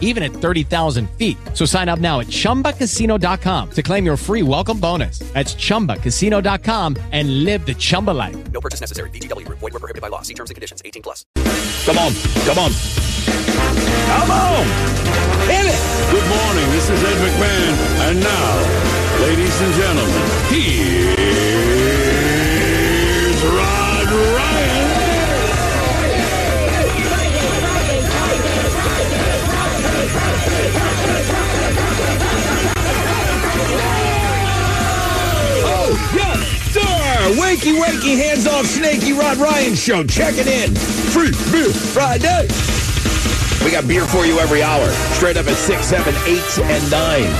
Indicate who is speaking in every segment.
Speaker 1: even at 30,000 feet. So sign up now at chumbacasino.com to claim your free welcome bonus. That's chumbacasino.com and live the Chumba life.
Speaker 2: No purchase necessary. BGW. Void were prohibited by law. See terms and conditions. 18 plus.
Speaker 3: Come on, come on. Come on! Hit it! Good morning, this is Ed McMahon. And now, ladies and gentlemen, here's Rod Ryan. Oh, yes, sir! Wakey, wakey, hands off, snaky Rod Ryan show. Check it in. Free beer Friday. We got beer for you every hour, straight up at 6, 7, 8, and 9.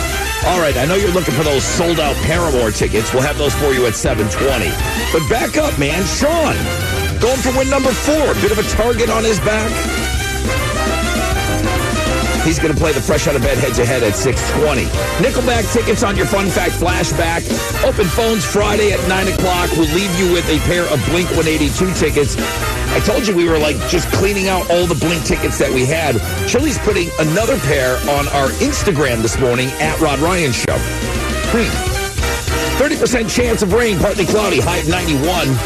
Speaker 3: All right, I know you're looking for those sold out Paramore tickets. We'll have those for you at 720. But back up, man. Sean, going for win number four. Bit of a target on his back. He's going to play the Fresh Out of Bed Heads Ahead at 620. Nickelback tickets on your Fun Fact Flashback. Open phones Friday at 9 o'clock. We'll leave you with a pair of Blink 182 tickets. I told you we were like just cleaning out all the Blink tickets that we had. Chili's putting another pair on our Instagram this morning at Rod Ryan Show. Hmm. 30% chance of rain, partly cloudy, high of 91.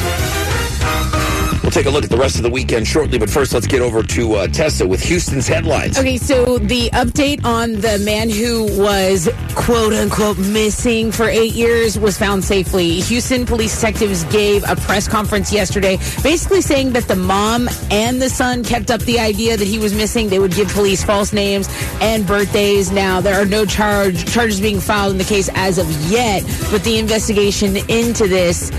Speaker 3: We'll take a look at the rest of the weekend shortly, but first let's get over to uh, Tessa with Houston's headlines.
Speaker 4: Okay, so the update on the man who was quote unquote missing for eight years was found safely. Houston police detectives gave a press conference yesterday, basically saying that the mom and the son kept up the idea that he was missing. They would give police false names and birthdays. Now there are no charge charges being filed in the case as of yet, but the investigation into this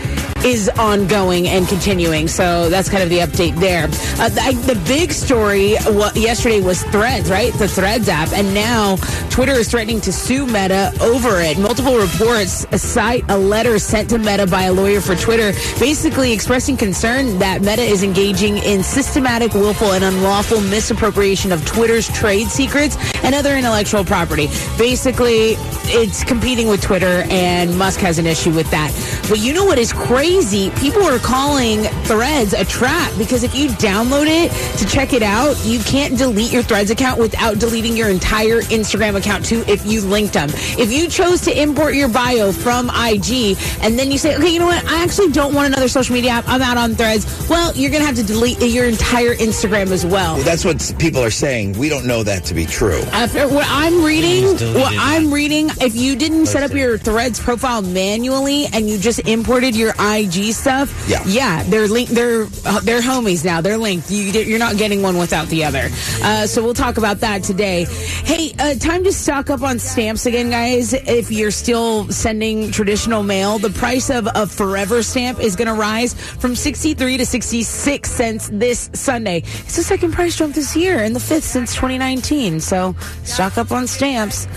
Speaker 4: is ongoing and continuing. So that's kind of the update there. Uh, the, I- the big story wa- yesterday was Threads, right? The Threads app. And now Twitter is threatening to sue Meta over it. Multiple reports cite a letter sent to Meta by a lawyer for Twitter, basically expressing concern that Meta is engaging in systematic, willful, and unlawful misappropriation of Twitter's trade secrets and other intellectual property. Basically, it's competing with Twitter, and Musk has an issue with that. But you know what is crazy? People are calling Threads a trap because if you download it to check it out, you can't delete your Threads account without deleting your entire Instagram account too if you linked them. If you chose to import your bio from IG and then you say, okay, you know what? I actually don't want another social media app. I'm out on Threads. Well, you're going to have to delete your entire Instagram as well.
Speaker 3: Well, that's what people are saying. We don't know that to be true.
Speaker 4: After what I'm reading, what I'm reading, if you didn't set up your Threads profile manually and you just imported your IG stuff,
Speaker 3: Yeah.
Speaker 4: they're linked. They're uh, they're homies now. They're linked. You, you're not getting one without the other. Uh, so we'll talk about that today. Hey, uh, time to stock up on stamps again, guys. If you're still sending traditional mail, the price of a forever stamp is going to rise from 63 to 66 cents this Sunday. It's the second price jump this year and the fifth since 2019. So stock up on stamps.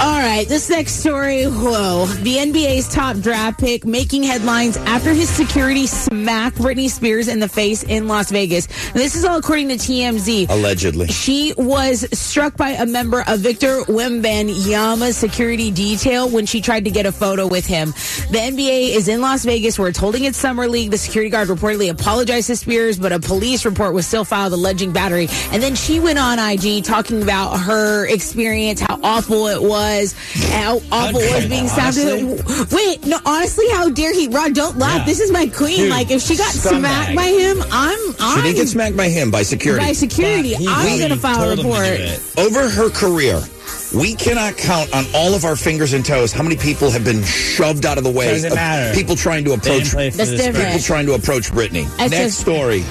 Speaker 4: All right, this next story. Whoa. The NBA's top draft pick making headlines after his security smacked Britney Spears in the face in Las Vegas. This is all according to TMZ.
Speaker 3: Allegedly.
Speaker 4: She was struck by a member of Victor Wembanyama's security detail when she tried to get a photo with him. The NBA is in Las Vegas where it's holding its summer league. The security guard reportedly apologized to Spears, but a police report was still filed alleging battery. And then she went on IG talking about her experience, how awful it was, how awful it was being stabbed. Wait, no, honestly, how dare he? Rod, don't laugh. This is my queen. like, if she got smacked by him, I'm,
Speaker 3: She
Speaker 4: I'm
Speaker 3: didn't get smacked by him, by security.
Speaker 4: by security. I'm going to file a report.
Speaker 3: Over her career, we cannot count on all of our fingers and toes how many people have been shoved out of the way
Speaker 5: Doesn't
Speaker 3: of
Speaker 5: matter.
Speaker 3: people trying to approach
Speaker 4: That's different.
Speaker 3: people trying to approach Britney.
Speaker 4: That's
Speaker 3: Next
Speaker 4: just-
Speaker 3: story.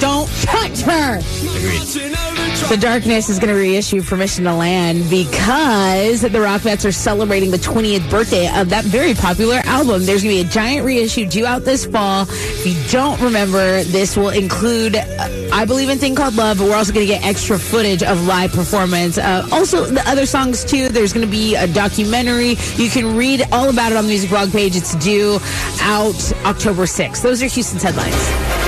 Speaker 4: Don't touch her. The Darkness is going to reissue Permission to Land because the Rockettes are celebrating the 20th birthday of that very popular album. There's going to be a giant reissue due out this fall. If you don't remember, this will include uh, I Believe in a Thing Called Love, but we're also going to get extra footage of live performance. Uh, also, the other songs too. There's going to be a documentary. You can read all about it on the music blog page. It's due out October 6th. Those are Houston's headlines.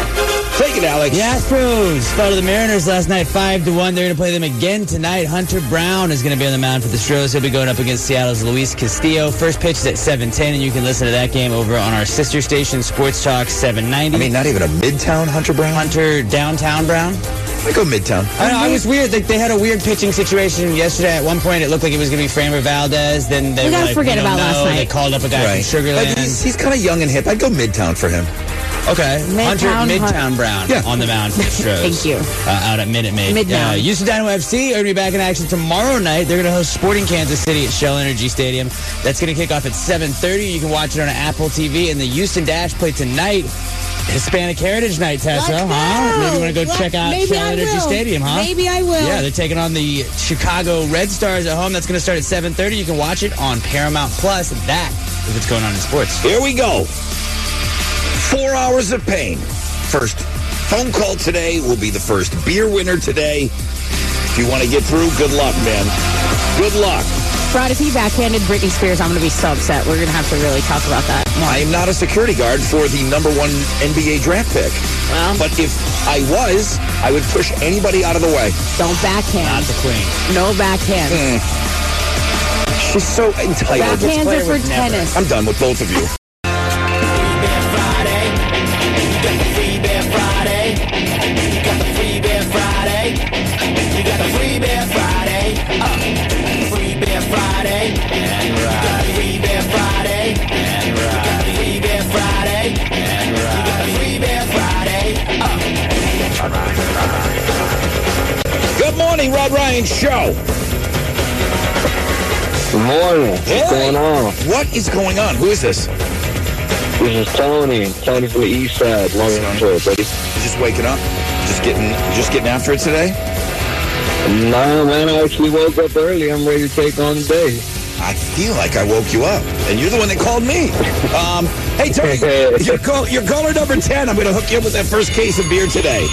Speaker 1: Take it, Alex.
Speaker 6: The Astros fell to the Mariners last night, five to one. They're going to play them again tonight. Hunter Brown is going to be on the mound for the Stros. He'll be going up against Seattle's Luis Castillo. First pitch is at seven ten, and you can listen to that game over on our sister station, Sports Talk seven ninety.
Speaker 3: I mean, not even a midtown Hunter Brown.
Speaker 6: Hunter downtown Brown.
Speaker 3: I go midtown.
Speaker 6: I know, I was weird. Like they had a weird pitching situation yesterday. At one point, it looked like it was going to be Framber Valdez. Then they
Speaker 4: We
Speaker 6: were
Speaker 4: gotta
Speaker 6: like,
Speaker 4: forget
Speaker 6: we don't
Speaker 4: about
Speaker 6: know.
Speaker 4: last
Speaker 6: They
Speaker 4: night.
Speaker 6: called up a guy from
Speaker 3: Like, he's
Speaker 6: Sugarland.
Speaker 3: he's kind of young and hip. I'd go midtown for him.
Speaker 6: Okay, Hunter
Speaker 4: Midtown
Speaker 6: Midtown Brown
Speaker 3: Yeah.
Speaker 6: on the mound for the Stros.
Speaker 4: Thank you.
Speaker 6: Uh, out at Minute Maid.
Speaker 4: Midtown.
Speaker 6: Uh, Houston Dynamo FC are going to be back in action tomorrow night. They're going to host Sporting Kansas City at Shell Energy Stadium. That's going to kick off at 7:30. You can watch it on Apple TV. And the Houston Dash play tonight. Hispanic Heritage Night, Tessa,
Speaker 4: Let's
Speaker 6: huh?
Speaker 4: go.
Speaker 6: Maybe you want to go
Speaker 4: Let-
Speaker 6: check out
Speaker 4: maybe
Speaker 6: Shell
Speaker 4: I
Speaker 6: Energy
Speaker 4: will.
Speaker 6: Stadium, huh?
Speaker 4: Maybe I will.
Speaker 6: Yeah, they're taking on the Chicago Red Stars at home. That's going to start at 7:30. You can watch it on Paramount Plus. That is what's going on in sports.
Speaker 3: Here we go. Four hours of pain. First phone call today will be the first beer winner today. If you want to get through, good luck, man. Good luck.
Speaker 4: Brad, if he backhanded Britney Spears, I'm going to be so upset. We're going to have to really talk about that.
Speaker 3: I am not a security guard for the number one NBA draft pick.
Speaker 4: Well.
Speaker 3: But if I was, I would push anybody out of the way.
Speaker 4: Don't
Speaker 6: Not
Speaker 4: backhand.
Speaker 6: the queen.
Speaker 4: No
Speaker 3: Hmm.
Speaker 4: backhands.
Speaker 3: She's so entitled.
Speaker 4: Backhands are for tennis.
Speaker 3: I'm done with both of you.
Speaker 5: Uh, Uh,
Speaker 3: Good morning, Rod Ryan Show.
Speaker 7: Good morning.
Speaker 3: Hey.
Speaker 7: What's going on?
Speaker 3: What is going on? Who is this?
Speaker 7: This is Tony. Tony from the East Side. Long Island Trail, buddy.
Speaker 3: Just waking up. Just getting just getting after it today.
Speaker 7: No, man, I actually woke up early. I'm ready to take on the day.
Speaker 3: I feel like I woke you up, and you're the one that called me. Um, hey Tony, you're, call, you're caller number ten. I'm going to hook you up with that first case of beer today.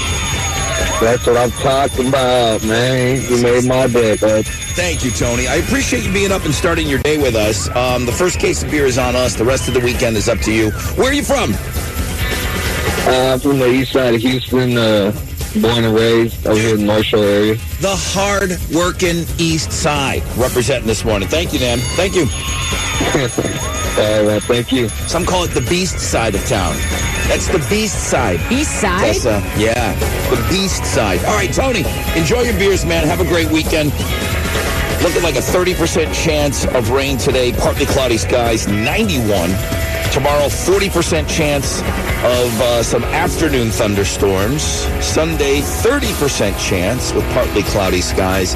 Speaker 7: That's what I'm talking about, man. You made my day, bud.
Speaker 3: Thank you, Tony. I appreciate you being up and starting your day with us. Um, the first case of beer is on us. The rest of the weekend is up to you. Where are you from?
Speaker 7: Uh, I'm from the East Side of Houston, uh, born and raised over here in the Marshall area.
Speaker 3: The hard working East Side representing this morning. Thank you, man. Thank you.
Speaker 7: All right, man. Thank you.
Speaker 3: Some call it the beast side of town. That's the beast side. uh,
Speaker 4: East side?
Speaker 3: Tessa, yeah, the beast side. All right, Tony, enjoy your beers, man. Have a great weekend. Looking like a 30% chance of rain today, partly cloudy skies, 91. Tomorrow, 40% chance of uh, some afternoon thunderstorms. Sunday, 30% chance with partly cloudy skies.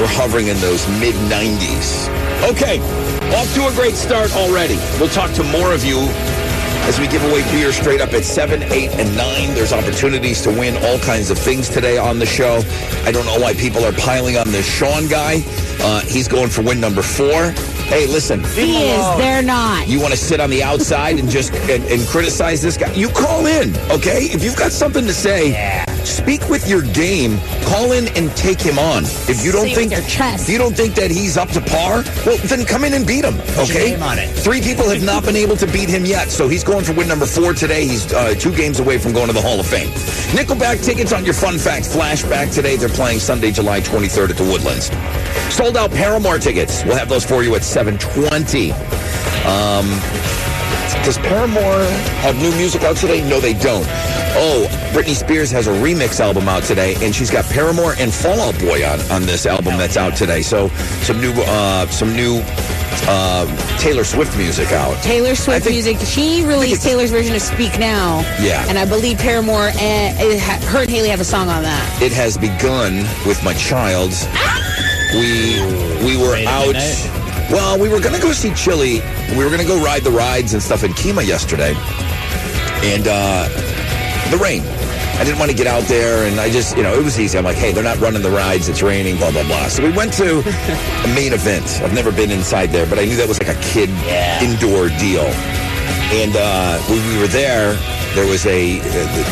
Speaker 3: We're hovering in those mid 90s. Okay, off to a great start already. We'll talk to more of you as we give away beer straight up at 7, 8, and 9, there's opportunities to win all kinds of things today on the show. I don't know why people are piling on this Sean guy. Uh, he's going for win number four. Hey, listen,
Speaker 4: He is. They're not.
Speaker 3: you want to sit on the outside and just and, and criticize this guy? You call in, okay? If you've got something to say, speak with your game. Call in and take him on. If you don't
Speaker 4: Say it
Speaker 3: think
Speaker 4: with your chest.
Speaker 3: if you don't think that he's up to par, well, then come in and beat him.
Speaker 6: your
Speaker 3: Okay.
Speaker 6: name on it.
Speaker 3: Three people have not been able to beat him yet, so he's going for win number four today. He's uh, two games away from going to the Hall of Fame. Nickelback tickets on your fun fact flashback today. They're playing Sunday, July 23rd at the Woodlands. Sold out Paramore tickets. We'll have those for you at Um, 720. Does Paramore have new music out today? No, they don't. Oh, Britney Spears has a remix album out today, and she's got Paramore and Fall Out Boy on, on this album that's out today. So some new, uh, some new uh, Taylor Swift music out.
Speaker 4: Taylor
Speaker 3: I
Speaker 4: Swift
Speaker 3: think-
Speaker 4: music. She
Speaker 3: it's-
Speaker 4: released Taylor's version of "Speak Now."
Speaker 3: Yeah.
Speaker 4: and I believe Paramore and it ha- her and Haley have a song on that.
Speaker 3: It has begun with my child. We we were
Speaker 6: Wait a
Speaker 3: out.
Speaker 6: minute.
Speaker 3: Well, we were gonna go see Chili. We were gonna go ride the rides and stuff in Kima yesterday, and uh, the rain. I didn't want to get out there, and I just you know it was easy. I'm like, hey, they're not running the rides. It's raining. Blah blah blah. So we went to a main event. I've never been inside there, but I knew that was like a kid
Speaker 6: Yeah.
Speaker 3: indoor deal. And uh, when we were there, there was a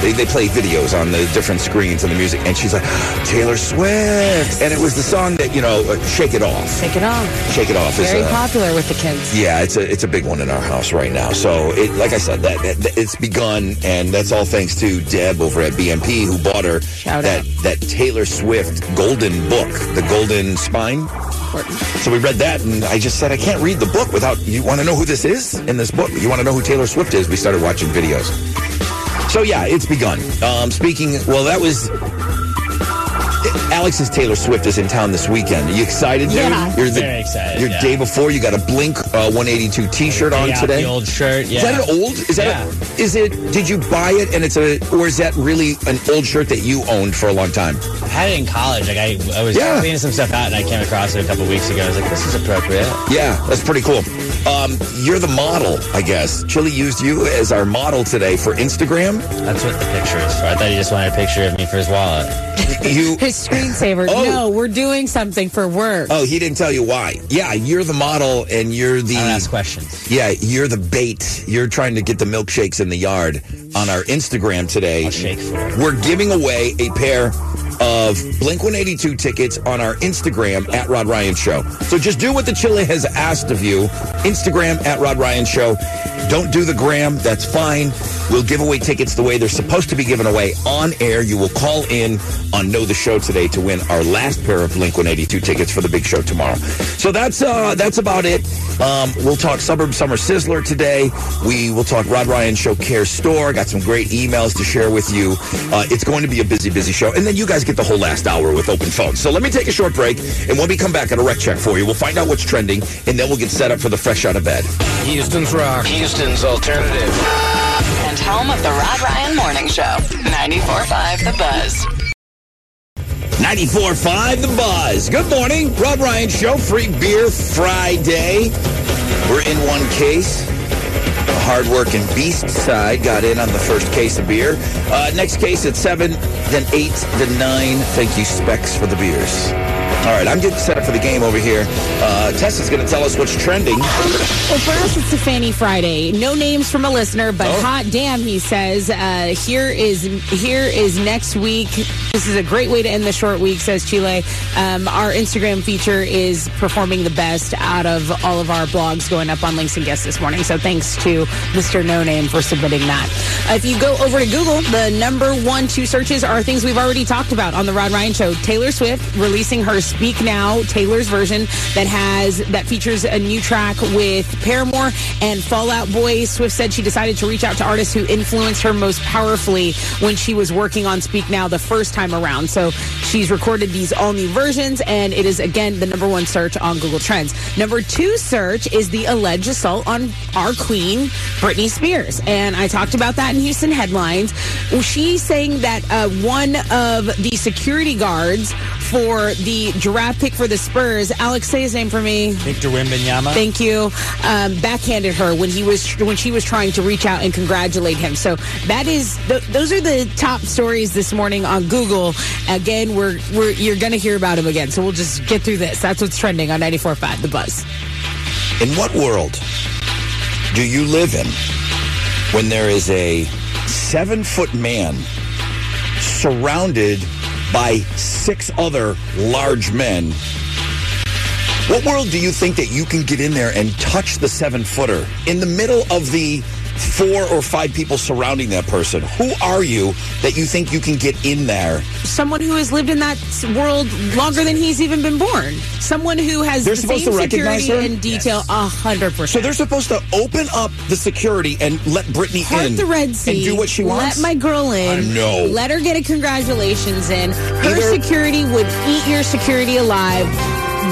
Speaker 3: they, they play videos on the different screens and the music, and she's like Taylor Swift, and it was the song that you know uh, Shake It Off.
Speaker 4: Take it off.
Speaker 3: Shake It Off is
Speaker 4: Very
Speaker 3: uh,
Speaker 4: popular with the kids.
Speaker 3: yeah, it's a it's a big one in our house right now. So, it, like I said, that, that it's begun, and that's all thanks to Deb over at BMP who bought her
Speaker 4: Shout
Speaker 3: that that Taylor Swift Golden Book, the Golden Spine. So we read that, and I just said I can't read the book without. You want to know who this is in this book? You want to know who Taylor Swift is? We started watching videos. So yeah, it's begun. Um, speaking, well, that was. Alex's Taylor Swift is in town this weekend. Are you excited? dude?
Speaker 4: Yeah.
Speaker 3: You're the,
Speaker 6: Very excited,
Speaker 3: Your
Speaker 6: yeah.
Speaker 3: day before, you got a Blink uh, 182 T-shirt on
Speaker 6: Yeah,
Speaker 3: today.
Speaker 6: the old shirt. Yeah.
Speaker 3: Is that an old? Is that? A, is it? Did you buy it? And it's a, or is that really an old shirt that you owned for a long time?
Speaker 6: I had it in college. Like I, I was
Speaker 3: Yeah.
Speaker 6: cleaning some stuff out, and I came across it a couple weeks ago. I was like, this is appropriate.
Speaker 3: Yeah, that's pretty cool. Um, you're the model, I guess. Chili used you as our model today for Instagram.
Speaker 6: That's what the picture is for. I thought he just wanted a picture of me for his wallet.
Speaker 3: You.
Speaker 4: His screensaver.
Speaker 3: Oh.
Speaker 4: No, we're doing something for work.
Speaker 3: Oh, he didn't tell you why. Yeah, you're the model, and you're the.
Speaker 6: I don't ask questions.
Speaker 3: Yeah, you're the bait. You're trying to get the milkshakes in the yard on our Instagram today.
Speaker 6: I'll shake for it.
Speaker 3: We're giving away a pair of Blink 182 tickets on our Instagram at Rod Ryan Show. So just do what the Chili has asked of you. Instagram at Rod Ryan Show. Don't do the gram. That's fine. We'll give away tickets the way they're supposed to be given away on air. You will call in on Know the Show today to win our last pair of Blink 182 tickets for the big show tomorrow. So that's uh, that's about it. Um, we'll talk Suburb Summer Sizzler today. We will talk Rod Ryan Show Care Store. Got some great emails to share with you. Uh, it's going to be a busy, busy show. And then you guys get the whole last hour with open phones. So let me take a short break. And when we come back, at a rec check for you. We'll find out what's trending. And then we'll get set up for the fresh out of bed.
Speaker 8: Houston's Rock. Houston's Alternative.
Speaker 9: and home of the Rod Ryan Morning Show. 94.5 The Buzz.
Speaker 3: 94.5 The Buzz. Good morning. Rob Ryan Show, Free Beer Friday. We're in one case. The hardworking beast side got in on the first case of beer. Uh, next case at 7, then 8, then 9. Thank you, Specs, for the beers. All right, I'm getting set up for the game over here. Uh, Tessa's going to tell us what's trending.
Speaker 4: Well, for us, it's a Fanny Friday. No names from a listener, but hot damn, he says. Uh, here is here is next week. This is a great way to end the short week, says Chile. Um, our Instagram feature is performing the best out of all of our blogs going up on Links and Guests this morning. So thanks to Mr. No Name for submitting that. Uh, if you go over to Google, the number one two searches are things we've already talked about on the Rod Ryan Show. Taylor Swift releasing her Speak Now, Taylor's version that has that features a new track with Paramore and Fallout Boy. Swift said she decided to reach out to artists who influenced her most powerfully when she was working on Speak Now the first time around. So she's recorded these all new versions, and it is again the number one search on Google Trends. Number two search is the alleged assault on our queen, Britney Spears. And I talked about that in Houston headlines. Well, She's saying that uh, one of the security guards for the draft pick for the Spurs, Alex, say his name for me.
Speaker 10: Victor Wembanyama.
Speaker 4: Thank you. Um, backhanded her when he was when she was trying to reach out and congratulate him. So that is th- those are the top stories this morning on Google. Again, we're, we're you're going to hear about him again. So we'll just get through this. That's what's trending on 94.5 The Buzz.
Speaker 3: In what world do you live in when there is a seven foot man surrounded by six other large men? What world do you think that you can get in there and touch the seven footer in the middle of the four or five people surrounding that person? Who are you that you think you can get in there?
Speaker 4: Someone who has lived in that s- world longer than he's even been born. Someone who has
Speaker 3: They're
Speaker 4: the
Speaker 3: supposed
Speaker 4: same
Speaker 3: to recognize
Speaker 4: security
Speaker 3: her?
Speaker 4: and detail a hundred
Speaker 3: So
Speaker 4: percent.
Speaker 3: they're supposed to open up the security and let Brittany
Speaker 4: Part
Speaker 3: in
Speaker 4: the Red Sea.
Speaker 3: and do what she wants.
Speaker 4: Let my girl in.
Speaker 3: I know.
Speaker 4: Let her get a congratulations in. Her
Speaker 3: Either-
Speaker 4: security would eat your security alive.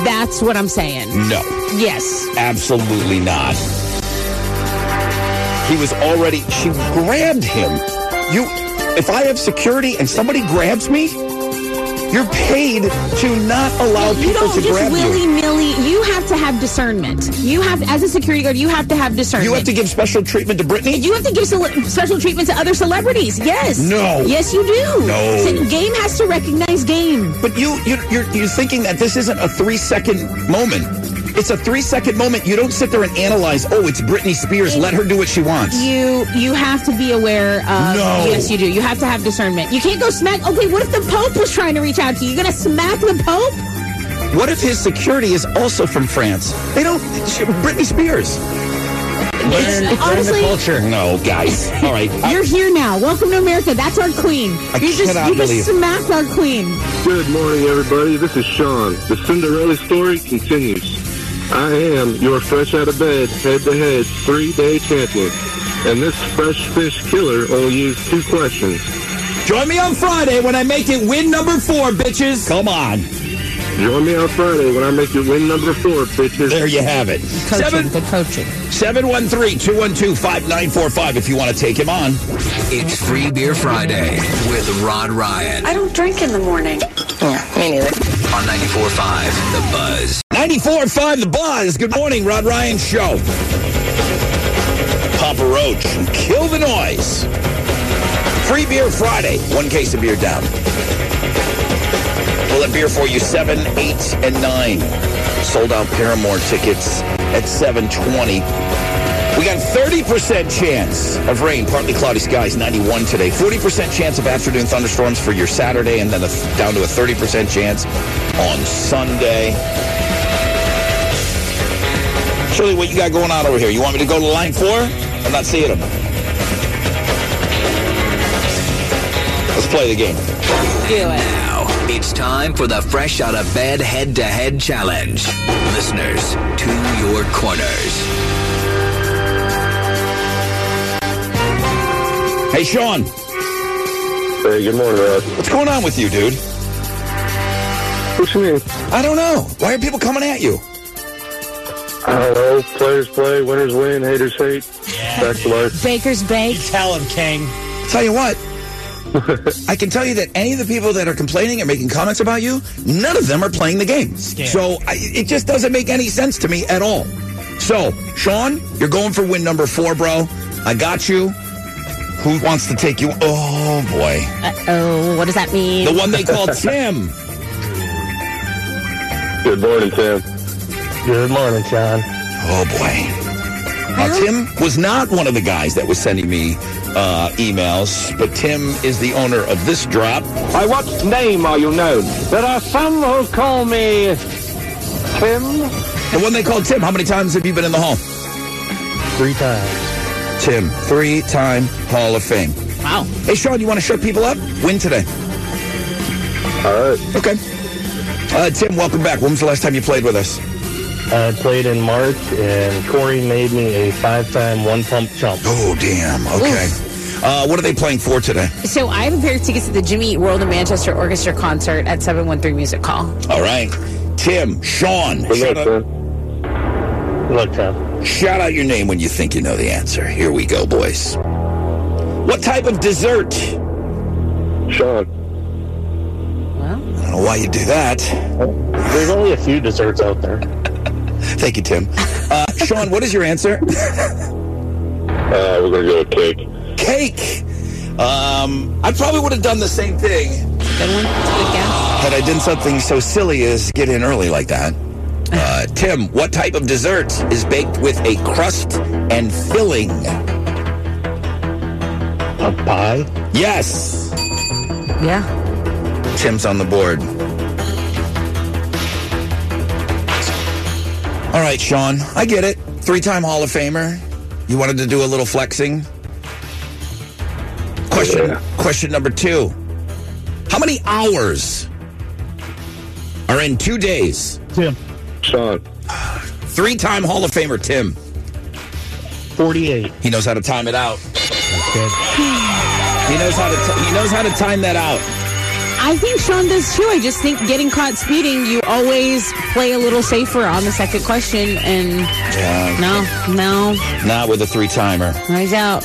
Speaker 4: That's what I'm saying.
Speaker 3: no.
Speaker 4: Yes.
Speaker 3: Absolutely not. He was already. She grabbed him. You. If I have security and somebody grabs me, you're paid to not allow
Speaker 4: you
Speaker 3: people
Speaker 4: don't
Speaker 3: to
Speaker 4: just
Speaker 3: grab
Speaker 4: willy
Speaker 3: you.
Speaker 4: nilly. You have to have discernment. You have, as a security guard, you have to have discernment.
Speaker 3: You have to give special treatment to Brittany.
Speaker 4: You have to give cele- special treatment to other celebrities. Yes.
Speaker 3: No.
Speaker 4: Yes, you do.
Speaker 3: No.
Speaker 4: So game has to recognize game.
Speaker 3: But you, you, you're, you're thinking that this isn't a three second moment. It's a three second moment. You don't sit there and analyze, oh, it's Britney Spears. Let her do what she wants.
Speaker 4: You you have to be aware of.
Speaker 3: No.
Speaker 4: Yes, you do. You have to have discernment. You can't go smack. Okay, what if the Pope was trying to reach out to you? You're gonna smack the Pope?
Speaker 3: What if his security is also from France? They don't. she- Britney Spears.
Speaker 6: Learn, learn
Speaker 4: honestly-
Speaker 6: the culture.
Speaker 3: No, guys. All right. I-
Speaker 4: You're here now. Welcome to America. That's our queen.
Speaker 3: I
Speaker 4: you just
Speaker 3: cannot
Speaker 4: you
Speaker 3: believe
Speaker 4: just
Speaker 3: it.
Speaker 4: smacked our queen.
Speaker 11: Good morning, everybody. This is Sean. The Cinderella story continues. I am your fresh out of bed, head to head, three day champion. And this fresh fish killer only used two questions.
Speaker 3: Uh, Join me on Friday when I make it win number four, bitches. Come on.
Speaker 11: Join me on Friday when I make you win number four, bitches.
Speaker 3: There you have it.
Speaker 4: Coaching,
Speaker 3: Seven,
Speaker 4: the coaching.
Speaker 3: 713 212 5945 if you want to take him on.
Speaker 8: It's Free Beer Friday with Rod Ryan
Speaker 9: I don't drink in the morning. Yeah, me neither.
Speaker 8: on 94.5 The Buzz.
Speaker 3: 94.5 The Buzz. Good morning, Rod Ryan Show. Papa Roach, kill the noise. Free beer Friday. One case of beer down. We'll have beer for you 7, 8, and 9. Sold out Paramore tickets at 720. We got 30% chance of rain, partly cloudy skies, 91 today. 40% chance of afternoon thunderstorms for your Saturday, and then a, down to a 30% chance on Sunday. Shirley, what you got going on over here? You want me to go to line four? I'm not seeing him. Let's play the game.
Speaker 4: Do it.
Speaker 8: Now, it's time for the Fresh Out of Bed Head to Head Challenge. Listeners, to your corners.
Speaker 3: Hey, Sean,
Speaker 11: Hey, good morning, Rod.
Speaker 3: what's going on with you, dude?
Speaker 11: What you mean?
Speaker 3: I don't know. Why are people coming at you?
Speaker 11: I don't know. Players play, winners win, haters hate. Back to life.
Speaker 4: Baker's bake.
Speaker 6: You tell him, King.
Speaker 3: Tell you what, I can tell you that any of the people that are complaining and making comments about you, none of them are playing the game. So I, it just doesn't make any sense to me at all. So, Sean, you're going for win number four, bro. I got you. Who wants to take you? Oh, boy.
Speaker 4: Oh, what does that mean?
Speaker 3: The one they call Tim.
Speaker 11: Good morning, Tim. Good morning, John.
Speaker 3: Oh boy. Now, Tim was not one of the guys that was sending me uh, emails, but Tim is the owner of this drop.
Speaker 11: By what name are you known? There are some who call me Tim.
Speaker 3: The one they called Tim. How many times have you been in the Hall?
Speaker 11: Three times.
Speaker 3: Tim, three-time Hall of Fame.
Speaker 4: Wow.
Speaker 3: Hey, Sean, you want to shut people up? Win today.
Speaker 11: All right.
Speaker 3: Okay. Uh, Tim, welcome back. When was the last time you played with us?
Speaker 11: I played in March, and Corey made me a five-time one-pump chump.
Speaker 3: Oh, damn. Okay. Uh, what are they playing for today?
Speaker 4: So I have a pair of tickets to the Jimmy Eat World and Manchester Orchestra concert at 713 Music Hall.
Speaker 3: All right. Tim, Sean,
Speaker 11: Good
Speaker 3: shut up.
Speaker 11: luck, Tim. Good luck, Tim.
Speaker 3: Shout out your name when you think you know the answer. Here we go, boys. What type of dessert? I
Speaker 11: Sean,
Speaker 4: Well,
Speaker 3: don't know why you do that.
Speaker 11: there's only a few desserts out there.
Speaker 3: Thank you, Tim. Uh, Sean, what is your answer?
Speaker 11: Uh, we're going to go with cake.
Speaker 3: Cake. Um, I probably would have done the same thing
Speaker 4: good one. Good guess.
Speaker 3: had I done something so silly as get in early like that. Uh, Tim, what type of dessert is baked with a crust and filling?
Speaker 11: A pie?
Speaker 3: Yes.
Speaker 4: Yeah.
Speaker 3: Tim's on the board. All right, Sean, I get it. Three time Hall of Famer. You wanted to do a little flexing. Question
Speaker 11: Yeah.
Speaker 3: question number two. How many hours are in two days?
Speaker 11: Tim. Sean.
Speaker 3: Three time Hall of Famer, Tim.
Speaker 11: 48.
Speaker 3: He knows how to time it out. He knows how to t- he knows how to time that out.
Speaker 4: I think Sean does too. I just think getting caught speeding, you always play a little safer on the second question. And no, no,
Speaker 3: Not with a three timer.
Speaker 4: eyes out.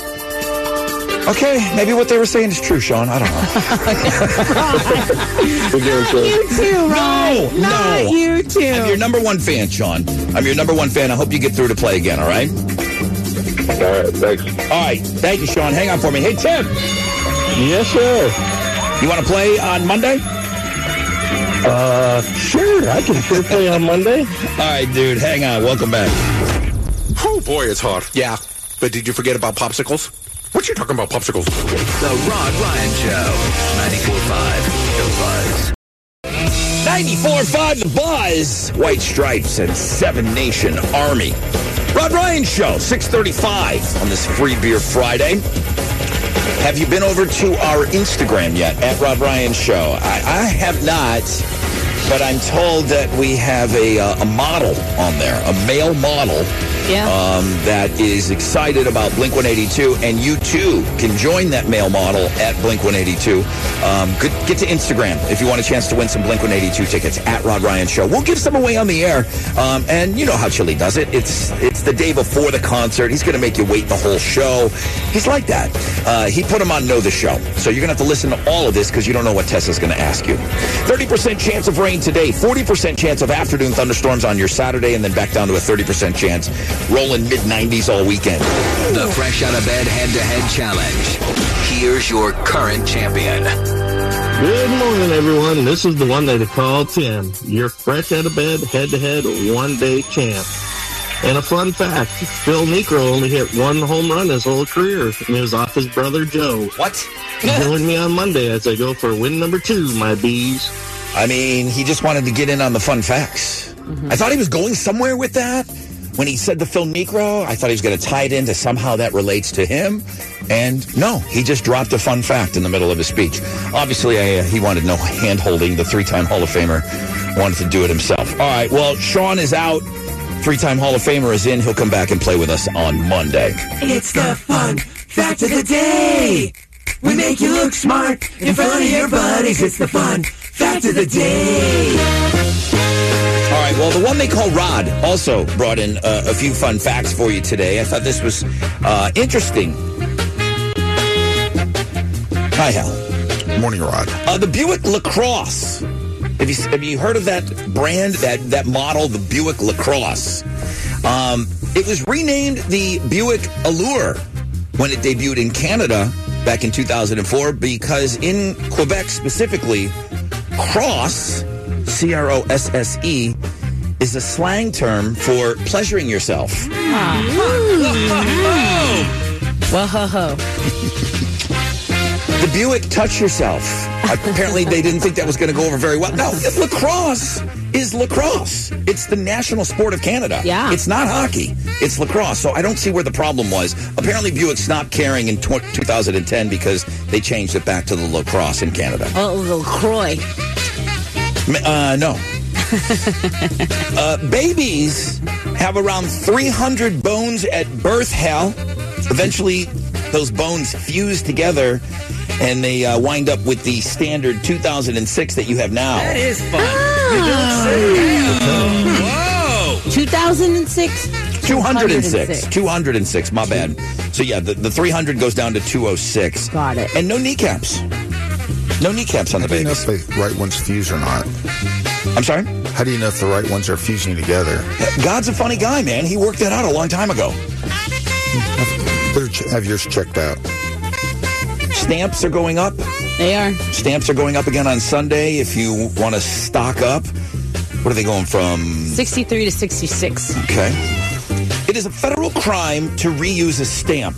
Speaker 3: Okay, maybe what they were saying is true, Sean. I don't know.
Speaker 11: We're going to
Speaker 4: You too, Ron.
Speaker 3: No,
Speaker 4: Not
Speaker 3: no.
Speaker 4: you too.
Speaker 3: I'm your number one fan, Sean. I'm your number one fan. I hope you get through to play again, all right?
Speaker 11: All right, thanks.
Speaker 3: All right. Thank you, Sean. Hang on for me. Hey, Tim,
Speaker 11: Yes, sir.
Speaker 3: you want to play on Monday? Uh, sure, I can sure play on Monday. All right, dude, hang on. Welcome back.
Speaker 12: Oh boy, it's hot. Yeah, but did you forget about popsicles? What you talking about popsicles?
Speaker 8: The Rod Ryan Show. 94.5. The Buzz.
Speaker 3: 94.5 The Buzz, White Stripes, and Seven Nation Army. Rod Ryan Show, 635 on this Free Beer Friday. Have you been over to our Instagram yet, at Rod Ryan Show? I, I have not, but I'm told that we have a, uh, a model on there, a male model
Speaker 4: Yeah.
Speaker 3: um, that is excited about Blink 182, and you too can join that male model at Blink 182. Um, good, get to Instagram if you want a chance to win some Blink 182 tickets at Rod Ryan Show. We'll give some away on the air, um, and you know how Chili does it. It's it's the day before the concert. He's going to make you wait the whole show. He's like that. Uh, he put him on Know the Show, so you're going to have to listen to all of this because you don't know what Tessa's going to ask you. 30% chance of rain today, 40% chance of afternoon thunderstorms on your Saturday, and then back down to a 30% chance. Rolling mid 90s all weekend.
Speaker 8: The Fresh Out of Bed Head to Head Challenge. Here's your current champion.
Speaker 11: Good morning, everyone. This is the one that they call Tim. You're fresh out of bed, head to head, one day champ. And a fun fact Phil Necro only hit one home run his whole career, and it was off his brother Joe.
Speaker 3: What?
Speaker 11: Join me on Monday as I go for win number two, my bees.
Speaker 3: I mean, he just wanted to get in on the fun facts. I thought he was going somewhere with that. When he said the Phil Necro, I thought he was going to tie it into somehow that relates to him. And no, he just dropped a fun fact in the middle of his speech. Obviously, I, uh, he wanted no hand holding. The three time Hall of Famer wanted to do it himself. All right, well, Sean is out. Three time Hall of Famer is in. He'll come back and play with us on Monday.
Speaker 13: It's the fun fact of the day. We make you look smart in front of your buddies. It's the fun fact of the day.
Speaker 3: All right. Well, the one they call Rod also brought in uh, a few fun facts for you today. I thought this was uh, interesting. Hi, Hal.
Speaker 12: Morning, Rod.
Speaker 3: Uh, the Buick Lacrosse. Have you have you heard of that brand that that model, the Buick Lacrosse? Um, it was renamed the Buick Allure when it debuted in Canada back in 2004 because in Quebec specifically, cross, C R O S S E, is a slang term for pleasuring yourself.
Speaker 4: Well, ho, ho.
Speaker 3: The Buick Touch Yourself. Apparently, they didn't think that was going to go over very well. No, lacrosse is lacrosse. It's the national sport of Canada.
Speaker 4: Yeah.
Speaker 3: It's not hockey. It's lacrosse. So I don't see where the problem was. Apparently, Buick stopped caring in tw- 2010 because they changed it back to the lacrosse in Canada.
Speaker 4: Oh, little Croy.
Speaker 3: M- Uh, no. uh, babies have around 300 bones at birth, Hal. Eventually, those bones fuse together and they uh, wind up with the standard 2006 that you have now. That
Speaker 13: is fun.
Speaker 4: Ah.
Speaker 3: Whoa!
Speaker 4: 2006?
Speaker 3: 206. 206, my bad. So, yeah, the, the 300 goes down to 206. Got it. And no kneecaps. No kneecaps on the
Speaker 14: How do you know
Speaker 3: babies.
Speaker 14: if the right ones fuse or not?
Speaker 3: I'm sorry?
Speaker 14: How do you know if the right ones are fusing together?
Speaker 3: God's a funny guy, man. He worked that out a long time ago.
Speaker 14: Better ch- have yours checked out.
Speaker 3: Stamps are going up.
Speaker 4: They are.
Speaker 3: Stamps are going up again on Sunday. If you want to stock up, what are they going from?
Speaker 4: 63 to 66.
Speaker 3: Okay. It is a federal crime to reuse a stamp.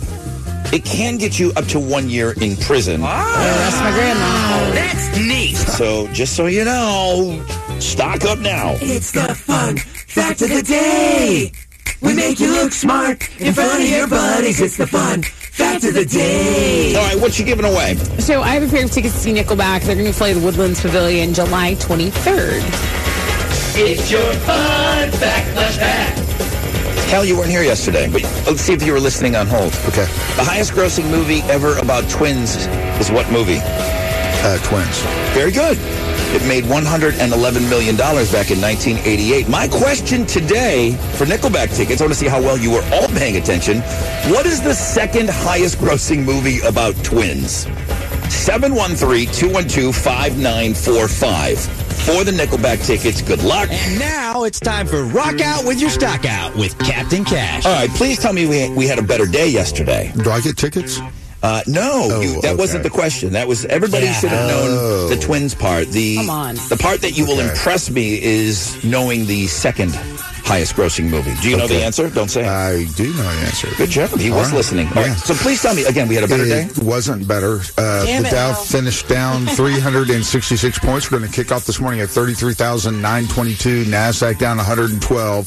Speaker 3: It can get you up to one year in prison.
Speaker 4: That's my grandma.
Speaker 13: That's neat.
Speaker 3: So just so you know, stock up now.
Speaker 13: It's the fun fact of the day. We make you look smart in front of your buddies. It's the fun fact of the day.
Speaker 3: All right, what you giving away?
Speaker 4: So I have a pair of tickets to see Nickelback. They're going to play the Woodlands Pavilion July 23rd.
Speaker 13: It's your fun fact flashback.
Speaker 3: Hell, you weren't here yesterday, but let's see if you were listening on hold.
Speaker 14: Okay.
Speaker 3: The highest grossing movie ever about twins is what movie?
Speaker 14: Uh, twins.
Speaker 3: Very good. It made $111 million back in 1988. My question today for Nickelback tickets, I want to see how well you were all paying attention. What is the second highest grossing movie about twins? 713-212-5945. For the Nickelback tickets, good luck.
Speaker 15: Now it's time for Rock Out with Your Stock Out with Captain Cash.
Speaker 3: All right, please tell me we, we had a better day yesterday.
Speaker 14: Do I get tickets? Oh,
Speaker 3: Uh, no, you, that wasn't the
Speaker 1: okay.
Speaker 3: question. That was everybody
Speaker 1: Yeah.
Speaker 3: should have
Speaker 1: Oh.
Speaker 3: known the twins part. The
Speaker 1: Come on.
Speaker 3: the part that you will impress me is knowing the second highest grossing movie. Do you know the
Speaker 14: Okay.
Speaker 3: answer? Don't say.
Speaker 14: I do know the answer.
Speaker 3: Good job. He was listening. All right. So please tell me again. We had a better
Speaker 14: it
Speaker 3: day.
Speaker 14: wasn't better. Uh,
Speaker 3: Damn
Speaker 14: the
Speaker 3: it,
Speaker 14: Dow
Speaker 3: Al.
Speaker 14: finished down 366 points. We're going to kick off this morning at 33,922. Nasdaq down 112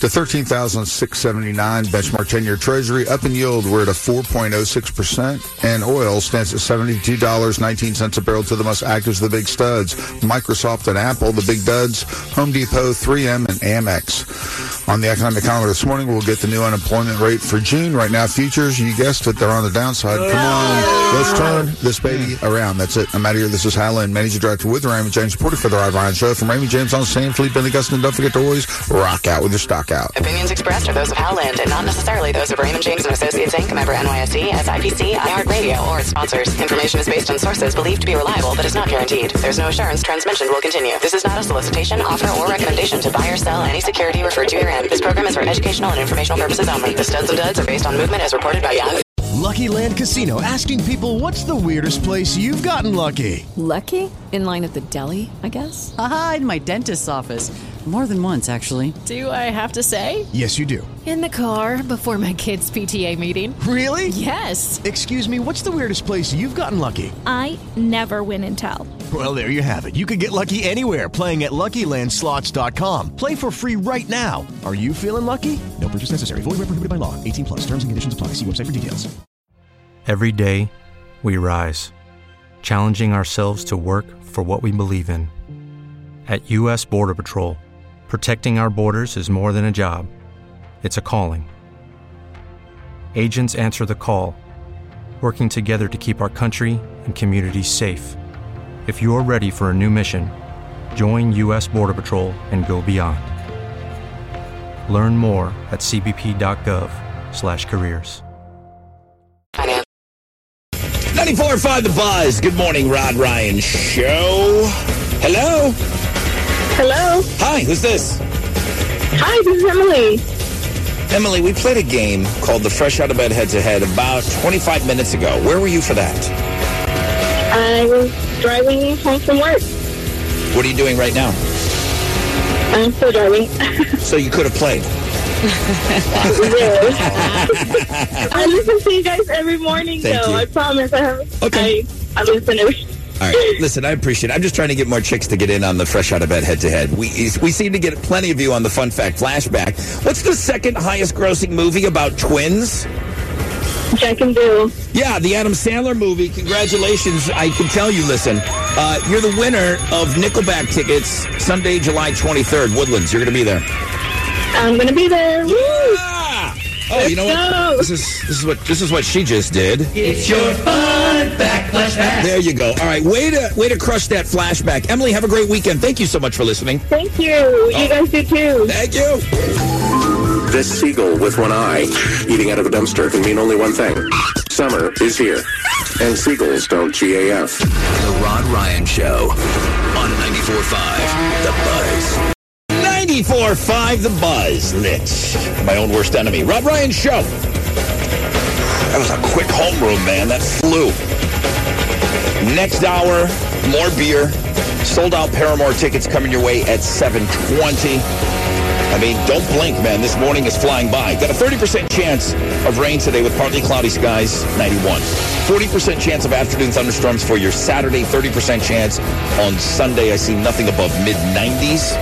Speaker 14: to 13,679. Benchmark 10-year Treasury up in yield. We're at a 4.06 percent, and oil stands at 72 dollars 19 cents a barrel to the most actives, the big studs, Microsoft and Apple, the big duds, Home Depot, 3M, and Amex. On the economic calendar this morning, we'll get the new unemployment rate for June. Right now, futures, you guessed it, they're on the downside. Come on, let's turn this baby around. That's it. I'm out of here. This is Highland, Managing Director with Raymond James, reporter for the Rod Ryan Show. From Raymond James on Sam Fleet, Billy Gustin. Don't forget to always rock out with your stock out.
Speaker 9: Opinions expressed are those of Howland and not necessarily those of Raymond James and Associates Inc. Member NYSE, SIPC, iHeartRadio, or its sponsors. Information is based on sources believed to be reliable, but is not guaranteed. There's no assurance transmission will continue. This is not a solicitation, offer, or recommendation to buy or sell any security referred to herein. This program is for educational and informational purposes only. The studs and duds are based on movement as reported by Yahoo.
Speaker 16: Lucky Land Casino asking people what's the weirdest place you've gotten lucky?
Speaker 17: Lucky? In line at the deli, I guess?
Speaker 18: Aha, in my dentist's office. More than once, actually.
Speaker 17: Do I have to say?
Speaker 16: Yes, you do.
Speaker 17: In the car before my kids' PTA meeting.
Speaker 16: Really?
Speaker 17: Yes.
Speaker 16: Excuse me, what's the weirdest place you've gotten lucky?
Speaker 19: I never win and tell.
Speaker 16: Well, there you have it. You can get lucky anywhere playing at LuckyLandSlots.com. Play for free right now. Are you feeling lucky? No purchase necessary. Void where prohibited by law. 18 plus. Terms and conditions apply. See website for details.
Speaker 20: Every day, we rise, challenging ourselves to work for what we believe in. At U.S. Border Patrol, protecting our borders is more than a job, it's a calling. Agents answer the call, working together to keep our country and communities safe. If you are ready for a new mission, join U.S. Border Patrol and go beyond. Learn more at cbp.gov/careers.
Speaker 3: 94.5 The Buzz. Good morning, Rod Ryan Show. Hello. Hello. Hi, who's this? Hi, this is Emily. Emily, we played a game called the Fresh Out of Bed Head to Head about 25 minutes ago. Where were you for that?
Speaker 5: I was driving home from work.
Speaker 3: What are you doing right now?
Speaker 5: I'm still driving.
Speaker 3: so you could have played.
Speaker 5: I listen to you guys every morning,
Speaker 3: Thank
Speaker 5: though.
Speaker 3: you.
Speaker 5: I promise. I have.
Speaker 3: Okay.
Speaker 5: I, I listen every.
Speaker 3: All right, listen, I appreciate it. I'm just trying to get more chicks to get in on the Fresh Out of Bed Head to Head. We we seem to get plenty of you on the Fun Fact Flashback. What's the second highest grossing movie about twins?
Speaker 5: Jack and Bill.
Speaker 3: Yeah, the Adam Sandler movie. Congratulations. I can tell you, listen, uh, you're the winner of Nickelback tickets Sunday, July 23rd, Woodlands. You're going to be there.
Speaker 5: I'm gonna be there. Woo!
Speaker 3: Oh, you know what? This is this is what this is what she just did.
Speaker 13: It's your fun fact flashback.
Speaker 3: There you go. All right, way to way to crush that flashback. Emily, have a great weekend. Thank you so much for listening.
Speaker 5: Thank you. You guys do too.
Speaker 3: Oh. Thank you.
Speaker 12: This seagull with one eye eating out of a dumpster can mean only one thing. Summer is here. And seagulls don't GAF.
Speaker 8: The Rod Ryan Show on 94.5 The Buzz.
Speaker 3: 94.5 The Buzz. Lit. My own worst enemy. Rob Ryan Show. That was a quick homeroom, man. That flew. Next hour, more beer. Sold out Paramore tickets coming your way at 720. I mean, don't blink, man. This morning is flying by. Got a 30% chance of rain today with partly cloudy skies, 91. 40% chance of afternoon thunderstorms for your Saturday. 30% chance on Sunday. I see nothing above mid 90s.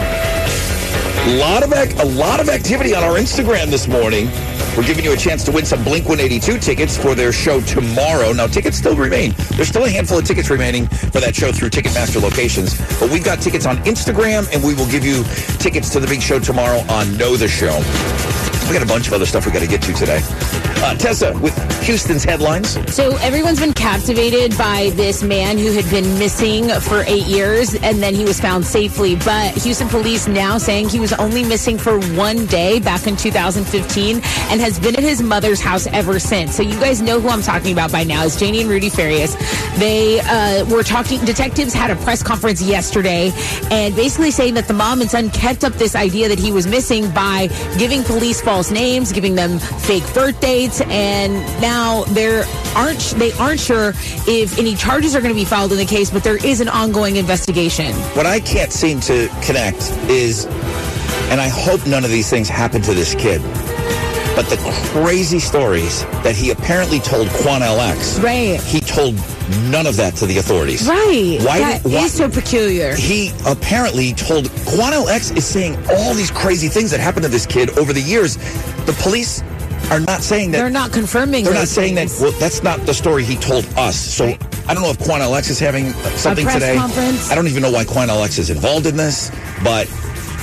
Speaker 3: A lot of ac- a lot of activity on our Instagram this morning. We're giving you a chance to win some Blink 182 tickets for their show tomorrow. Now, tickets still remain. There's still a handful of tickets remaining for that show through Ticketmaster locations. But we've got tickets on Instagram, and we will give you tickets to the big show tomorrow on Know the Show. We got a bunch of other stuff we got to get to today. Uh, Tessa with Houston's headlines.
Speaker 4: So everyone's been captivated by this man who had been missing for eight years, and then he was found safely. But Houston police now saying he was only missing for one day back in 2015, and has been at his mother's house ever since. So you guys know who I'm talking about by now. It's Janie and Rudy Farias. They uh, were talking. Detectives had a press conference yesterday, and basically saying that the mom and son kept up this idea that he was missing by giving police false false names, giving them fake birth dates, and now there aren't they aren't sure if any charges are going to be filed in the case, but there is an ongoing investigation.
Speaker 3: What I can't seem to connect is, and I hope none of these things happen to this kid, but the crazy stories that he apparently told Quan LX.
Speaker 4: Right.
Speaker 3: He told none of that to the authorities.
Speaker 4: Right.
Speaker 3: Why?
Speaker 4: That
Speaker 3: why-
Speaker 4: is so peculiar.
Speaker 3: He apparently told Quan LX is saying all these crazy things that happened to this kid over the years. The police are not saying that
Speaker 4: They're not confirming.
Speaker 3: they're not
Speaker 4: those
Speaker 3: saying that.
Speaker 4: things.
Speaker 3: Well, that's not the story he told us. So I don't know if Quan Alex is having something
Speaker 4: press
Speaker 3: today.
Speaker 4: conference?
Speaker 3: I don't even know why Quan Alex is involved in this, but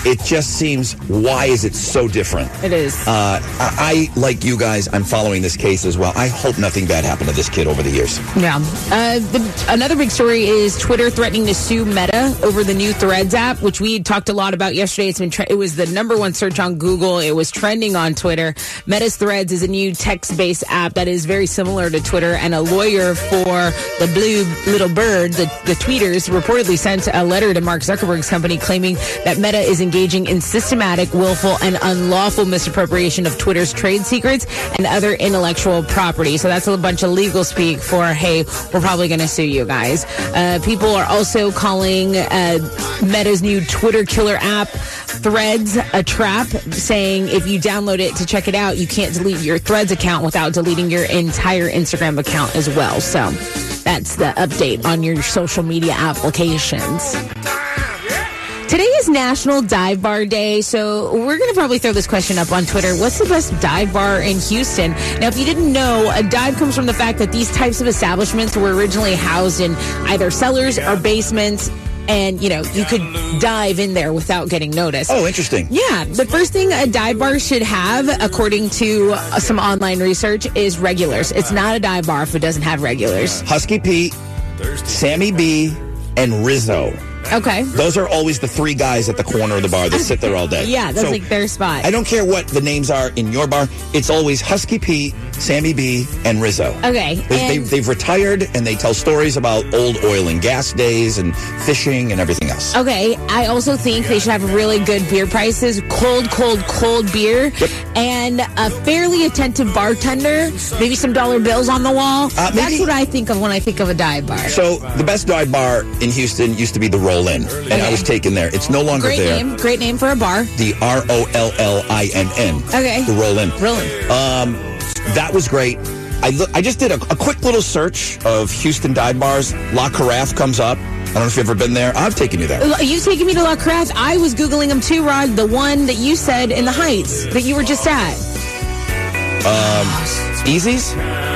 Speaker 3: it just seems why is it so different?
Speaker 4: It is.
Speaker 3: Uh, I, I like you guys. I'm following this case as well. I hope nothing bad happened to this kid over the years.
Speaker 4: Yeah. Uh, the, another big story is Twitter threatening to sue Meta over the new Threads app, which we had talked a lot about yesterday. It's been tre- it was the number one search on Google. It was trending on Twitter. Meta's Threads is a new text-based app that is very similar to Twitter, and a lawyer for the Blue Little Bird, the, the tweeters, reportedly sent a letter to Mark Zuckerberg's company claiming that Meta is engaging in systematic, willful, and unlawful misappropriation of Twitter's trade secrets and other intellectual property. So that's a bunch of legal speak for, hey, we're probably going to sue you guys. Uh, people are also calling uh, Meta's new Twitter killer app Threads a trap, saying if you download it to check it out, you can't delete your Threads account without deleting your entire Instagram account as well. So that's the update on your social media applications. Today is National Dive Bar Day, so we're going to probably throw this question up on Twitter. What's the best dive bar in Houston? Now, if you didn't know, a dive comes from the fact that these types of establishments were originally housed in either cellars or basements. And you know, you could dive in there without getting noticed.
Speaker 3: Oh, interesting.
Speaker 4: Yeah, the first thing a dive bar should have, according to uh, some online research, is regulars. It's not a dive bar if it doesn't have regulars.
Speaker 3: Husky Pete, Sammy B, and Rizzo.
Speaker 4: Okay.
Speaker 3: Those are always the three guys at the corner of the bar that sit there all day.
Speaker 4: Yeah, that's
Speaker 3: So-
Speaker 4: like their spot.
Speaker 3: I don't care what the names are in your bar. It's always Husky Pete, Sammy B, and Rizzo.
Speaker 4: Okay,
Speaker 3: They, they,
Speaker 4: and-
Speaker 3: they've retired and they tell stories about old oil and gas days and fishing and everything else.
Speaker 4: Okay, I also think they should have really good beer prices, cold, cold, cold beer, and a fairly attentive bartender, maybe some dollar bills on the wall.
Speaker 3: Uh,
Speaker 4: That's what I think of when I think of a dive bar.
Speaker 3: So the best dive bar in Houston used to be the Roll In, and I was taken there. It's no longer
Speaker 4: great
Speaker 3: there.
Speaker 4: name, great name for a bar.
Speaker 3: The R O L L I N N.
Speaker 4: Okay.
Speaker 3: The Roll In.
Speaker 4: Roll In.
Speaker 3: Um, that was great. I look, I just did a, a quick little search of Houston dive bars. La Carafe comes up. I don't know if you've ever been there. I've taken you there.
Speaker 4: You taking me to La Craft? I was googling them too, Rod. The one that you said in the Heights that you were just at.
Speaker 3: Um, Easy's?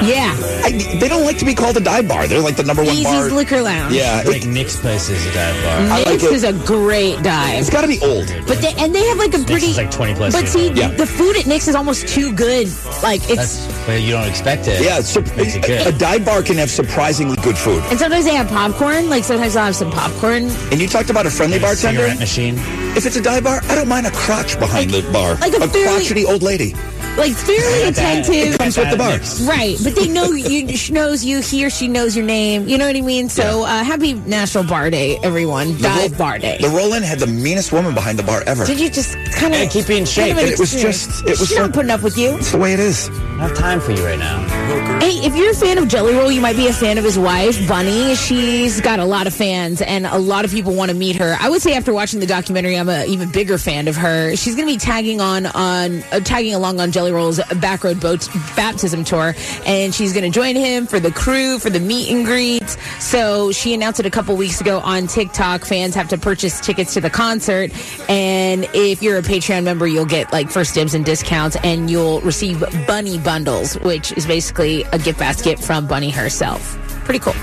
Speaker 4: Yeah,
Speaker 3: I, they don't like to be called a dive bar. They're like the number one
Speaker 4: Easy's
Speaker 3: bar.
Speaker 4: Liquor Lounge.
Speaker 3: Yeah,
Speaker 6: like Nick's place is a dive bar.
Speaker 3: I like
Speaker 4: Nick's
Speaker 3: it.
Speaker 4: is a great dive.
Speaker 3: It's got to be old.
Speaker 4: But they, and they have like a pretty
Speaker 6: is like 20 plus
Speaker 4: But
Speaker 6: years
Speaker 4: see,
Speaker 6: old. Yeah.
Speaker 4: the food at Nick's is almost too good. Like it's
Speaker 6: That's but you don't expect it.
Speaker 3: Yeah, it's sur-
Speaker 6: makes it good.
Speaker 3: a dive bar can have surprisingly good food.
Speaker 4: and sometimes they have popcorn. Like sometimes I'll have some popcorn.
Speaker 3: And you talked about a friendly bartender.
Speaker 6: cigarette machine.
Speaker 3: If it's a dive bar, I don't mind a crotch behind the bar.
Speaker 4: like a fairly-
Speaker 3: crotchety old lady.
Speaker 4: Like fairly
Speaker 3: Not bad.
Speaker 4: attentive.
Speaker 3: It comes with the bar.
Speaker 4: Right, but they know you. She knows you. He or she knows your name. You know what I mean. So uh, happy National Bar Day, everyone! Dive Bar Day.
Speaker 3: The Roland had the meanest woman behind the bar ever.
Speaker 4: Did you just kind of
Speaker 6: Yeah, keep you in shape.
Speaker 4: Kind of an
Speaker 3: It was
Speaker 4: experience.
Speaker 3: just- it was
Speaker 4: She's
Speaker 3: so-
Speaker 4: not putting up with you.
Speaker 3: It's the way it is.
Speaker 6: I don't have time for you right now.
Speaker 4: Hey, if you're a fan of Jelly Roll, you might be a fan of his wife, Bunny. She's got a lot of fans, and a lot of people want to meet her. I would say after watching the documentary, I'm an even bigger fan of her. She's going to be tagging on on uh, tagging along on Jelly Roll's Backroad Boat Baptism Tour, and she's going to join him for the crew for the meet and greet. So she announced it a couple weeks ago on TikTok. Fans have to purchase tickets to the concert, and if you're a Patreon member, you'll get like first dibs and discounts, and you'll receive bunny bundles, which is basically a gift basket from Bunny herself. Pretty cool.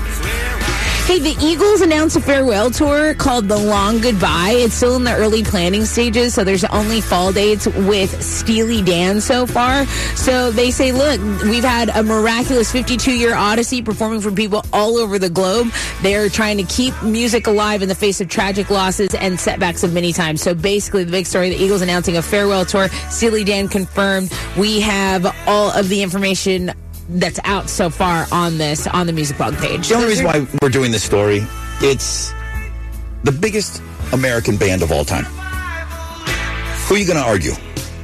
Speaker 4: Hey, the Eagles announced a farewell tour called The Long Goodbye. It's still in the early planning stages, so there's only fall dates with Steely Dan so far. So they say, look, we've had a miraculous 52 year odyssey performing for people all over the globe. They're trying to keep music alive in the face of tragic losses and setbacks of many times. So basically, the big story the Eagles announcing a farewell tour. Steely Dan confirmed. We have all of the information. That's out so far on this on the music blog page.
Speaker 3: The only reason why we're doing this story, it's the biggest American band of all time. Who are you going to argue?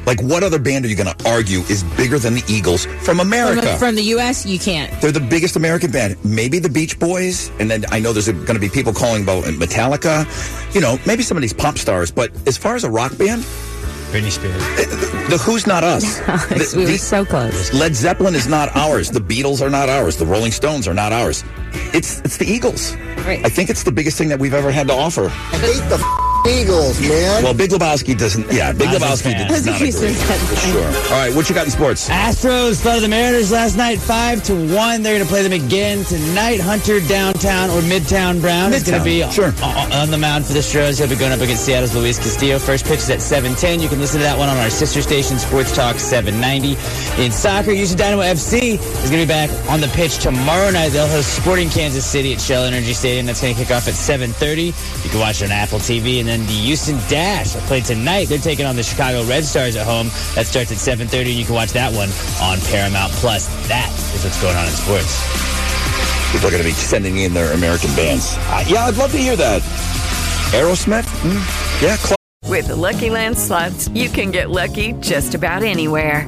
Speaker 3: Like, what other band are you going to argue is bigger than the Eagles from America?
Speaker 4: From, from the U.S., you can't.
Speaker 3: They're the biggest American band. Maybe the Beach Boys, and then I know there's going to be people calling about Metallica. You know, maybe some of these pop stars. But as far as a rock band, eh,
Speaker 21: Britney Spears.
Speaker 3: the Who's not us. The-
Speaker 4: Oh, we were
Speaker 3: the-
Speaker 4: so close.
Speaker 3: Led Zeppelin is not ours. The Beatles are not ours. The Rolling Stones are not ours. It's it's the Eagles.
Speaker 4: Right.
Speaker 3: I think it's the biggest thing that we've ever had to offer.
Speaker 13: Hate the Eagles, man.
Speaker 3: Well, Big Lebowski doesn't. Yeah, Big
Speaker 13: I was a
Speaker 3: Lebowski
Speaker 13: fan.
Speaker 3: does not agree. Sure. All right, what you got in sports?
Speaker 6: Astros fell to the Mariners last night, five to one. They're going to play them again tonight. Hunter downtown or midtown Brown is going to be
Speaker 3: sure.
Speaker 6: on, on the mound for the Astros. He'll be going up against Seattle's Luis Castillo. First pitch is at seven ten. You can listen to that one on our sister station, Sports Talk seven ninety. In soccer, Houston Dynamo FC is going to be back on the pitch tomorrow night. They'll host Sporting Kansas City at Shell Energy Stadium. That's going to kick off at seven thirty. You can watch it on Apple TV. And then the Houston Dash will play tonight. They're taking on the Chicago Red Stars at home. That starts at seven thirty. You can watch that one on Paramount Plus. That is what's going on in sports.
Speaker 3: People are going to be sending in their American bands. Uh, yeah, I'd love to hear that. Aerosmith? Mm, yeah, close.
Speaker 22: With the Lucky Land slots, you can get lucky just about anywhere.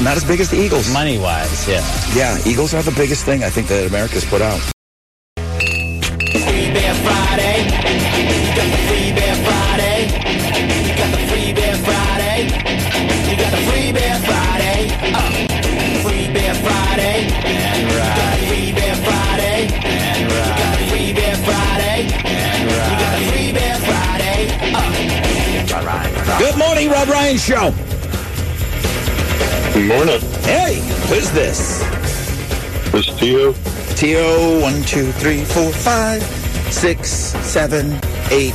Speaker 3: not as big as the Eagles.
Speaker 6: Money wise, yeah.
Speaker 3: Yeah, Eagles are the biggest thing I think that America's put out.
Speaker 5: Uh, Uh.
Speaker 3: Good morning, Rob Ryan Show. Good morning. Hey, who's this?
Speaker 11: This Tio.
Speaker 3: Tio, one, two, three, four, five, six, seven, eight,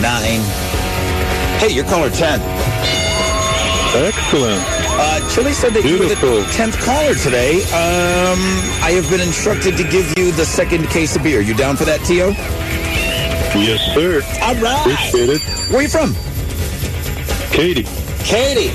Speaker 3: nine. Hey, you're caller 10.
Speaker 11: Excellent.
Speaker 3: Uh, Chili said that you were the 10th caller today. Um, I have been instructed to give you the second case of beer. You down for that, Tio?
Speaker 11: Yes, sir.
Speaker 3: All right.
Speaker 11: Appreciate it.
Speaker 3: Where you from?
Speaker 11: Katie.
Speaker 3: Katie.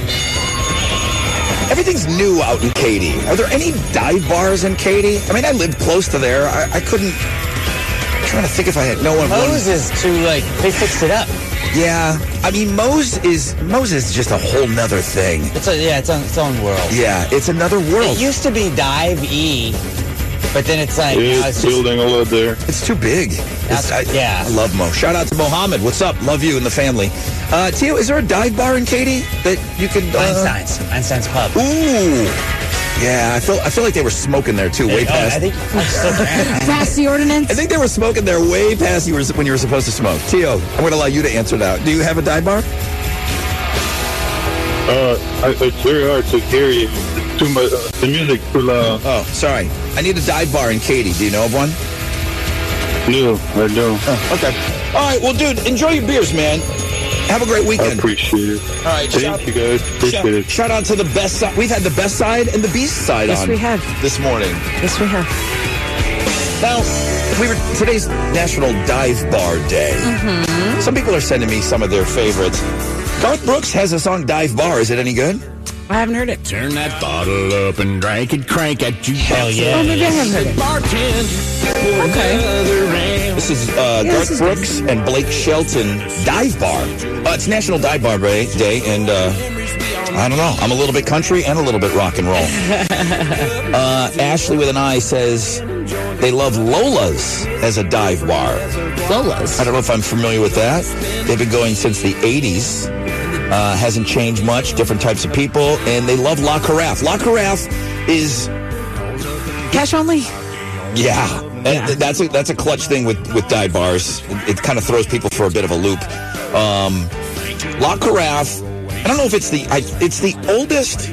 Speaker 3: Everything's new out in Katy. Are there any dive bars in Katy? I mean, I lived close to there. I, I couldn't. I'm trying to think if I had no one.
Speaker 6: Moe's is too like they fixed it up.
Speaker 3: Yeah, I mean, Moe's is Moe's is just a whole nother thing.
Speaker 6: It's a, yeah, it's on its own world.
Speaker 3: Yeah, it's another world.
Speaker 6: It used to be Dive E, but then it's like now
Speaker 11: It's
Speaker 6: it's just,
Speaker 11: building a little there.
Speaker 3: It's too big. It's- I,
Speaker 6: yeah.
Speaker 3: I love Mo. Shout out to Mohammed. What's up? Love you and the family. Uh, Tio, is there a dive bar in Katy that you could? Uh,
Speaker 6: Einstein's Einstein's Pub.
Speaker 3: Ooh. Yeah, I feel I feel like they were smoking there too, way
Speaker 6: Oh,
Speaker 3: past.
Speaker 6: I think I still
Speaker 4: Pass the ordinance.
Speaker 3: I think they were smoking there way past you were when you were supposed to smoke. Tio, I'm going to allow you to answer now. Do you have a dive bar?
Speaker 11: Uh, I, it's very hard to hear you. It's too much. The music's too loud.
Speaker 3: Oh, sorry. I need a dive bar in Katy. Do you know of one?
Speaker 11: No, I don't.
Speaker 3: Oh, okay. All right. Well, dude, enjoy your beers, man. Have a great
Speaker 11: I
Speaker 3: weekend.
Speaker 11: appreciate it.
Speaker 3: All right.
Speaker 11: Thank
Speaker 3: shout-
Speaker 11: you guys.
Speaker 3: shout,
Speaker 11: Appreciate it.
Speaker 3: shout out to the best side. We've had the best side and the beast side
Speaker 4: Yes,
Speaker 3: on.
Speaker 4: we have.
Speaker 3: This morning.
Speaker 4: Yes, we have.
Speaker 3: Now, we were today's National Dive Bar Day.
Speaker 4: Mm-hmm.
Speaker 3: Some people are sending me some of their favorites. Garth Brooks has a song "Dive Bar." Is it any good?
Speaker 4: I haven't heard it.
Speaker 23: Turn that bottle up and drink it, crank at you. Hell
Speaker 4: Oh, maybe I haven't heard it.
Speaker 3: This is uh,
Speaker 4: Yeah,
Speaker 3: Garth
Speaker 4: this is
Speaker 3: Brooks and Blake Shelton Dive Bar. Uh, it's National Dive Bar Day, Day, and uh, I don't know. I'm a little bit country and a little bit rock and roll. uh, Ashley with an I says they love Lola's as a dive bar.
Speaker 4: Lola's.
Speaker 3: I don't know if I'm familiar with that. They've been going since the 80s. Uh, hasn't changed much. Different types of people, and they love La Carafe. La Carafe is
Speaker 4: Cash only.
Speaker 3: yeah, And th- that's a, that's a clutch thing with with dive bars. It, it kind of throws people for a bit of a loop. Um, La Carafe. I don't know if it's the I, it's the oldest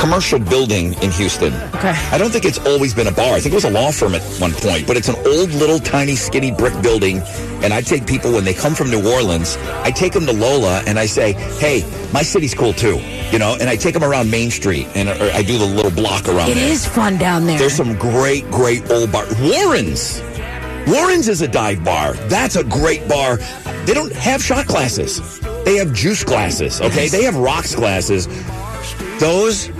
Speaker 3: commercial building in Houston.
Speaker 4: Okay.
Speaker 3: I don't think it's always been a bar. I think it was a law firm at one point, but it's an old little tiny skinny brick building. And I take people when they come from New Orleans, I take them to Lola and I say, hey, my city's cool too, you know, and I take them around Main Street and or I do the little block around
Speaker 4: It
Speaker 3: there.
Speaker 4: is fun down there.
Speaker 3: There's some great, great old bar. Warren's. Warren's is a dive bar. That's a great bar. They don't have shot glasses. They have juice glasses, okay? They have rocks glasses. Those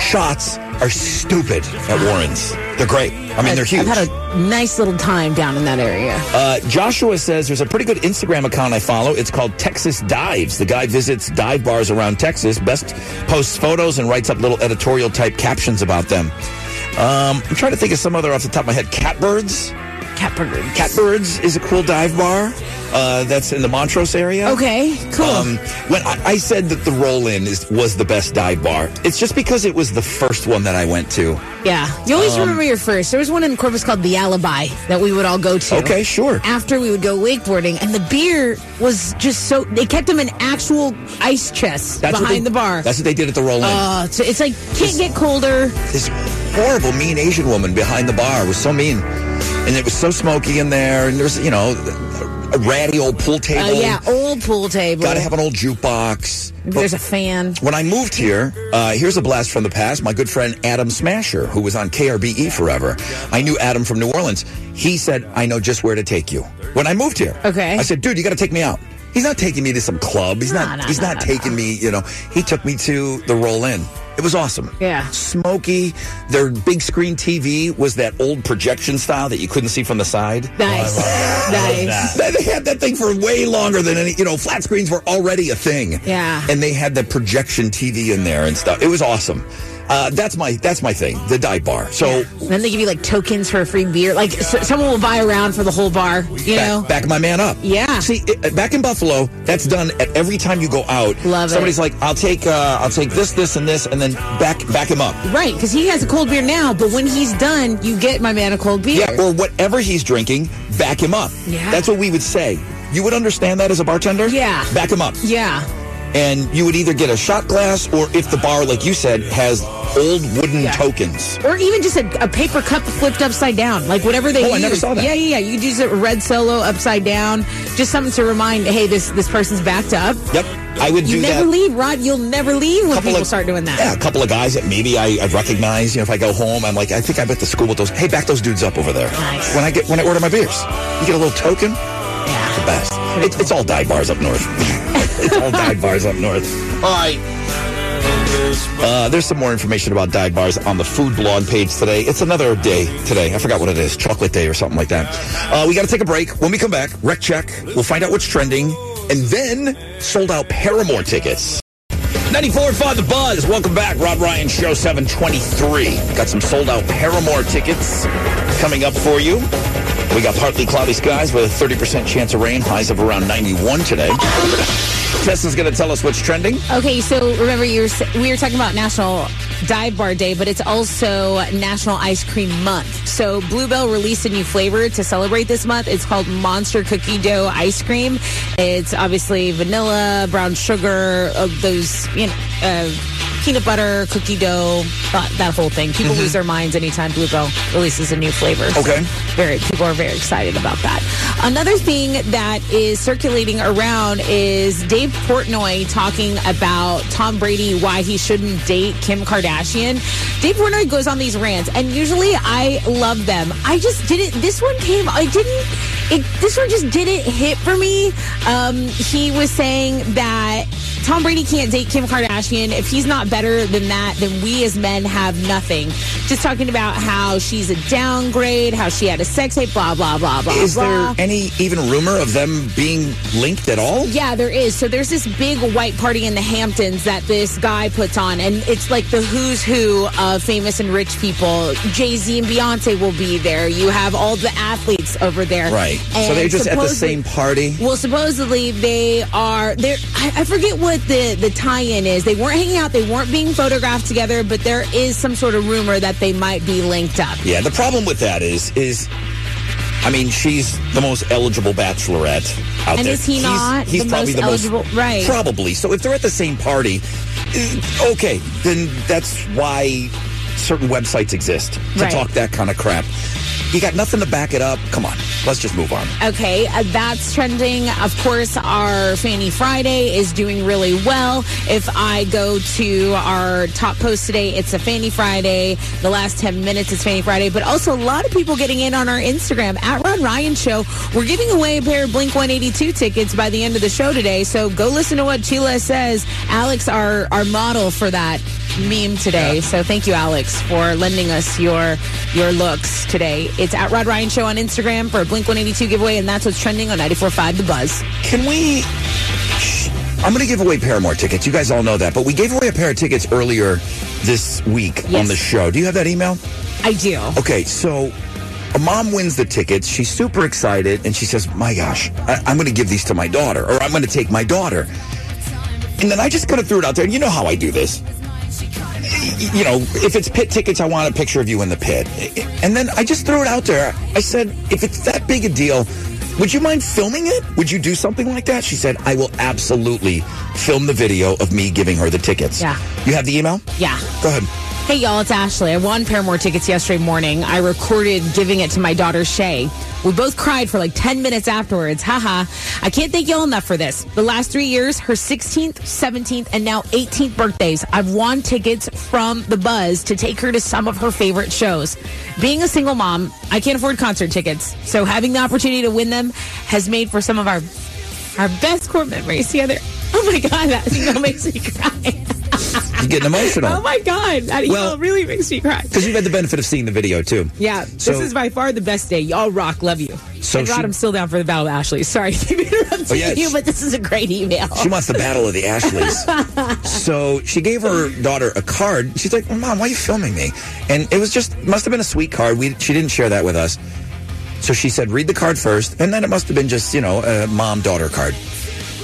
Speaker 3: shots are stupid at Warren's. They're great. I mean, they're huge.
Speaker 4: I've had a nice little time down in that area.
Speaker 3: Uh, Joshua says there's a pretty good Instagram account I follow. It's called Texas Dives. The guy visits dive bars around Texas, best posts photos and writes up little editorial type captions about them. Um, I'm trying to think of some other off the top of my head. Catbirds.
Speaker 4: Catbirds.
Speaker 3: Catbirds is a cool dive bar. Uh, that's in the Montrose area.
Speaker 4: Okay, cool.
Speaker 3: Um, when I, I said that the Roll In is was the best dive bar, it's just because it was the first one that I went to.
Speaker 4: Yeah. You always
Speaker 3: Um,
Speaker 4: remember your first. There was one in Corpus called The Alibi that we would all go to.
Speaker 3: Okay, sure.
Speaker 4: After we would go wakeboarding, and the beer was just so. They kept them in actual ice chests
Speaker 3: That's what
Speaker 4: behind
Speaker 3: they-
Speaker 4: the bar.
Speaker 3: That's what they did at the Roll In.
Speaker 4: Uh, so it's like, can't get colder.
Speaker 3: this horrible mean Asian woman behind the bar was so mean, and it was so smoky in there, and there was you know a ratty old pool
Speaker 4: Uh,
Speaker 3: table.
Speaker 4: yeah, old pool table.
Speaker 3: Got to have an old jukebox.
Speaker 4: There's a fan.
Speaker 3: When I moved here, uh, here's a blast from the past. My good friend Adam Smasher, who was on KRBE E forever, I knew Adam from New Orleans. He said, "I know just where to take you." When I moved here,
Speaker 4: Okay.
Speaker 3: I said, "Dude, you got to take me out." He's not taking me to some club. He's not. he's not taking me. You know, he took me to the Roll In. It was awesome.
Speaker 4: Yeah.
Speaker 3: Smoky. Their big screen TV was that old projection style that you couldn't see from the side.
Speaker 4: Nice. nice.
Speaker 3: They they had that thing for way longer than any, you know, flat screens were already a thing.
Speaker 4: Yeah.
Speaker 3: And they had the projection TV in there and stuff. It was awesome. Uh, that's my that's my thing, the dive bar. So
Speaker 4: And then they give you like tokens for a free beer. Like so, someone will buy a round for the whole bar. You
Speaker 3: back,
Speaker 4: know.
Speaker 3: back my man up.
Speaker 4: Yeah.
Speaker 3: See, it, uh, back in Buffalo, that's done at every time you go out.
Speaker 4: Love it.
Speaker 3: Somebody's like, I'll take uh, I'll take this, this, and this, and then back back him up.
Speaker 4: Right, because he has a cold beer now, but when he's done, you get my man a cold beer.
Speaker 3: Yeah, or whatever he's drinking, back him up.
Speaker 4: Yeah.
Speaker 3: That's what we would say. You would understand that as a bartender?
Speaker 4: Yeah.
Speaker 3: Back him up.
Speaker 4: Yeah.
Speaker 3: And you would either get a shot glass or if the bar, like you said, has old wooden tokens.
Speaker 4: Or even just a, a paper cup flipped upside down, like whatever they.
Speaker 3: Oh, I
Speaker 4: use.
Speaker 3: never saw that.
Speaker 4: Yeah, yeah, yeah. You could use a red solo upside down, just something to remind, hey, this this person's backed up.
Speaker 3: Yep. I would
Speaker 4: You
Speaker 3: do
Speaker 4: never
Speaker 3: that.
Speaker 4: leave, Rod. You'll never leave when
Speaker 3: Couple
Speaker 4: people
Speaker 3: of-
Speaker 4: start doing that.
Speaker 3: Yeah, a couple of guys that maybe I, I recognize. You know, if I go home, I'm like, I think I went to school with those. Hey, back those dudes up over there.
Speaker 4: Nice.
Speaker 3: When I get when I order my beers, you get a little token. Yeah. The best. It, it's all dive bars up north. it's all dive bars up north. All right. Uh, there's some more information about dive bars on the food blog page today. It's another day today. I forgot what it is. Chocolate day or something like that. Uh, we got to take a break. When we come back, rec check. We'll find out what's trending. And then sold out Paramore tickets. 94.5 The Buzz. Welcome back. Rob Ryan Show 723. Got some sold out Paramore tickets coming up for you. We got partly cloudy skies with a 30% chance of rain. Highs of around 91 today. Tessa's going to tell us what's trending.
Speaker 4: Okay, so remember you were, s- we were talking about National Dive Bar Day, but it's also National Ice Cream Month. So Bluebell released a new flavor to celebrate this month. It's called Monster Cookie Dough Ice Cream. It's obviously vanilla, brown sugar, uh, those you know, uh, peanut butter, cookie dough, that, that whole thing. People lose their minds anytime Bluebell releases a new flavor. So
Speaker 3: Okay.
Speaker 4: very people are very excited about that. Another thing that is circulating around is Dave Portnoy talking about Tom Brady why he shouldn't date Kim Kardashian. Dave Portnoy goes on these rants, and usually I love them. I just didn't. This one came. I didn't. It, this one just didn't hit for me. Um, he was saying that Tom Brady can't date Kim Kardashian. If he's not better than that, then we as men have nothing. Just talking about how she's a downgrade, how she had a sex tape, blah, blah, blah, blah,
Speaker 3: Is
Speaker 4: blah.
Speaker 3: there any even rumor of them being linked at all?
Speaker 4: Yeah, there is. So there's this big white party in the Hamptons that this guy puts on, and it's like the who's who of famous and rich people. Jay Z and Beyonce will be there. You have all the athletes over there.
Speaker 3: Right. so
Speaker 4: And
Speaker 3: they're just at the
Speaker 4: supposedly-
Speaker 3: same party.
Speaker 4: Well, supposedly they are. They're, I, I forget what the the tie-in is. They weren't hanging out. They weren't being photographed together. But there is some sort of rumor that they might be linked up.
Speaker 3: Yeah, the problem with that is is I mean, she's the most eligible bachelorette out
Speaker 4: And
Speaker 3: there.
Speaker 4: is he
Speaker 3: He's-
Speaker 4: not
Speaker 3: He's
Speaker 4: the
Speaker 3: probably
Speaker 4: most
Speaker 3: the
Speaker 4: eligible-
Speaker 3: most
Speaker 4: right.
Speaker 3: Probably. So if they're at the same party, eh, okay, then that's why certain websites exist to
Speaker 4: Right.
Speaker 3: talk that kind of crap. You got nothing to back it up. Come on, let's just move on.
Speaker 4: Okay, uh, that's trending. Of course, our Fanny Friday is doing really well. If I go to our top post today, it's a Fanny Friday. The last 10 minutes is Fanny Friday, but also a lot of people getting in on our Instagram at Rod Ryan Show. We're giving away a pair of Blink 182 tickets by the end of the show today. So go listen to what Sheila says. Alex, our, our model for that meme today. So thank you, Alex, for lending us your your looks today. It's at Rod Ryan Show on Instagram for a Blink 182 giveaway, and that's what's trending on 94.5 The Buzz.
Speaker 3: Can we? I'm going to give away Paramore tickets. You guys all know that, but we gave away a pair of tickets earlier this week on the show. Do you have that email?
Speaker 4: I do.
Speaker 3: Okay, so a mom wins the tickets. She's super excited, and she says, "My gosh, I- I'm going to give these to my daughter, or I'm going to take my daughter." And then I just kind of threw it out there, and you know how I do this. Y- You know, if it's pit tickets, I want a picture of you in the pit. And then I just threw it out there. I said, if it's that big a deal, would you mind filming it? Would you do something like that? She said, I will absolutely film the video of me giving her the tickets.
Speaker 4: Yeah.
Speaker 3: You have the email?
Speaker 4: Yeah.
Speaker 3: Go ahead.
Speaker 4: Hey y'all, it's Ashley. I won Paramore tickets yesterday morning. I recorded giving it to my daughter Shay. We both cried for like 10 minutes afterwards. Haha. I can't thank y'all enough for this. The last three years, her 16th, 17th, and now 18th birthdays, I've won tickets from The Buzz to take her to some of her favorite shows. Being a single mom, I can't afford concert tickets. So having the opportunity to win them has made for some of our our best core memories together. Oh my god, that email makes me cry.
Speaker 3: You're getting emotional.
Speaker 4: Oh my god, that email
Speaker 3: Well-
Speaker 4: really makes me cry.
Speaker 3: Because you've had the benefit of seeing the video, too.
Speaker 4: Yeah,
Speaker 3: So-
Speaker 4: this is by far the best day. Y'all rock. Love you.
Speaker 3: So
Speaker 4: and
Speaker 3: she-
Speaker 4: Rod, I'm still down for the battle, of Ashley. Sorry to keep interrupting
Speaker 3: Oh, yeah,
Speaker 4: you,
Speaker 3: she-
Speaker 4: but this is a great email.
Speaker 3: She wants the battle of the Ashleys. so she gave her daughter a card. She's like, "Mom, why are you filming me?" And it was just must have been a sweet card. We she didn't share that with us. So she said, "Read the card first, and then it must have been just you know a mom daughter card.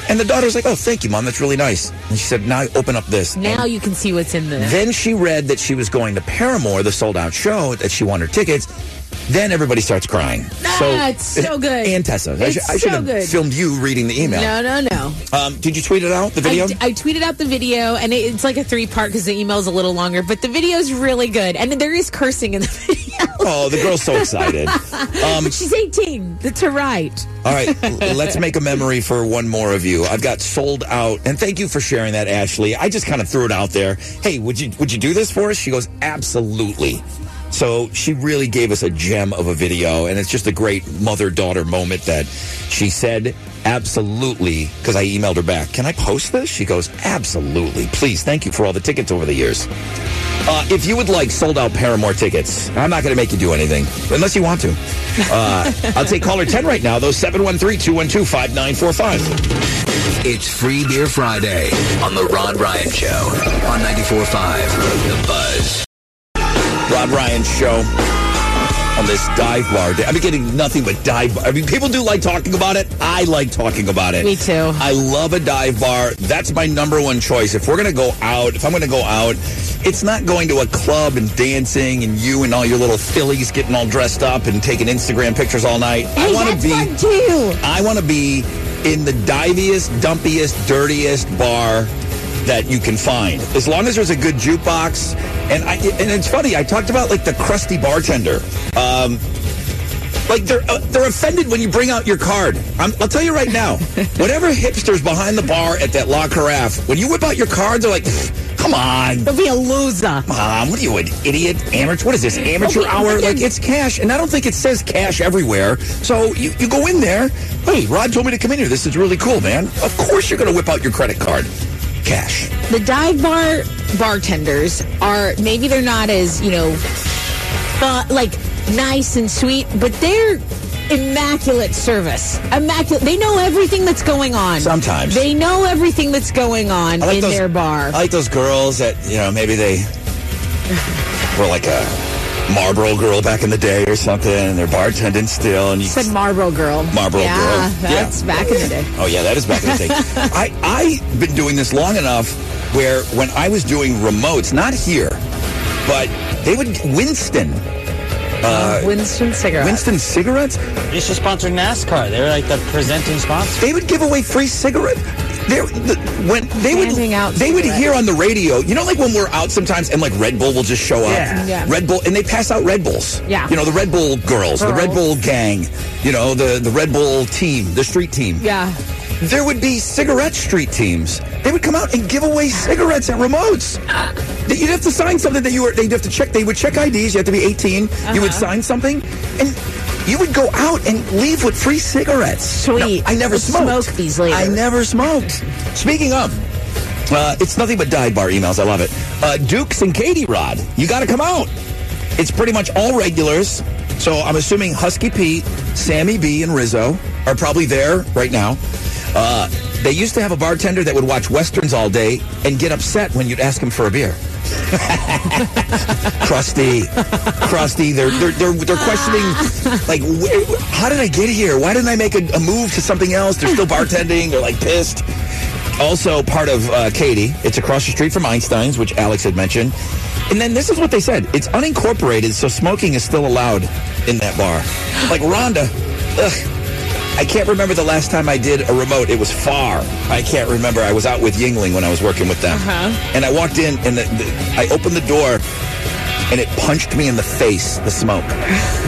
Speaker 3: And the daughter's like, "Oh, thank you, mom. That's really nice." And she said, "Now open up this."
Speaker 4: now you can see what's in the.
Speaker 3: Then she read that she was going to Paramore, the sold out show, that she won her tickets. Then everybody starts crying.
Speaker 4: Ah, it's so good.
Speaker 3: eh, And Tessa. I,
Speaker 4: It's
Speaker 3: should- I should
Speaker 4: so
Speaker 3: have
Speaker 4: good.
Speaker 3: filmed you reading the email.
Speaker 4: No, no, no.
Speaker 3: Um, did you tweet it out, the video?
Speaker 4: I, I tweeted out the video, and it, it's like a three part because the email's a little longer, but the video's really good, and there is cursing in the video.
Speaker 3: Oh, the girl's so excited. Um,
Speaker 4: but she's 18. That's her right.
Speaker 3: All right, l- let's make a memory for one more of you. I've got sold out, and thank you for sharing that, Ashley. I just kind of threw it out there. Hey, would you would you do this for us? She goes, absolutely. So she really gave us a gem of a video, and it's just a great mother daughter moment that she said absolutely because I emailed her back. Can I post this? She goes, absolutely. Please, thank you for all the tickets over the years. Uh, if you would like sold out Paramore tickets, I'm not going to make you do anything unless you want to. Uh, I'll take caller 10 right now, though 713 212 5945.
Speaker 8: It's Free Beer Friday on The Rod Ryan Show on 94.5 The Buzz.
Speaker 3: Rob Ryan show on this dive bar. day. I've been getting nothing but dive bar. I mean, people do like talking about it. I like talking about it.
Speaker 4: Me too.
Speaker 3: I love a dive bar. That's my number one choice. If we're going to go out, if I'm going to go out, it's not going to a club and dancing and you and all your little fillies getting all dressed up and taking Instagram pictures all night. I want to be I want to be in the diviest, dumpiest, dirtiest bar that you can find. As long as there's a good jukebox and I and it's funny, I talked about like the crusty bartender. Um like they're uh, they're offended when you bring out your card. I'm, I'll tell you right now, whatever hipsters behind the bar at that La Carafe, when you whip out your card, they're like, "Come on,
Speaker 4: don't be a loser,
Speaker 3: mom. What are you, an idiot, amateur? What is this amateur
Speaker 4: Okay,
Speaker 3: hour?
Speaker 4: but then-
Speaker 3: Like it's cash, and I don't think it says cash everywhere. So you, you go in there. Hey, Rod told me to come in here. This is really cool, man. Of course you're going to whip out your credit card, cash.
Speaker 4: the dive bar bartenders are maybe they're not as you know fu- like nice and sweet but they're immaculate service immaculate they know everything that's going on
Speaker 3: Sometimes.
Speaker 4: they know everything that's going on
Speaker 3: I like
Speaker 4: in
Speaker 3: those-
Speaker 4: their bar
Speaker 3: I like those girls that you know maybe they were like a Marlboro girl back in the day or something, and they're bartending still. And you,
Speaker 4: said marlboro girl
Speaker 3: Marlboro
Speaker 4: yeah,
Speaker 3: Girl. Yeah.
Speaker 4: that's back in the day
Speaker 3: oh yeah, that is back in the day. I I've been doing this long enough where when I was doing remotes, not here, but they would Winston. Uh,
Speaker 4: Winston cigarettes.
Speaker 3: Winston cigarettes.
Speaker 6: They should sponsor NASCAR. They're like the presenting sponsor.
Speaker 3: They would give away free cigarettes. There, the, when they would, they would hear on the radio. You know, like when we're out sometimes, and like Red Bull will just show up.
Speaker 4: Yeah. Yeah.
Speaker 3: Red Bull, and they pass out Red Bulls.
Speaker 4: Yeah.
Speaker 3: You know, the Red Bull girls, the Red Bull gang. You know, the the Red Bull team, the street team.
Speaker 4: Yeah.
Speaker 3: There would be cigarette street teams. They would come out and give away cigarettes and remotes. That You'd have to sign something that you were. They'd have to check. They would check IDs. You have to be 18. You
Speaker 4: Uh-huh.
Speaker 3: would sign something, and you would go out and leave with free cigarettes. Sweet. I never
Speaker 4: Let's
Speaker 3: smoked.
Speaker 4: smoke these later.
Speaker 3: I never smoked. Speaking of, uh, it's nothing but dive bar emails. I love it. Uh, Dukes and Katie Rod, you got to come out. It's pretty much all regulars. So I'm assuming Husky Pete, Sammy B, and Rizzo are probably there right now. Uh, they used to have a bartender that would watch westerns all day and get upset when you'd ask him for a beer. Krusty, Krusty, they're they're they're, they're questioning like where, how did I get here? Why didn't I make a, a move to something else? They're still bartending. They're like pissed. Also part of uh, Katie. It's across the street from Einstein's, which Alex had mentioned. And then this is what they said: it's unincorporated, so smoking is still allowed in that bar. Like Rhonda, ugh, I can't remember the last time I did a remote. It was far. I can't remember. I was out with Yingling when I was working with them.
Speaker 4: Uh-huh.
Speaker 3: And I walked in, and the, the, I opened the door, and it punched me in the face. The smoke,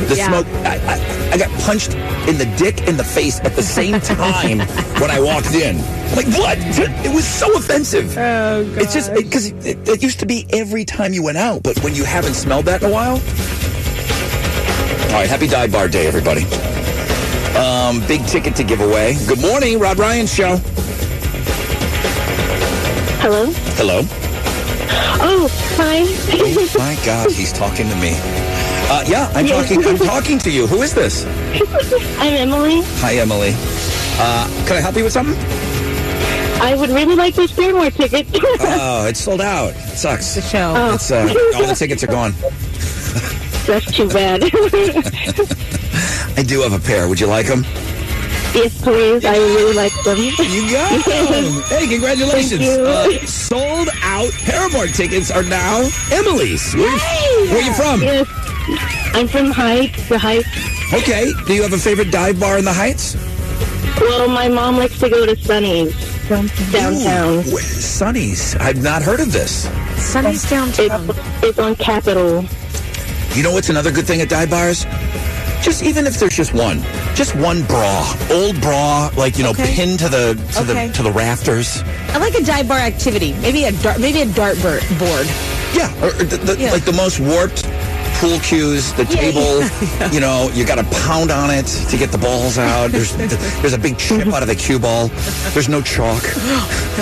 Speaker 3: the
Speaker 4: Yeah.
Speaker 3: smoke. I, I, I got punched in the dick and the face at the same time when I walked in. Like what? It was so offensive. Oh god. It's just because it, it, used to be every time you went out, but when you haven't smelled that in a while. All right, happy dive bar day, everybody. Um, big ticket to give away. Good morning, Rod Ryan Show.
Speaker 5: Hello?
Speaker 3: Hello.
Speaker 5: Oh, hi.
Speaker 3: Oh My God, he's talking to me. Uh, yeah, I'm talking. I'm talking to you. Who is this?
Speaker 5: I'm Emily.
Speaker 3: Hi, Emily. Uh, can I help you with something?
Speaker 5: I would really like this Fairmore ticket.
Speaker 3: Oh, it's sold out. It sucks. It's
Speaker 4: show.
Speaker 5: Oh.
Speaker 3: It's, uh, all the tickets are gone.
Speaker 5: That's too bad.
Speaker 3: I do have a pair. Would you like them?
Speaker 5: yes, please. I would really like them.
Speaker 3: You got them.
Speaker 5: Oh.
Speaker 3: Hey, congratulations. Uh, sold out Paramore tickets are now Emily's. Where, where are you from?
Speaker 5: Yes. I'm from Heights, the Heights.
Speaker 3: Okay. Do you have a favorite dive bar in the Heights?
Speaker 5: Well, my mom likes to go to Sunny's downtown.
Speaker 3: Ooh, Sonny's. I've not heard of this.
Speaker 5: Sunny's downtown. It's, it's on Capitol.
Speaker 3: You know what's another good thing at dive bars? Just even if there's just one, just one bra, old bra, like you know,
Speaker 4: Okay.
Speaker 3: pinned to the to
Speaker 4: Okay.
Speaker 3: the to the rafters.
Speaker 4: I like a dive bar activity. Maybe a dart, maybe a dart bur- board.
Speaker 3: Yeah, or, or the, the,
Speaker 4: Yeah.
Speaker 3: like the most warped pool cues, the
Speaker 4: Yeah,
Speaker 3: table.
Speaker 4: yeah, yeah.
Speaker 3: You know, you got to pound on it to get the balls out. There's there's a big chip out of the cue ball. There's no chalk.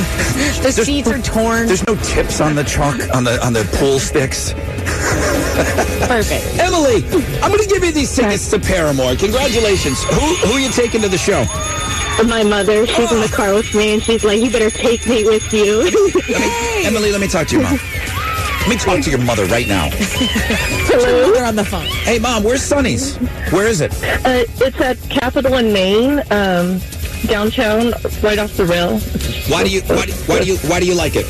Speaker 4: the seats are torn.
Speaker 3: There's no tips on the chalk on the on the pool sticks.
Speaker 4: Perfect.
Speaker 3: Emily, I'm going to give you these tickets to Paramore. Congratulations. Who who are you taking to the show?
Speaker 5: My mother, she's in the car with me, and she's like, "You better take me with you."
Speaker 3: Emily, let me talk to your mom. Let me talk to your mother right now.
Speaker 5: Hello.
Speaker 4: They're on the phone.
Speaker 3: Hey, mom, where's Sonny's? Where is it?
Speaker 5: Uh, it's at Capitol in Maine, um, downtown, right off the rail.
Speaker 3: Why do you why, do- why do you why do you like it?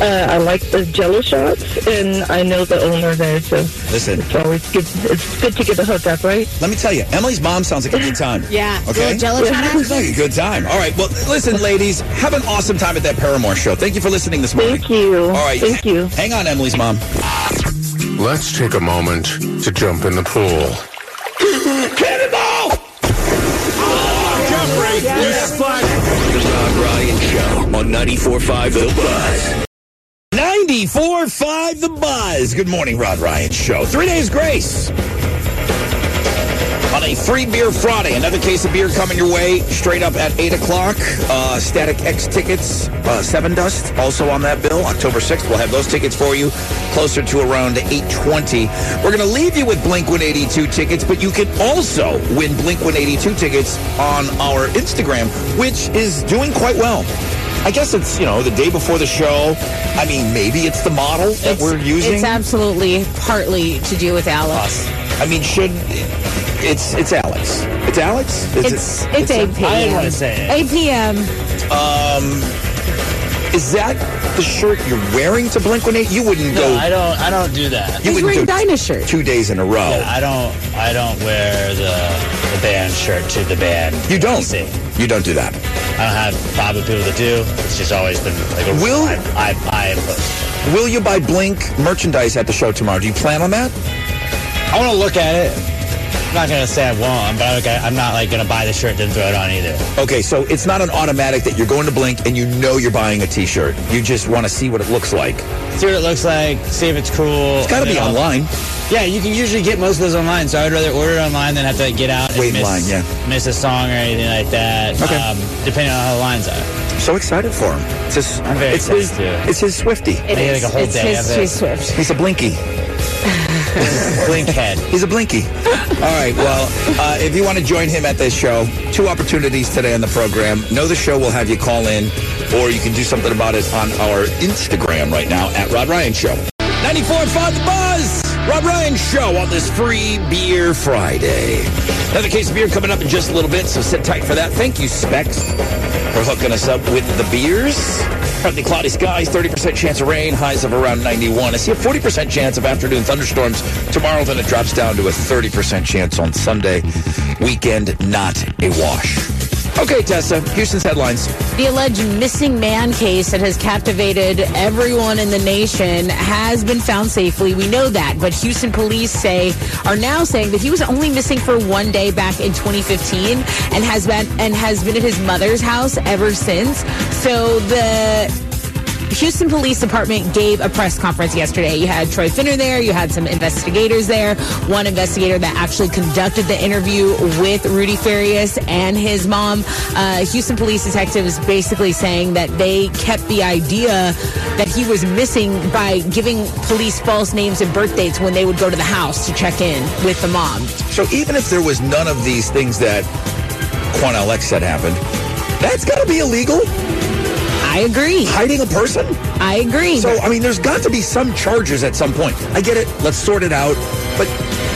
Speaker 5: Uh, I like the Jello shots, and I know the owner there, so
Speaker 3: Listen,
Speaker 5: it's always good. It's good to get the hook up, right?
Speaker 3: let me tell you, Emily's mom sounds like a good time.
Speaker 5: Yeah,
Speaker 3: Okay.
Speaker 5: little jello shot
Speaker 3: Sounds like a good time. All right. Well, listen, ladies, have an awesome time at that Paramore show. Thank you for listening this morning. Thank
Speaker 5: you.
Speaker 3: All right. Thank
Speaker 5: you.
Speaker 3: Hang on, Emily's mom.
Speaker 12: Let's take a moment to jump in the pool.
Speaker 3: Cannonball!
Speaker 23: Jeffrey, you splashed.
Speaker 8: The Rob Ryan Show on 94.5 The Buzz.
Speaker 3: 94.5 The Buzz. Good morning, Rod Ryan Show. Three days grace. On a free beer Friday, another case of beer coming your way straight up at 8 o'clock. Uh, Static X tickets, uh, 7 Dust, also on that bill. October 6th, we'll have those tickets for you closer to around 820. We're going to leave you with Blink-182 tickets, but you can also win Blink-182 tickets on our Instagram, which is doing quite well. I guess it's, you know, the day before the show. I mean, maybe it's the model that we're using.
Speaker 4: It's absolutely partly to do with Alex.
Speaker 3: I mean, should it's it's Alex? It's Alex. Is
Speaker 4: It's it's, 8 p.m.
Speaker 3: I didn't want to say it.
Speaker 4: 8 p.m.
Speaker 3: Um, Is that the shirt you're wearing to Blink One Eight? You wouldn't
Speaker 6: No,
Speaker 3: go.
Speaker 6: I don't. I don't do that.
Speaker 3: You wouldn't do two days in a row.
Speaker 6: Yeah, I don't. I don't wear the the band shirt to the band.
Speaker 3: You don't.
Speaker 6: See,
Speaker 3: You don't do that.
Speaker 6: I don't have probably people that do. It's just always been like a
Speaker 3: Will-
Speaker 6: I I,
Speaker 3: Will you buy Blink merchandise at the show tomorrow? Do you plan on that?
Speaker 6: I, want to look at it. I'm not gonna say I won't, but I'm, okay, I'm not like gonna buy the shirt then throw it on either.
Speaker 3: Okay, so it's not an automatic that you're going to Blink and you know you're buying a T-shirt. You just want to see what it looks like.
Speaker 6: See what it looks like. See if it's cool.
Speaker 3: It's got to
Speaker 6: and
Speaker 3: be
Speaker 6: then I'll-
Speaker 3: online.
Speaker 6: Yeah, you can usually get most of those online, so I'd rather order it online than have to like, get out and
Speaker 3: Wait in
Speaker 6: miss,
Speaker 3: line, yeah.
Speaker 6: miss a song or anything like that.
Speaker 3: Okay.
Speaker 6: Um, depending on how the lines are.
Speaker 3: So excited for him. It's his,
Speaker 6: I'm very
Speaker 3: it's his,
Speaker 6: excited, too.
Speaker 3: it's his Swifty.
Speaker 6: It I get, like, a is. whole It's day his- of it. his Swift.
Speaker 3: He's a Blinky.
Speaker 6: Blink head.
Speaker 3: He's a blinky. All right. Well, uh, if you want to join him at this show, two opportunities today on the program. Know the show will have you call in, or you can do something about it on our Instagram right now at Rod Ryan Show. 94.5 The Buzz! Rob Ryan Show on this free beer Friday. Another case of beer coming up in just a little bit, so sit tight for that. Thank you, Specs, for hooking us up with the beers. Partly cloudy skies, 30% chance of rain, highs of around 91. I see a 40% chance of afternoon thunderstorms tomorrow, then it drops down to a 30% chance on Sunday. Weekend, not a wash. Okay, Tessa, Houston's headlines.
Speaker 4: The alleged missing man case that has captivated everyone in the nation has been found safely. We know that, but Houston police say are now saying that he was only missing for one day back in 2015 and has been and has been at his mother's house ever since. So the Houston Police Department gave a press conference yesterday. You had Troy Finner there. You had some investigators there. One investigator that actually conducted the interview with Rudy Farias and his mom. Uh, Houston Police detectives basically saying that they kept the idea that he was missing by giving police false names and birth dates when they would go to the house to check in with the mom.
Speaker 3: So even if there was none of these things that Quan Alex said happened, that's got to be illegal.
Speaker 4: I agree.
Speaker 3: Hiding a person?
Speaker 4: I agree.
Speaker 3: So, I mean, there's got to be some charges at some point. I get it. Let's sort it out. But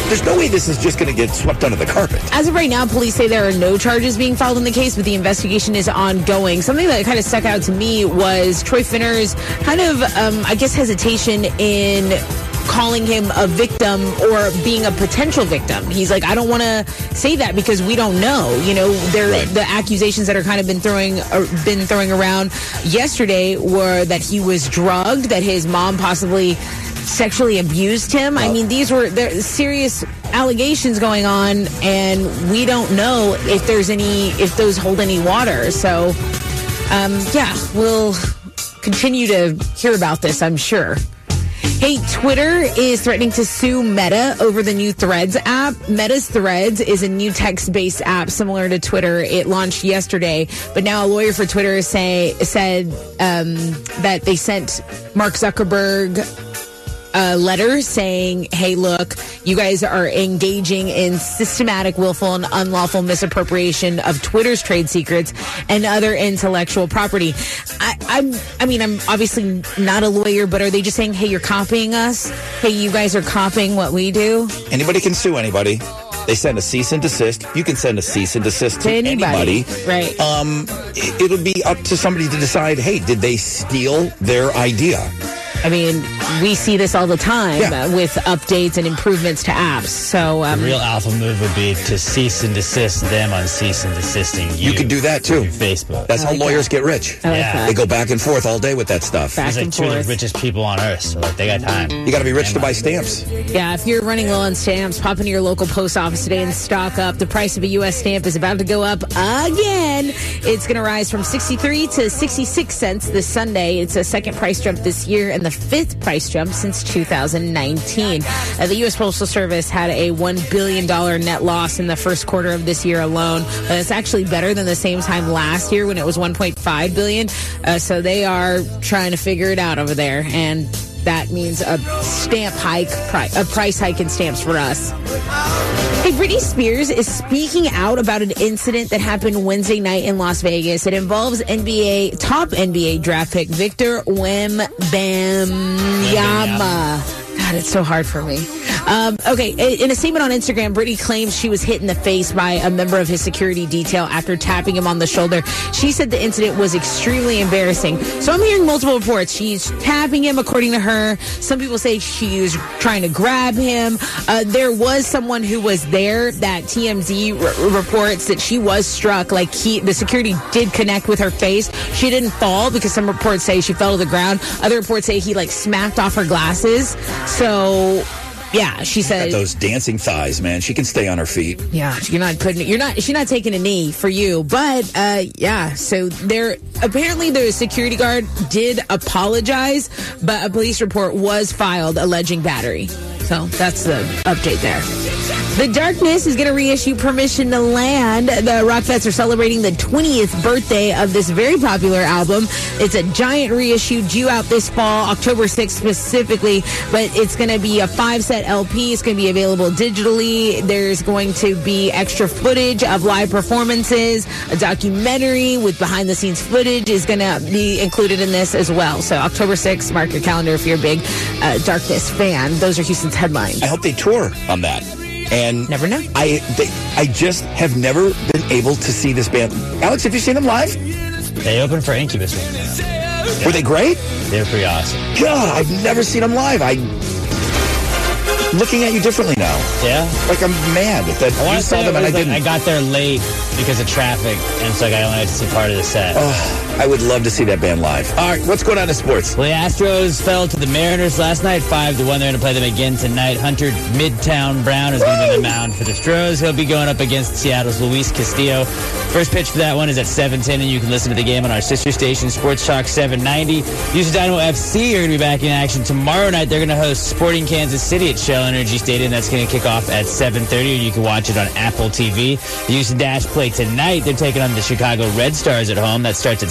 Speaker 3: there's no way this is just going to get swept under the carpet.
Speaker 4: As of right now, police say there are no charges being filed in the case, but the investigation is ongoing. Something that kind of stuck out to me was Troy Finner's kind of, um, I guess, hesitation in calling him a victim or being a potential victim. He's like, I don't want to say that because we don't know. You know, there the accusations that are kind of been throwing uh, been throwing around yesterday were that he was drugged, that his mom possibly sexually abused him. I mean, these were there are serious allegations going on, and we don't know if there's any if those hold any water. So, um, yeah, we'll continue to hear about this. I'm sure. Hey, Twitter is threatening to sue Meta over the new Threads app. Meta's Threads is a new text-based app similar to Twitter. It launched yesterday, but now a lawyer for Twitter say said um, that they sent Mark Zuckerberg a letter saying, hey, look, you guys are engaging in systematic, willful, and unlawful misappropriation of Twitter's trade secrets and other intellectual property. I, I'm, I mean, I'm obviously not a lawyer, but are they just saying, hey, you're copying us? Hey, you guys are copying what we do?
Speaker 3: Anybody can sue anybody. They send a cease and desist. You can send a cease and desist to
Speaker 4: Anybody.
Speaker 3: anybody.
Speaker 4: Right.
Speaker 3: Um, i- it'll be up to somebody to decide. Hey, did they steal their idea?
Speaker 4: I mean, we see this all the time uh, with updates and improvements to apps. So, um,
Speaker 6: The real alpha move would be to cease and desist them on cease and desisting you.
Speaker 3: You could do that too.
Speaker 6: Facebook.
Speaker 3: That's how lawyers get rich.
Speaker 6: I like that.
Speaker 3: They go back and forth all day with that stuff.
Speaker 6: It's like two of the richest people on earth, so like they got time.
Speaker 3: You got to be rich to buy stamps.
Speaker 4: Yeah, if you're running low on stamps, pop into your local post office today and stock up. The price of a U.S. stamp is about to go up again. It's going to rise from 63 to 66 cents this Sunday. It's a second price jump this year and the fifth price jump since 2019. Uh, the U.S. Postal Service had a $1 billion net loss in the first quarter of this year alone. Uh, That's actually better than the same time last year when it was $1.5 billion. Uh, so they are trying to figure it out over there. And that means a stamp hike, pri- a price hike in stamps for us. Hey, Britney Spears is speaking out about an incident that happened Wednesday night in Las Vegas. It involves NBA top NBA draft pick Victor Wembanyama. God, it's so hard for me. Um, okay, i- in a statement on Instagram, Brittany claims she was hit in the face by a member of his security detail after tapping him on the shoulder. She said the incident was extremely embarrassing. So I'm hearing multiple reports. She's tapping him, according to her. Some people say she was trying to grab him. Uh, there was someone who was there that TMZ r- reports that she was struck. Like he, the security did connect with her face. She didn't fall because some reports say she fell to the ground. Other reports say he like smacked off her glasses. So yeah, she
Speaker 3: Got
Speaker 4: said.
Speaker 3: those dancing thighs, man. She can stay on her feet.
Speaker 4: Yeah, you're not putting you're not she's not taking a knee for you, but uh yeah, so there apparently the security guard did apologize, but a police report was filed alleging battery. So that's the update there. The Darkness is going to reissue Permission to Land. The Rockfests are celebrating the 20th birthday of this very popular album. It's a giant reissue due out this fall, October 6th specifically, but it's going to be a five set LP. It's going to be available digitally. There's going to be extra footage of live performances. A documentary with behind the scenes footage is going to be included in this as well. So October 6th, mark your calendar if you're a big uh, Darkness fan. Those are Houston's headlines.
Speaker 3: I hope they tour on that. And
Speaker 4: never know.
Speaker 3: I they, I just have never been able to see this band. Alex, have you seen them live?
Speaker 6: They opened for Incubus.
Speaker 3: Were they great?
Speaker 6: They were pretty awesome.
Speaker 3: God, I've never seen them live. I looking at you differently now.
Speaker 6: Yeah.
Speaker 3: Like I'm mad that
Speaker 6: I want
Speaker 3: you
Speaker 6: to
Speaker 3: saw
Speaker 6: say it
Speaker 3: them and I
Speaker 6: was like
Speaker 3: didn't.
Speaker 6: I got there late because of traffic, and so like I only got to see part of the set.
Speaker 3: Oh, I would love to see that band live. All right, what's going on in sports?
Speaker 6: Well, the Astros fell to the Mariners last night, five to one. They're going to play them again tonight. Hunter Midtown Brown is going to be on the mound for the Stros. He'll be going up against Seattle's Luis Castillo. First pitch for that one is at 7:10, and you can listen to the game on our sister station, Sports Talk 790. Houston Dynamo FC are going to be back in action tomorrow night. They're going to host Sporting Kansas City at Shell Energy Stadium. That's going to kick off at 7:30, and you can watch it on Apple TV. The Houston Dash play tonight. They're taking on the Chicago Red Stars at home. That starts at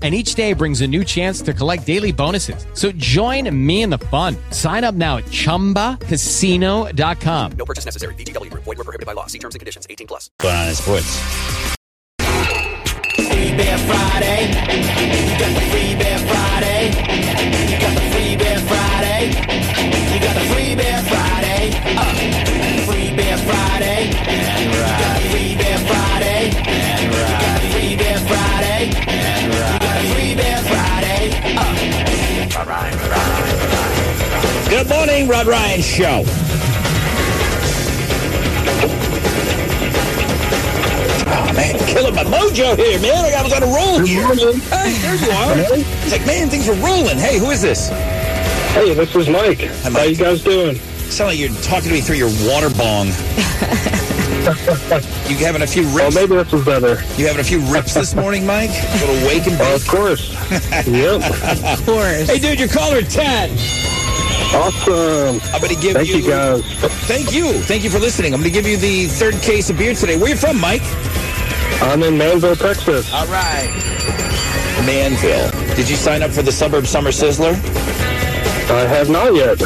Speaker 10: and each day brings a new chance to collect daily bonuses. So join me in the fun. Sign up now at ChumbaCasino.com.
Speaker 2: No purchase necessary. VGW Group. Void were prohibited by law. See terms and conditions. 18 plus.
Speaker 6: going on in sports.
Speaker 5: Uh, Uh.
Speaker 3: Good morning, Rod Ryan Show. Oh man, killing my mojo here, man. Like I was on a roll here. Hey, there you are. It's like, man, things are rolling. Hey, who is this? Hey, this is Mike. How you guys doing? Sound like you're talking to me through your water bong. you having a few rips? Well, maybe this is better. You having a few rips this morning, Mike? A little wake and bake. Of course. yep. Of
Speaker 4: course.
Speaker 3: Hey, dude, your caller ten. Awesome. I'm going to give
Speaker 11: Thank
Speaker 3: you.
Speaker 11: you, guys.
Speaker 3: Thank you. Thank you for listening. I'm going to give you the third case of beer today. Where you from, Mike?
Speaker 11: I'm in Manville, Texas.
Speaker 3: All right. Manville. Did you sign up for the Suburb Summer Sizzler? I have not yet.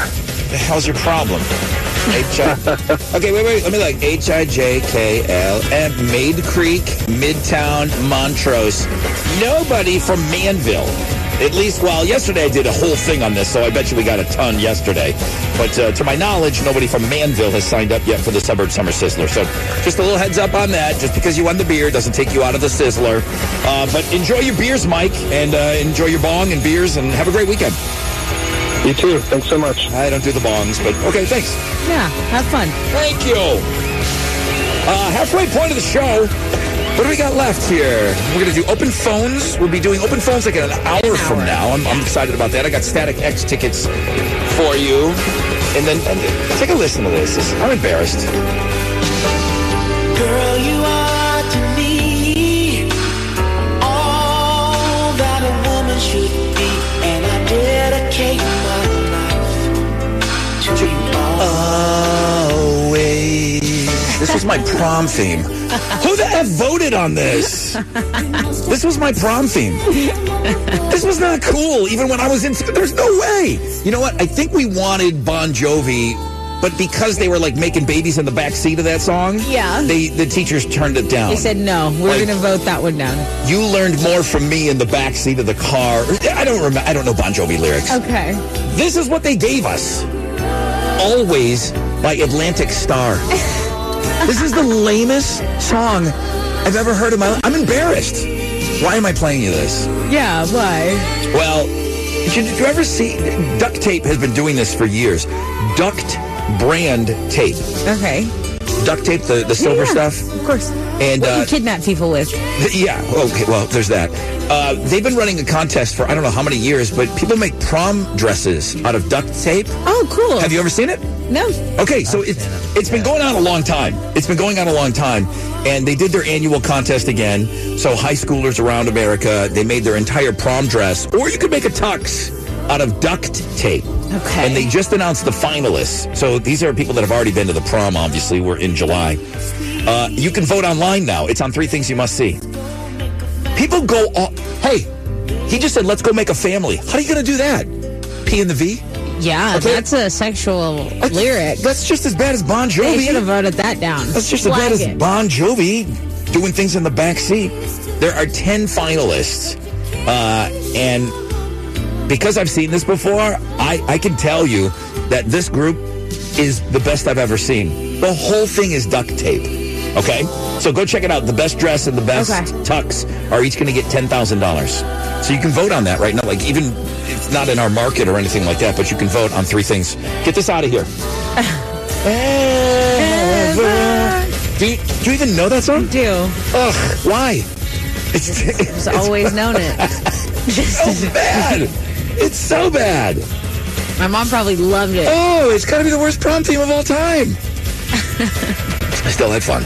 Speaker 3: How's your problem? H I. okay, wait, wait. Let me like H I J K L M Maid Creek, Midtown, Montrose. Nobody from Manville. At least, well, yesterday I did a whole thing on this, so I bet you we got a ton yesterday. But uh, to my knowledge, nobody from Manville has signed up yet for the Suburb Summer Sizzler. So just a little heads up on that. Just because you won the beer doesn't take you out of the Sizzler. Uh, but enjoy your beers, Mike, and uh, enjoy your bong and beers, and have a great weekend. You too. Thanks so much. I don't do the bongs, but okay, thanks.
Speaker 4: Yeah, have fun.
Speaker 3: Thank you. Uh, halfway point of the show. What do we got left here? We're going to do open phones. We'll be doing open phones like in an hour, from now. I'm, I'm excited about that. I got Static X tickets for you. And then and, uh, take a listen to this. This- I'm embarrassed.
Speaker 13: Girl, you are to me all that a woman should be, and I dedicate my life to you.
Speaker 3: Always. This was my prom theme. Who the F voted on this? This was my prom theme. This was not cool, even when I was in. There's no way. You know what? I think we wanted Bon Jovi, but because they were like making babies in the back seat of that song,
Speaker 4: Yeah.
Speaker 3: they the teachers turned it down.
Speaker 4: They said no. We're
Speaker 3: Like-
Speaker 4: going to vote that one down.
Speaker 3: You learned more from me in the back seat of the car. I don't remember. I don't know Bon Jovi lyrics.
Speaker 4: Okay.
Speaker 3: This is what they gave us. Always by Atlantic Star. this is the lamest song I've ever heard in my life. I'm embarrassed. Why am I playing you this?
Speaker 4: Yeah, why?
Speaker 3: Well, did you, did you ever see? Duct tape has been doing this for years. Duct brand tape.
Speaker 4: Okay.
Speaker 3: Duct tape, the, the silver
Speaker 4: Yeah,
Speaker 3: stuff.
Speaker 4: Of course.
Speaker 3: And,
Speaker 4: what you
Speaker 3: uh,
Speaker 4: kidnap people with.
Speaker 3: Th- Yeah. Okay. Well, there's that. Uh, they've been running a contest for I don't know how many years, but people make prom dresses out of duct tape.
Speaker 4: Oh, cool.
Speaker 3: Have you ever seen it?
Speaker 4: No.
Speaker 3: Okay, so it's it's been going on a long time. It's been going on a long time, and they did their annual contest again. So high schoolers around America, they made their entire prom dress, or you could make a tux out of duct tape. Okay. And they just announced the finalists. So these are people that have already been to the prom. Obviously, we're in July. Uh, you can vote online now. It's on three things you must see. People go, all, hey, he just said, let's go make a family. How are you going to do that? P in the V?
Speaker 4: Yeah,
Speaker 3: Okay.
Speaker 4: Ah, that's a sexual lyric.
Speaker 3: That's just as bad as Bon Jovi.
Speaker 4: They should have voted that down.
Speaker 3: That's just as
Speaker 4: Flag
Speaker 3: bad as
Speaker 4: it.
Speaker 3: Bon Jovi doing things in the back seat. There are 10 finalists. Uh, and because I've seen this before, I, I can tell you that this group is the best I've ever seen. The whole thing is duct tape. Okay? So go check it out. The best dress and the best tux are each going to get $10,000. So you can vote on that right now. Like, even it's not in our market or anything like that, but you can vote on three things. Get this out of here. Do you, do you even know that song?
Speaker 4: do.
Speaker 3: Ugh, why? It's, it's
Speaker 4: always known it.
Speaker 3: so bad. It's so bad.
Speaker 4: My mom probably loved it.
Speaker 3: Oh, it's got to be the worst prom theme of all time. I still had fun.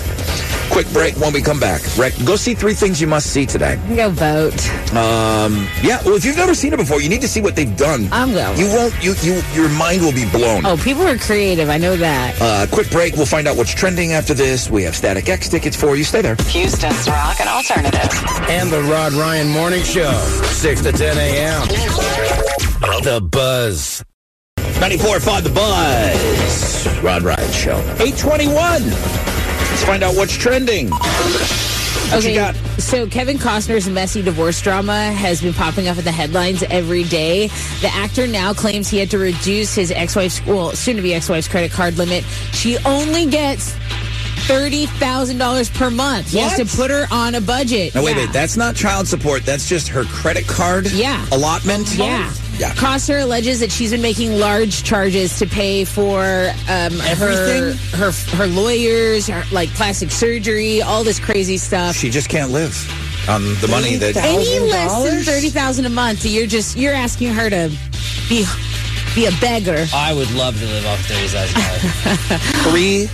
Speaker 3: Quick break when we come back. Rick, go see three things you must see today.
Speaker 4: Go vote.
Speaker 3: Um, yeah, well, if you've never seen it before, you need to see what they've done.
Speaker 4: I'm going.
Speaker 3: You won't. You you your mind will be blown.
Speaker 4: Oh, people are creative. I know that.
Speaker 3: Uh, quick break. We'll find out what's trending after this. We have Static X tickets for you. Stay there.
Speaker 9: Houston's rock and alternative.
Speaker 23: And the Rod Ryan Morning Show, 6 to 10 a.m. The Buzz.
Speaker 3: 94.5 The Buzz. Rod Ryan Show. 821. Let's find out what's trending.
Speaker 4: okay. So Kevin Costner's messy divorce drama has been popping up in the headlines every day. The actor now claims he had to reduce his ex-wife's, well, soon-to-be ex-wife's credit card limit. She only gets thirty thousand dollars per month. He has to put her on a budget.
Speaker 3: Now, wait a
Speaker 4: Yeah.
Speaker 3: minute. That's not child support. That's just her credit card
Speaker 4: Yeah.
Speaker 3: allotment.
Speaker 4: Yeah.
Speaker 3: Yeah.
Speaker 4: Costner alleges that she's been making large charges to pay for um, her
Speaker 3: Everything?
Speaker 4: her her lawyers, her, like plastic surgery, all this crazy stuff.
Speaker 3: She just can't live on the money that.
Speaker 4: Any less than thirty thousand a month, you're just you're asking her to be be a beggar.
Speaker 6: I would love to live off thirty thousand dollars.
Speaker 3: Three.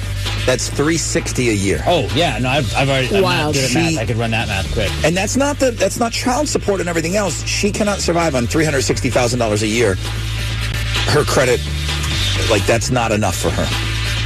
Speaker 3: That's 360 a year.
Speaker 6: Oh yeah, no, I've, I've already. I'm
Speaker 3: Wow.
Speaker 6: not good at
Speaker 3: She-
Speaker 6: math. I could run that math quick.
Speaker 3: And that's not the that's not child support and everything else. She cannot survive on three hundred sixty thousand dollars a year. Her credit, like that's not enough for her.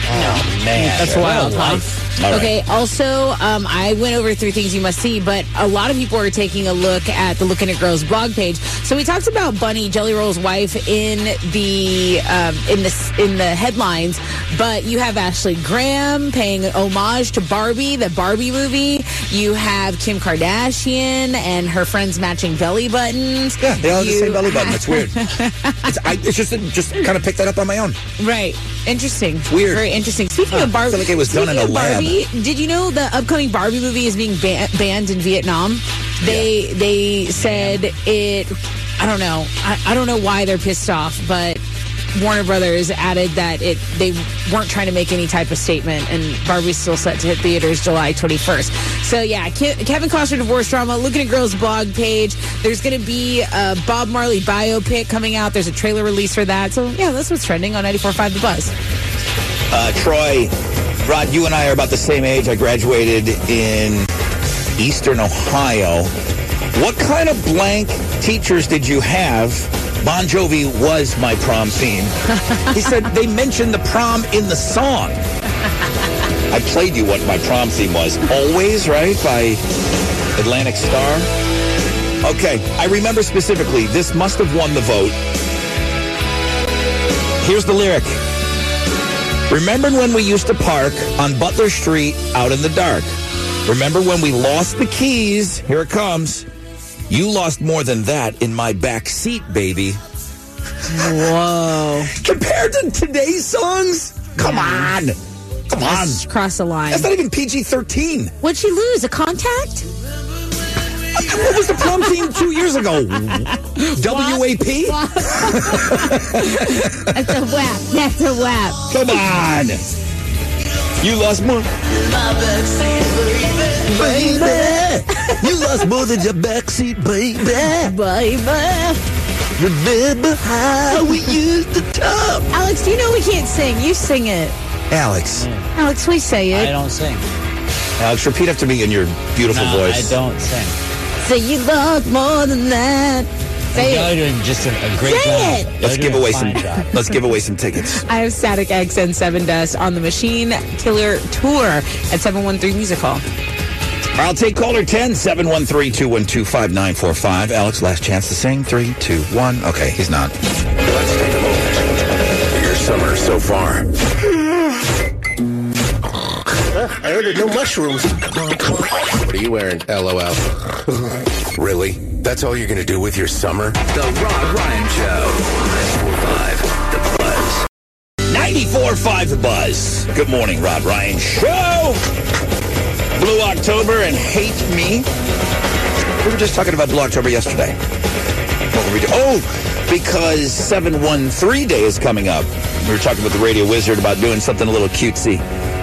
Speaker 6: Oh man,
Speaker 4: That's
Speaker 6: What a
Speaker 4: wild, huh?
Speaker 6: life.
Speaker 4: okay. Also, um, I went over three things you must see, but a lot of people are taking a look at the Looking at Girls blog page. So we talked about Bunny Jelly Roll's wife in the um, in the in the headlines, but you have Ashley Graham paying homage to Barbie, the Barbie movie. You have Kim Kardashian and her friends matching belly buttons. Yeah,
Speaker 3: They all have the same belly button. It's weird. it's, I, it's just just kind of picked that up on my own.
Speaker 4: Right. Interesting.
Speaker 3: weird.
Speaker 4: Very interesting. Speaking
Speaker 3: Huh.
Speaker 4: of Barbie,
Speaker 3: I feel like it was done
Speaker 4: speaking
Speaker 3: in a
Speaker 4: of
Speaker 3: lab.
Speaker 4: Barbie, did you know the upcoming Barbie movie is being ban- banned in Vietnam? They they said it. I don't know. I, I don't know why they're pissed off, but Warner Brothers added that it they weren't trying to make any type of statement, and Barbie's still set to hit theaters July 21st. So yeah, Ke- Kevin Costner divorce drama. Looking at Girls blog page. There's going to be a Bob Marley biopic coming out. There's a trailer release for that. So yeah, that's what's trending on 94.5 The Buzz.
Speaker 3: Uh, Troy, Rod, you and I are about the same age. I graduated in Eastern Ohio. What kind of blank teachers did you have? Bon Jovi was my prom theme. he said they mentioned the prom in the song. I I played you what my prom theme was. Always, right? By Atlantic Star. Okay, I remember specifically, this must have won the vote. Here's the lyric. Remember when we used to park on Butler Street out in the dark? Remember when we lost the keys? Here it comes. You lost more than that in my back seat, baby.
Speaker 4: Whoa.
Speaker 3: Compared to today's songs? Come on. Come on.
Speaker 4: Cross the line.
Speaker 3: That's not even PG 13.
Speaker 4: What'd she lose? A contact?
Speaker 3: Uh, What was the prom theme two years ago? WAP?
Speaker 4: That's a whap. That's a whap.
Speaker 3: Come on. You lost more.
Speaker 13: Baby, you lost more than your backseat, baby.
Speaker 4: Baby.
Speaker 13: Remember how we used to talk?
Speaker 4: Alex, do you know we can't sing? You sing it.
Speaker 3: Alex.
Speaker 4: Alex, we say it.
Speaker 6: I don't sing.
Speaker 3: Alex, repeat after me in your beautiful
Speaker 6: No,
Speaker 3: voice.
Speaker 6: Hmm. I don't sing.
Speaker 4: Say you love more than that. Say
Speaker 6: Y'all are
Speaker 4: it.
Speaker 6: doing just a, a great
Speaker 4: Say
Speaker 6: job.
Speaker 4: it.
Speaker 6: Y'all are
Speaker 3: Let's
Speaker 6: doing
Speaker 3: give
Speaker 6: a
Speaker 3: away some
Speaker 6: fine job.
Speaker 3: let's give away some tickets.
Speaker 4: I have Static X and Seven Dust on the Machine Killer Tour at 713 Music Hall.
Speaker 3: I'll take caller 10, 713-212-5945. Alex, last chance to sing. Three, two, one. Okay, he's not.
Speaker 12: Your summer so far.
Speaker 23: I ordered no mushrooms.
Speaker 12: What are you wearing? LOL. really? That's all you're gonna do with your summer?
Speaker 8: The Rob Ryan Show. 945 The Buzz.
Speaker 3: 94.5 The Buzz. Good morning, Rob Ryan Show. Blue October and Hate Me. We were just talking about Blue October yesterday. What were we doing? Oh, because 713 Day is coming up. We were talking with the Radio Wizard about doing something a little cutesy,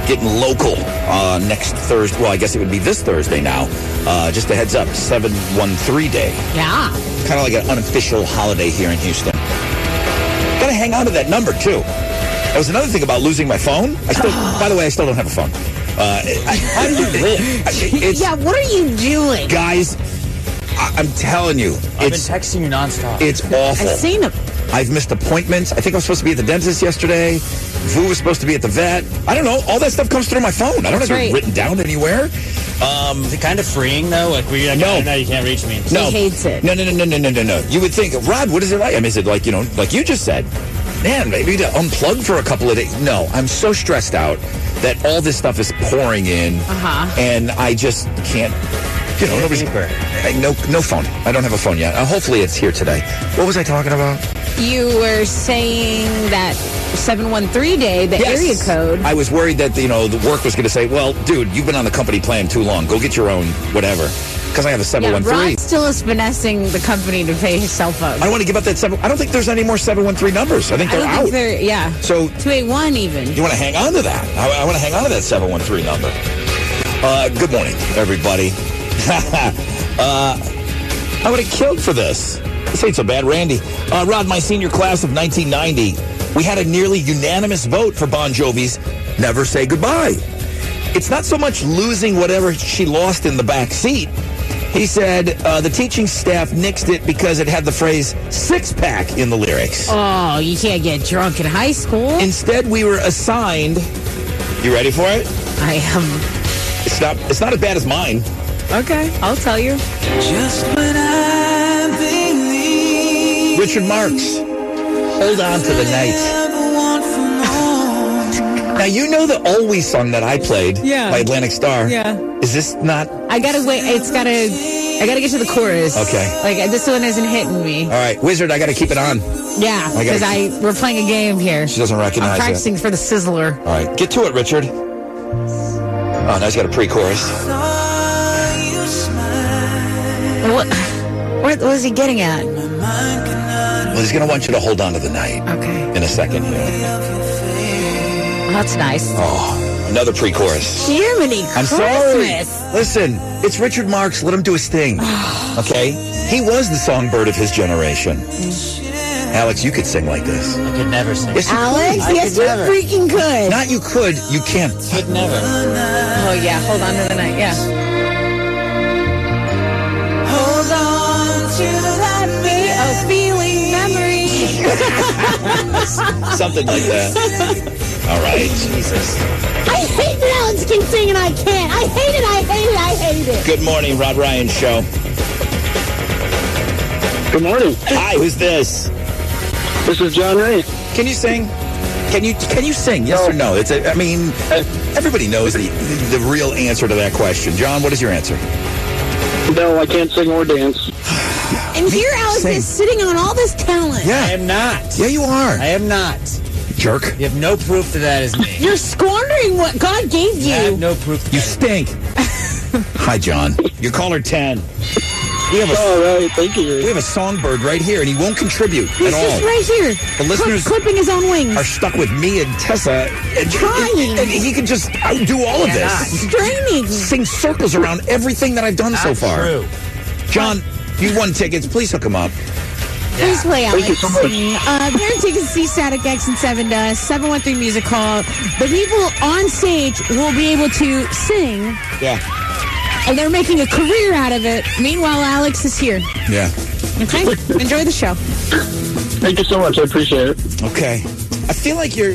Speaker 3: getting local uh, next Thursday. Well, I guess it would be this Thursday now. Uh, just a heads up, 713 Day
Speaker 4: Yeah.
Speaker 3: kind of like an unofficial holiday here in Houston. Got to hang on to that number too. That was another thing about losing my phone. I still, by the way, I still don't have a phone. Uh, I- how do you live? I- It's,
Speaker 4: yeah, what are you doing?
Speaker 3: guys, I, I'm telling you,
Speaker 6: I've been
Speaker 3: it's
Speaker 6: texting you nonstop.
Speaker 3: it's awful.
Speaker 4: I've seen him.
Speaker 3: I've missed appointments. I think I was supposed to be at the dentist yesterday. Vu was supposed to be at the vet. I don't know. All that stuff comes through my phone. I don't
Speaker 6: That's
Speaker 3: have it
Speaker 6: right.
Speaker 3: written down anywhere. Um,
Speaker 6: Is it kind of freeing though? Like we like,
Speaker 3: No.
Speaker 6: no, no, you can't reach me.
Speaker 3: No.
Speaker 4: hates it.
Speaker 3: No, no, no, no, no, no, no, no. You would think, Rod, what is it like? I mean, is it like, you know, like you just said, man, maybe to unplug for a couple of days? No, I'm so stressed out that all this stuff is pouring in,
Speaker 4: Uh-huh.
Speaker 3: and I just can't. You know, nobody's I, no, no phone. I don't have a phone yet. Uh, hopefully, it's here today. What was I talking about?
Speaker 4: You were saying that 713 day, the
Speaker 3: Yes.
Speaker 4: area code.
Speaker 3: I was worried that you know the work was going to say, "Well, dude, you've been on the company plan too long. Go get your own whatever." Because I have a seven
Speaker 4: yeah,
Speaker 3: one three.
Speaker 4: Rod still is finessing the company to pay his cell phone.
Speaker 3: I don't want to give up that seven. I don't think there's any more seven one three numbers. I think
Speaker 4: I
Speaker 3: they're
Speaker 4: don't
Speaker 3: out.
Speaker 4: think they're, yeah.
Speaker 3: So
Speaker 4: 281 even.
Speaker 3: You want to hang on to that. I, I want to hang on to that 713 number. Uh, good morning, everybody. uh, I would have killed for this. This ain't so bad, Randy. Uh, Rod, my senior class of 1990, we had a nearly unanimous vote for Bon Jovi's Never Say Goodbye. It's not so much losing whatever she lost in the back seat. He said uh, the teaching staff nixed it because it had the phrase six pack in the lyrics.
Speaker 4: Oh, you can't get drunk in high school.
Speaker 3: Instead, we were assigned. You ready for it?
Speaker 4: I am.
Speaker 3: It's not. It's not as bad as mine.
Speaker 4: Okay, I'll tell you.
Speaker 13: Just when I believe
Speaker 3: Richard Marks. Hold on to the night. Now you know the Always song that I played
Speaker 4: Yeah.
Speaker 3: by Atlantic Star.
Speaker 4: Yeah.
Speaker 3: Is this not all
Speaker 4: I gotta wait. It's gotta. I gotta get to the chorus.
Speaker 3: Okay.
Speaker 4: Like this one isn't hitting me.
Speaker 3: right, Wizard? I got to keep it on.
Speaker 4: Yeah,
Speaker 3: I gotta
Speaker 4: because I, we're playing a game here.
Speaker 3: She doesn't recognize
Speaker 4: I'm
Speaker 3: it.
Speaker 4: practicing for the sizzler.
Speaker 3: All right, get to it, Richard. Oh, now he's got a pre-chorus.
Speaker 4: What? What was he getting at?
Speaker 3: Well, he's gonna want you to hold on to the night
Speaker 4: Okay.
Speaker 3: in a second here.
Speaker 4: That's nice.
Speaker 3: Oh, another pre-chorus.
Speaker 4: Jiminy
Speaker 3: I'm
Speaker 4: Christmas.
Speaker 3: sorry. Listen, it's Richard Marks. Let him do his thing. okay? He was the songbird of his generation. Alex, you could sing like this.
Speaker 6: I could never sing.
Speaker 3: Yes, you
Speaker 4: Alex,
Speaker 6: I
Speaker 4: yes,
Speaker 6: could
Speaker 4: you
Speaker 6: never.
Speaker 4: freaking
Speaker 3: could.
Speaker 4: could.
Speaker 3: Not you could, you can't.
Speaker 6: Could never.
Speaker 4: oh yeah, hold on to the night. Yeah. Hold on to that me- oh, feeling memory.
Speaker 3: Something like that. All right. Jesus.
Speaker 4: I hate that kids can sing and I can't. I hate it. I hate it. I hate it.
Speaker 3: Good morning, Rod Ryan Show.
Speaker 5: Good morning.
Speaker 3: Hi, who's this?
Speaker 5: This is John Ray.
Speaker 3: Can you sing? Can you can you sing? Yes or no? It's a, I mean, everybody knows the the real answer to that question. John, what is your answer?
Speaker 5: No, I can't sing or dance.
Speaker 4: And here Alex is sitting on all this talent.
Speaker 6: I am not. Yeah, you are. I am not.
Speaker 3: Jerk.
Speaker 6: You have no proof that that is me.
Speaker 4: You're squandering what God gave you.
Speaker 6: I have no proof.
Speaker 3: You stink. Hi, John. You're caller ten. We have a,
Speaker 5: All right, thank you.
Speaker 3: we have a songbird right here, and he won't contribute
Speaker 4: He's
Speaker 3: at all.
Speaker 4: just right here.
Speaker 3: The
Speaker 4: clip-
Speaker 3: listeners-
Speaker 4: clipping his own wings.
Speaker 3: Are stuck with me and Tessa. And,
Speaker 4: Trying.
Speaker 3: and he can just outdo all of this.
Speaker 4: Straining.
Speaker 3: Sing circles around everything that I've done so
Speaker 4: Not
Speaker 3: far.
Speaker 4: true.
Speaker 3: John, you won tickets. Please hook them up.
Speaker 4: Please play Alex.
Speaker 3: Thank you so much.
Speaker 4: Uh, parent tickets to see Static X and Seven Dust, 713 Music Hall. The people on stage will be able to sing,
Speaker 3: Yeah.
Speaker 4: and they're making a career out of it. Meanwhile, Alex is here.
Speaker 3: Yeah.
Speaker 4: Okay? Enjoy the show.
Speaker 5: Thank you so much. I appreciate it.
Speaker 3: Okay. I feel like you're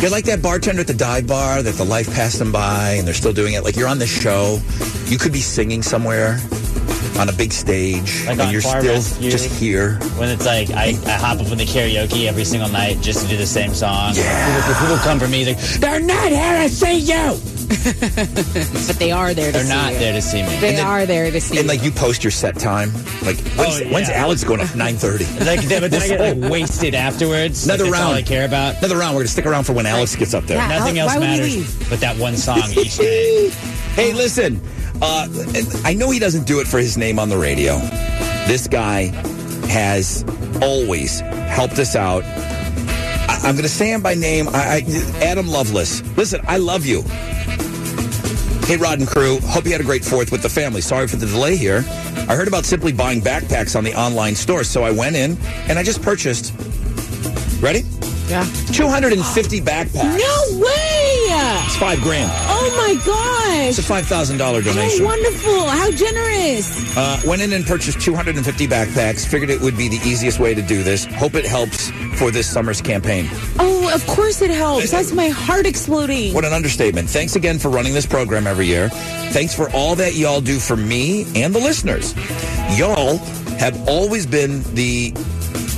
Speaker 3: you're like that bartender at the dive bar that the life passed them by and they're still doing it. Like you're on this show, you could be singing somewhere on a big stage,
Speaker 6: Like
Speaker 3: and
Speaker 6: on
Speaker 3: you're
Speaker 6: Fire
Speaker 3: still
Speaker 6: Rescue.
Speaker 3: just here.
Speaker 6: When it's like I, I hop up in the karaoke every single night just to do the same song. Yeah. People, people come for me like
Speaker 4: They're not here to see you. but they are there to
Speaker 6: they're
Speaker 4: see
Speaker 6: not
Speaker 4: you.
Speaker 6: there to see me.
Speaker 4: They are there to see
Speaker 3: And
Speaker 4: you.
Speaker 3: like you post your set time. Like
Speaker 6: Oh,
Speaker 3: when's, when's Alex going up? Nine thirty.
Speaker 6: Like, then- but then I get like, wasted afterwards.
Speaker 3: Another
Speaker 6: like, that's
Speaker 3: round.
Speaker 6: all I care about.
Speaker 3: Another round. We're gonna stick around for when Alex gets up there.
Speaker 6: Yeah, Nothing how- else why would we matters leave? but that one song each day.
Speaker 3: hey, listen. Uh, I know he doesn't do it for his name on the radio. This guy has always helped us out. I- I'm going to say him by name. I- I- Adam Lovelace. Listen, I love you. Hey, Rod and crew. Hope you had a great fourth with the family. Sorry for the delay here. I heard about simply buying backpacks on the online store, so I went in and I just purchased. Ready?
Speaker 4: Yeah.
Speaker 3: 250 backpacks.
Speaker 4: No way!
Speaker 3: It's five grand.
Speaker 4: Oh my gosh!
Speaker 3: It's a five thousand dollar
Speaker 4: How
Speaker 3: donation.
Speaker 4: wonderful! How generous!
Speaker 3: Uh, went in and purchased 250 backpacks. Figured it would be the easiest way to do this. Hope it helps for this summer's campaign.
Speaker 4: Oh, of course it helps. That's my heart exploding.
Speaker 3: What an understatement. Thanks again for running this program every year. Thanks for all that y'all do for me and the listeners. Y'all have always been the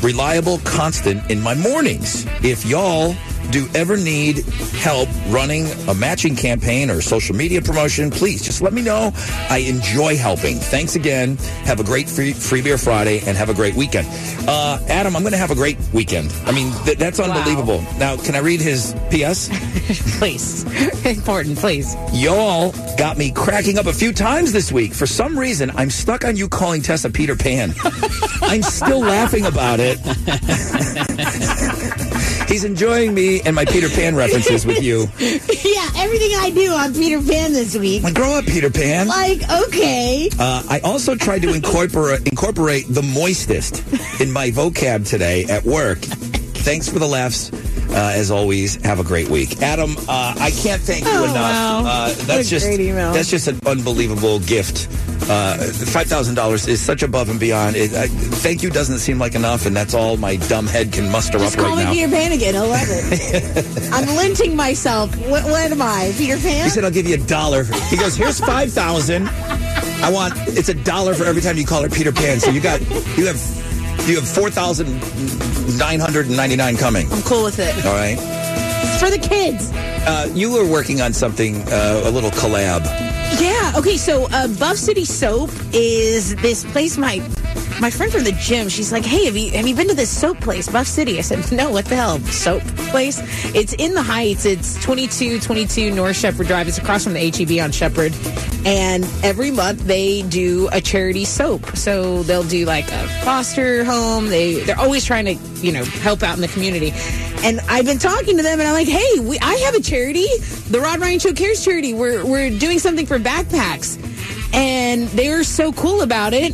Speaker 3: reliable constant in my mornings. If y'all do ever need help running a matching campaign or social media promotion, please just let me know. I enjoy helping. Thanks again. Have a great free, free beer Friday and have a great weekend. Uh, Adam, I'm going to have a great weekend. I mean, th- that's unbelievable. Now, can I read his PS?
Speaker 4: please. Important, please.
Speaker 3: Y'all got me cracking up a few times this week. For some reason, I'm stuck on you calling Tessa Peter Pan. I'm still laughing about it. He's enjoying me and my Peter Pan references with you.
Speaker 4: yeah, everything I do on Peter Pan this week.
Speaker 3: Like, grow up, Peter Pan.
Speaker 4: Like, okay.
Speaker 3: Uh, I also tried to incorporate incorporate the moistest in my vocab today at work. Thanks for the laughs. Uh, as always, have a great week, Adam. Uh, I can't thank you
Speaker 4: Oh,
Speaker 3: enough.
Speaker 4: wow.
Speaker 3: Uh,
Speaker 4: What
Speaker 3: that's
Speaker 4: a
Speaker 3: just
Speaker 4: great email.
Speaker 3: that's just an unbelievable gift. Uh, Five thousand dollars is such above and beyond. It, I, thank you doesn't seem like enough, and that's all my dumb head can muster
Speaker 4: Just
Speaker 3: up
Speaker 4: call
Speaker 3: right
Speaker 4: me
Speaker 3: now.
Speaker 4: Peter Pan again. I love it. I'm lynching myself. What, what am I, Peter Pan?
Speaker 3: He said, "I'll give you a dollar." He goes, "Here's five thousand. I want it's a dollar for every time you call her Peter Pan. So you got you have you have four thousand nine hundred and ninety nine coming.
Speaker 4: I'm cool with it.
Speaker 3: All right.
Speaker 4: It's for the kids.
Speaker 3: Uh, you were working on something, uh, a little collab.
Speaker 4: Yeah. Okay. So uh, Buff City Soap is this place. My my friend from the gym. She's like, "Hey, have you have you been to this soap place, Buff City?" I said, "No. What the hell, soap place? It's in the Heights. It's twenty two twenty two North Shepherd Drive. It's across from the HEB on Shepherd. And every month they do a charity soap. So they'll do like a foster home. They they're always trying to you know help out in the community. And I've been talking to them, and I'm like, "Hey, we, I have a charity, the Rod Ryan Show Cares charity. We're we're doing something for backpacks, and they were so cool about it.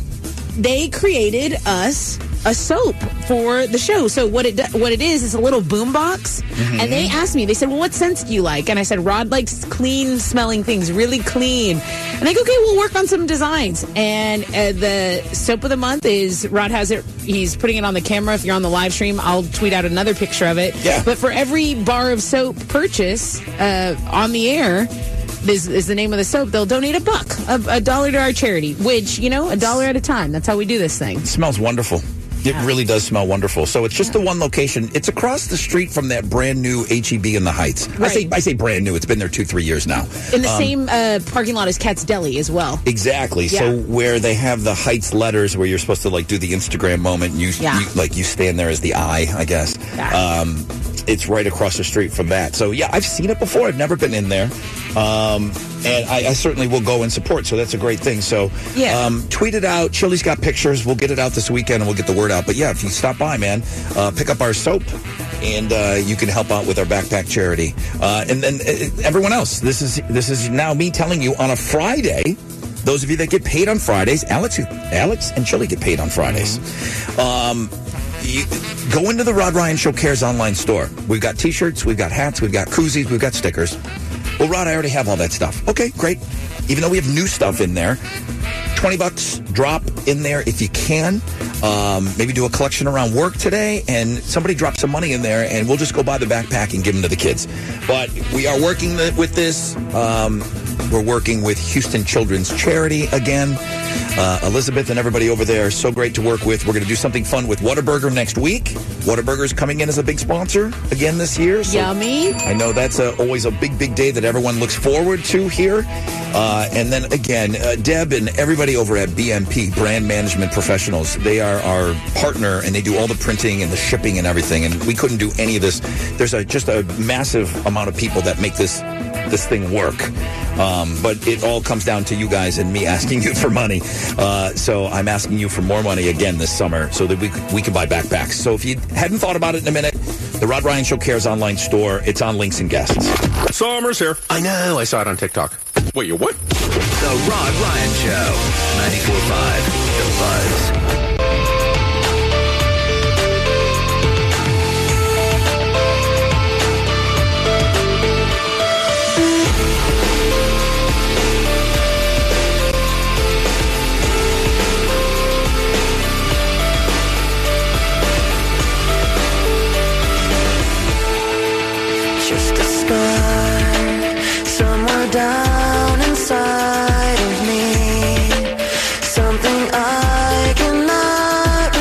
Speaker 4: They created us a soap for the show. So what it do- what it is is a little boom box. And they asked me, they said, "Well, what scents do you like?" And I said, "Rod likes clean smelling things, really clean." And they go, "Okay, we'll work on some designs." And uh, the soap of the month is Rod has it. He's putting it on the camera. If you're on the live stream, I'll tweet out another picture of it. Yeah. But for every bar of soap purchase uh, on the air is, is the name of the soap. They'll donate a buck, a, a dollar to our charity, which, you know, a dollar at a time. That's how we do this thing.
Speaker 3: It smells wonderful. It really does smell wonderful. So it's just the one location. It's across the street from that brand new HEB in the Heights. I say I say brand new. It's been there two three years now.
Speaker 4: In the
Speaker 3: Um,
Speaker 4: same uh, parking lot as Cat's Deli as well.
Speaker 3: Exactly. So
Speaker 4: Yeah.
Speaker 3: where they have the heights letters, where you're supposed to like do the Instagram moment, and you,
Speaker 4: Yeah.
Speaker 3: you like you stand there as the eye, I guess. Um, it's right across the street from that. So yeah, I've seen it before. I've never been in there, um, and I, I certainly will go and support. So that's a great thing. So
Speaker 5: Yeah.
Speaker 3: um, tweet it out. Chili's got pictures. We'll get it out this weekend, and we'll get the word out. But yeah, if you stop by, man, uh, pick up our soap. And uh, you can help out with our backpack charity, uh, and then uh, everyone else. This is this is now me telling you on a Friday those of you that get paid on Fridays, Alex, Alex and Chili get paid on Fridays. Um, you, go into the Rod Ryan Show Cares online store. We've got T-shirts, we've got hats, we've got koozies, we've got stickers. Well, Rod, I already have all that stuff. Okay, great. Even though we have new stuff in there, twenty bucks drop in there if you can. Um, maybe do a collection around work today, and somebody drop some money in there, and we'll just go buy the backpack and give them to the kids. But we are working the, with this. Um, we're working with Houston Children's Charity again. Uh, Elizabeth and everybody over there are so great to work with. We're going to do something fun with Whataburger next week. Whataburger's coming in as a big sponsor again this year. so
Speaker 4: Yummy.
Speaker 3: I know that's a, always a big, big day that everyone looks forward to here. Uh, and then again, uh, Deb and everybody over at BMP, Brand Management Professionals, they are our partner and they do all the printing and the shipping and everything. And we couldn't do any of this. There's a, just a massive amount of people that make this this thing work. Um, but it all comes down to you guys and me asking you for money. Uh, so I'm asking you for more money again this summer so that we, c- we can buy backpacks. So if you hadn't thought about it in a minute, the Rod Ryan Show Cares online store, it's on links and guests.
Speaker 5: Somers here. I know. I saw it on TikTok. Wait, you what?
Speaker 24: The Rod Ryan Show. 94.5 The Buzz.
Speaker 13: Just a scar somewhere down inside of me. Something I cannot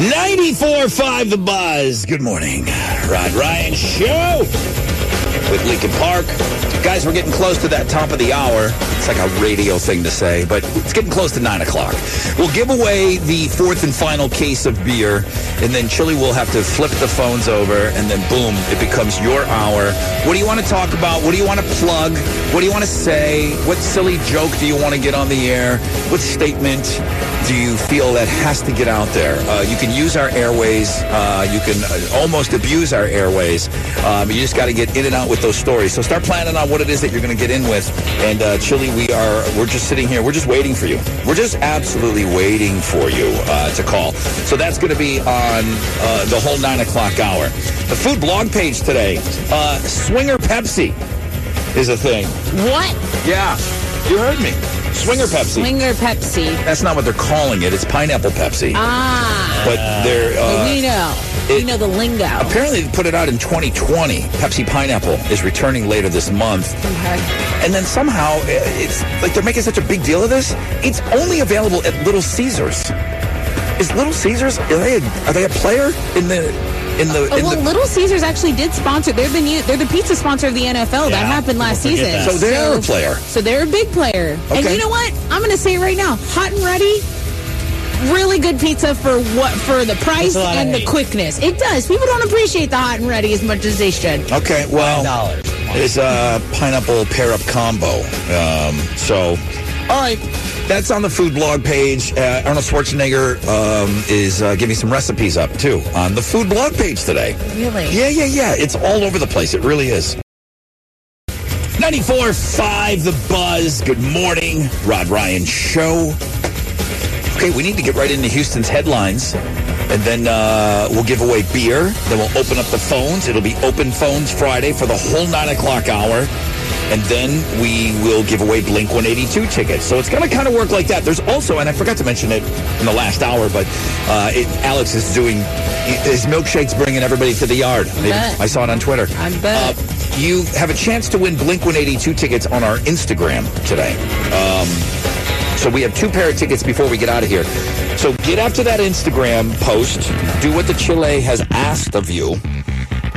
Speaker 3: 94.5 The Buzz. Good morning. Rod Ryan Show with Lincoln Park. Guys, we're getting close to that top of the hour. It's like a radio thing to say, but it's getting close to 9 o'clock. We'll give away the fourth and final case of beer, and then Chili will have to flip the phones over, and then boom, it becomes your hour. What do you want to talk about? What do you want to plug? What do you want to say? What silly joke do you want to get on the air? What statement do you feel that has to get out there? Uh, you can use our airways. Uh, you can uh, almost abuse our airways. Um, you just got to get in and out with those stories. So start planning on what it is that you're going to get in with. And uh, Chili, we are we're just sitting here. We're just waiting for you. We're just absolutely waiting for you uh, to call. So that's going to be on uh, the whole nine o'clock hour. The food blog page today. Uh, Swinger Pepsi is a thing.
Speaker 4: What?
Speaker 3: Yeah, you heard me. Swinger Pepsi.
Speaker 4: Swinger Pepsi.
Speaker 3: That's not what they're calling it. It's pineapple Pepsi.
Speaker 4: Ah.
Speaker 3: But they're. Uh,
Speaker 4: we know. we know the lingo.
Speaker 3: Apparently, they put it out in 2020. Pepsi Pineapple is returning later this month. And then somehow, i- it's like they're making such a big deal of this. It's only available at Little Caesars. Is Little Caesars are they a, are they a player in the in the
Speaker 4: Oh,
Speaker 3: in
Speaker 4: well,
Speaker 3: the
Speaker 4: Little Caesars actually did sponsor. They're the new, they're the pizza sponsor of the NFL.
Speaker 3: Yeah,
Speaker 4: that happened last
Speaker 3: people
Speaker 4: season.
Speaker 3: forget that. So they are a player.
Speaker 4: So they're a big player. And
Speaker 3: Okay.
Speaker 4: you know what? I'm going to say it right now. Hot and ready. Really good pizza for what for the price
Speaker 3: That's a lot of
Speaker 4: and the
Speaker 3: hate.
Speaker 4: quickness. It does. People don't appreciate the hot and ready as much as they should.
Speaker 3: Okay, well, it's a pineapple pair up combo. Um, so, all right, that's on the food blog page. Uh, Arnold Schwarzenegger um, is uh, giving some recipes up too on the food blog page today.
Speaker 4: Really?
Speaker 3: Yeah, yeah, yeah. It's all over the place. It really is. 94.5 The Buzz. Good morning. Rod Ryan Show. Okay, we need to get right into Houston's headlines. And then uh, we'll give away beer. Then we'll open up the phones. It'll be open phones Friday for the whole 9 o'clock hour. And then we will give away Blink 182 tickets. So it's going to kind of work like that. There's also, and I forgot to mention it in the last hour, but uh, it, Alex is doing his milkshakes bringing everybody to the yard.
Speaker 4: bet.
Speaker 3: I saw it on Twitter. I bet. you have a chance to win Blink 182 tickets on our Instagram today. Um, so we have two pair of tickets before we get out of here. So get after that Instagram post, do what the Chile has asked of you,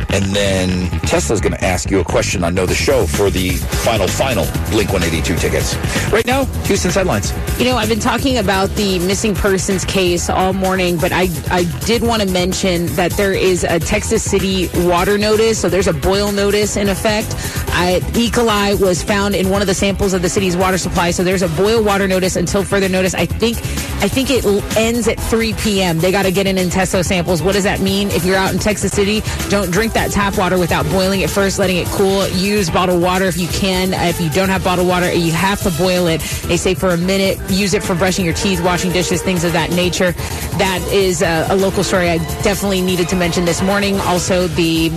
Speaker 3: and then Tesla's going to ask you a question on Know the Show for the final, final Blink 182 tickets. Right now, Houston's headlines.
Speaker 4: You know, I've been talking about the missing persons case all morning, but I, I did want to mention that there is a Texas City water notice. So there's a boil notice in effect. I, e. coli was found in one of the samples of the city's water supply. So there's a boil water notice until further notice. I think I think it l- ends at 3 p.m. They got to get in Intesso samples. What does that mean? If you're out in Texas City, don't drink that tap water without boiling it first, letting it cool. Use bottled water if you can. Uh, If you don't have bottled water, you have to boil it. They say for a minute. Use it for brushing your teeth, washing dishes, things of that nature. That is uh, a, a local story I definitely needed to mention this morning. Also, the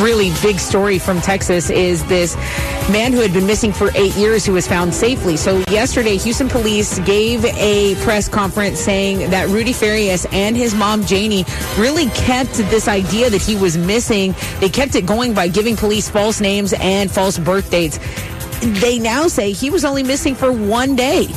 Speaker 4: really big story from Texas is this man who had been missing for eight years who was found safely. So yesterday, Houston police gave a press conference saying that Rudy Farias and his mom Janie really kept this idea that he was missing. They kept it going by giving police false names and false birth dates. They now say he was only missing for one day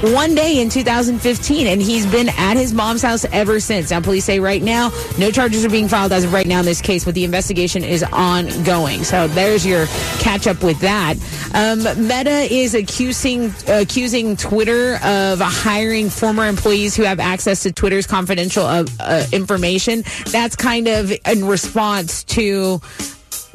Speaker 4: one day in 2015, and he's been at his mom's house ever since. Now, police say right now, no charges are being filed as of right now in this case, but the investigation is ongoing. So there's your catch up with that. Um, Meta is accusing accusing Twitter of hiring former employees who have access to Twitter's confidential uh, uh, information. That's kind of in response to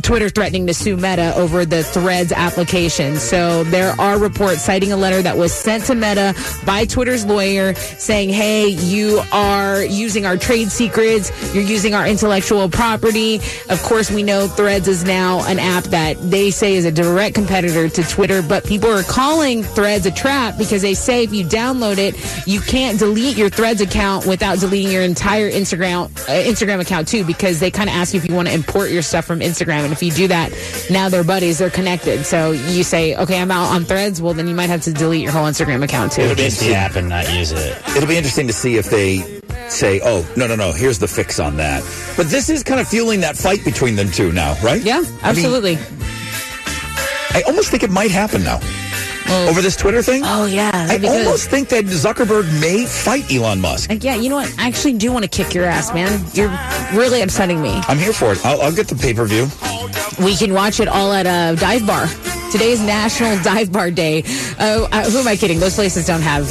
Speaker 4: Twitter threatening to sue Meta over the Threads application. So there are reports citing a letter that was sent to Meta by Twitter's lawyer saying, hey, you are using our trade secrets. You're using our intellectual property. Of course, we know Threads is now an app that they say is a direct competitor to Twitter, but people are calling Threads a trap because they say if you download it, you can't delete your Threads account without deleting your entire Instagram uh, Instagram account too, because they kind of ask you if you want to import your stuff from Instagram, and if you do that, now they're buddies, they're connected. So you say, okay, I'm out on Threads. Well, then you might have to delete your whole Instagram account too.
Speaker 3: It'll be just the app and not use it. It'll be interesting to see if they say, "Oh, no, no, no, here's the fix on that." But this is kind of fueling that fight between them two now, right? Yeah,
Speaker 4: Absolutely.
Speaker 3: I, almost think it might happen now. over this Twitter thing?
Speaker 1: Oh yeah,
Speaker 3: I
Speaker 1: that'd be good.
Speaker 3: almost think that Zuckerberg may fight Elon Musk.
Speaker 1: Like, yeah, you know what? I actually do want to kick your ass, man. You're really upsetting me.
Speaker 3: I'm here for it. I'll, I'll get the pay per view.
Speaker 4: We can watch it all at a dive bar. Today is National Dive Bar Day. Oh, uh, who am I kidding? Those places don't have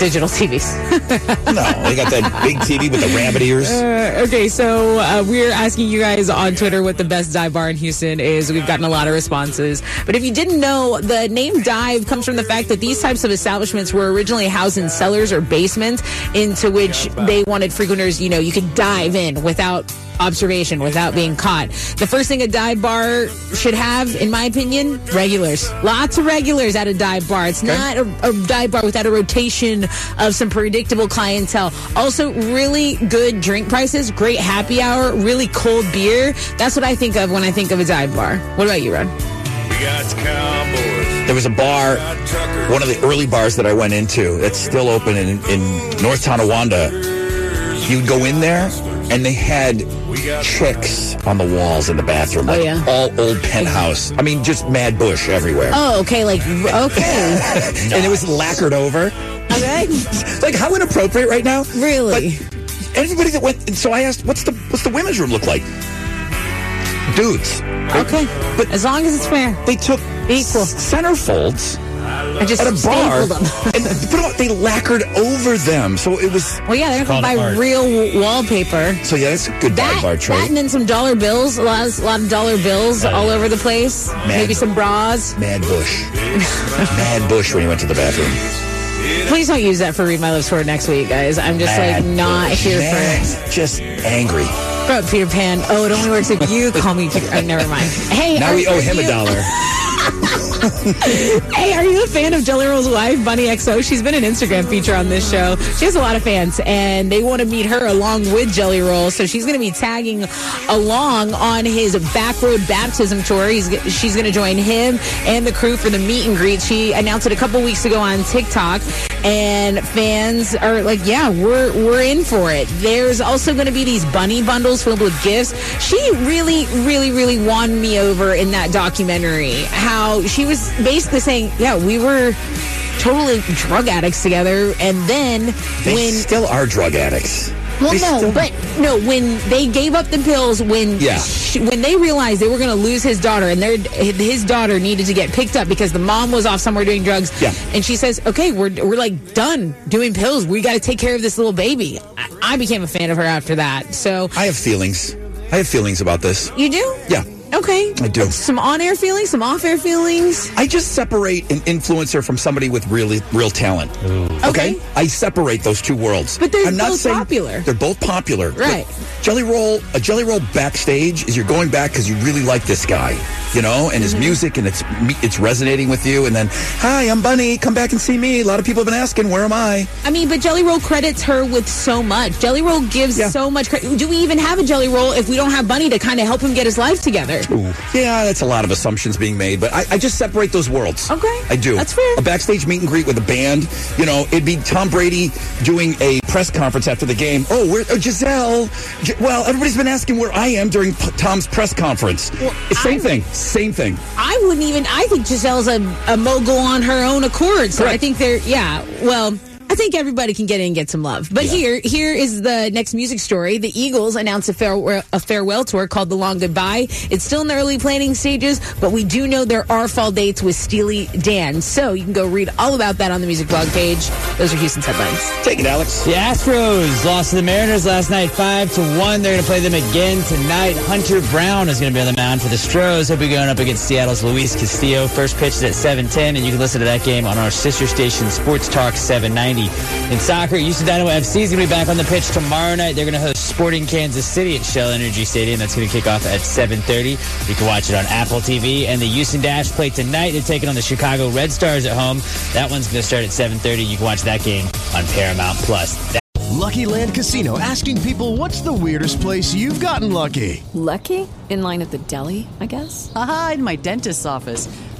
Speaker 4: digital TVs.
Speaker 3: No, Oh, they got that big TV with the rabbit ears.
Speaker 4: Uh, okay, so uh, we're asking you guys on Twitter what the best dive bar in Houston is. We've gotten a lot of responses. But if you didn't know, the name dive comes from the fact that these types of establishments were originally housed in cellars or basements into which they wanted frequenters, you know, you could dive in without observation without being caught. The first thing a dive bar should have, in my opinion, regulars. Lots of regulars at a dive bar. It's not a, a dive bar without a rotation of some predictable clientele. Also, really good drink prices, great happy hour, really cold beer. That's what I think of when I think of a dive bar. What about you, Ron?
Speaker 3: There was a bar, one of the early bars that I went into, that's still open in, in North Tonawanda. You'd go in there, and they had chicks on the walls in the
Speaker 1: Oh,
Speaker 3: bathroom. like
Speaker 4: yeah.
Speaker 3: All old penthouse. I mean, just mad bush everywhere.
Speaker 4: Oh, okay. Like, okay.
Speaker 3: And it was lacquered over.
Speaker 4: Okay.
Speaker 3: like, how inappropriate right now?
Speaker 4: Really?
Speaker 3: But everybody that went, and so I asked, what's the, what's the women's room look like? Dudes.
Speaker 4: Okay. But as long as it's fair.
Speaker 3: They took
Speaker 4: equal
Speaker 3: centerfolds
Speaker 4: I just
Speaker 3: at a bar
Speaker 4: stapled them.
Speaker 3: and put 'em on- they lacquered over them. So it was.
Speaker 4: Well, yeah, they're
Speaker 3: Call
Speaker 4: gonna buy
Speaker 3: it art.
Speaker 4: real w- wallpaper.
Speaker 3: So yeah, that's a good dive
Speaker 4: That,
Speaker 3: bar
Speaker 4: that
Speaker 3: trade.
Speaker 4: and then some dollar bills, a lot of, a lot of dollar bills all over the place. Maybe some bras.
Speaker 3: Uh, Mad Bush. Mad Bush when he went to the bathroom.
Speaker 4: Please don't use that for Read My Lips for next week, guys. I'm just like
Speaker 3: Mad
Speaker 4: not
Speaker 3: Bush.
Speaker 4: here for it.
Speaker 3: Mad, Just angry.
Speaker 4: Grow up, Peter Pan. Oh, it only works if you call me Peter. Oh, never mind. Hey,
Speaker 3: now
Speaker 4: are-
Speaker 3: we owe
Speaker 4: are
Speaker 3: him a
Speaker 4: you-
Speaker 3: dollar.
Speaker 4: Hey, are you a fan of Jelly Roll's wife, Bunny XO? She's been an Instagram feature on this show. She has a lot of fans, and they want to meet her along with Jelly Roll. So she's going to be tagging along on his backroad baptism tour. He's, she's going to join him and the crew for the meet and greet. She announced it a couple weeks ago on TikTok, and fans are like, "Yeah, we're we're in for it." There's also going to be these bunny bundles filled with gifts. She really, really, really won me over in that documentary. How she was basically saying, "Yeah, we were totally drug addicts together," and then
Speaker 3: They
Speaker 4: when
Speaker 3: still are drug addicts.
Speaker 4: well,
Speaker 3: They
Speaker 4: no,
Speaker 3: still-
Speaker 4: but no, when they gave up the pills, when
Speaker 3: Yeah.
Speaker 4: sh- when they realized they were going to lose his daughter, and their his daughter needed to get picked up because the mom was off somewhere doing drugs.
Speaker 3: Yeah.
Speaker 4: and she says, "Okay, we're we're like done doing pills. We got to take care of this little baby." I, I became a fan of her after that. So
Speaker 3: I have feelings. I have feelings about this.
Speaker 4: you do,
Speaker 3: Yeah.
Speaker 4: okay,
Speaker 3: I do.
Speaker 4: Some on air feelings, some off air feelings.
Speaker 3: I just separate an influencer from somebody with really real talent.
Speaker 4: Mm. Okay.
Speaker 3: I separate those two worlds.
Speaker 4: But they're
Speaker 3: I'm not
Speaker 4: both
Speaker 3: saying-
Speaker 4: popular.
Speaker 3: They're both popular. But
Speaker 4: Right.
Speaker 3: Jelly roll, a jelly roll backstage is you're going back because you really like this guy, you know, and his
Speaker 4: Mm-hmm.
Speaker 3: music, and it's me- it's resonating with you. And then, hi, I'm Bunny. Come back and see me. A lot of people have been asking, where am I?
Speaker 4: I mean, but Jelly Roll credits her with so much. Jelly Roll gives
Speaker 3: Yeah.
Speaker 4: so much credit. Do we even have a Jelly Roll if we don't have Bunny to kind of help him get his life together?
Speaker 3: Ooh. Yeah, that's a lot of assumptions being made, but I, I just separate those worlds.
Speaker 4: Okay.
Speaker 3: I do.
Speaker 4: That's fair.
Speaker 3: A backstage meet and greet with a band, you know, it'd be Tom Brady doing a press conference after the game. Oh, where, oh Giselle. G- well, everybody's been asking where I am during P- Tom's press conference.
Speaker 4: Well,
Speaker 3: same
Speaker 4: I-
Speaker 3: thing. Same thing.
Speaker 4: I wouldn't even. I think Giselle's a, a mogul on her own accord. So I
Speaker 3: Correct.
Speaker 4: think they're. Yeah. Well. I think everybody can get in and get some love. But here, here is the next music story. The Eagles announced a farewell, a farewell tour called The Long Goodbye. It's still in the early planning stages, but we do know there are fall dates with Steely Dan. So you can go read all about that on the music blog page. Those are Houston's headlines.
Speaker 3: Take it, Alex.
Speaker 6: The Astros lost to the Mariners last night, five to one. They're going to play them again tonight. Hunter Brown is going to be on the mound for the Stros. He'll be going up against Seattle's Luis Castillo. First pitch is at 7:10, and you can listen to that game on our sister station, Sports Talk 790. In soccer, Houston Dynamo FC is going to be back on the pitch tomorrow night. They're going to host Sporting Kansas City at Shell Energy Stadium. That's going to kick off at 7:30. You can watch it on Apple TV. And the Houston Dash play tonight. They're taking on the Chicago Red Stars at home. That one's going to start at 7:30. You can watch that game on Paramount Plus.
Speaker 16: Lucky Land Casino asking people what's the weirdest place you've gotten lucky?
Speaker 22: Lucky? In line at the deli, I guess?
Speaker 15: Aha, in my dentist's office.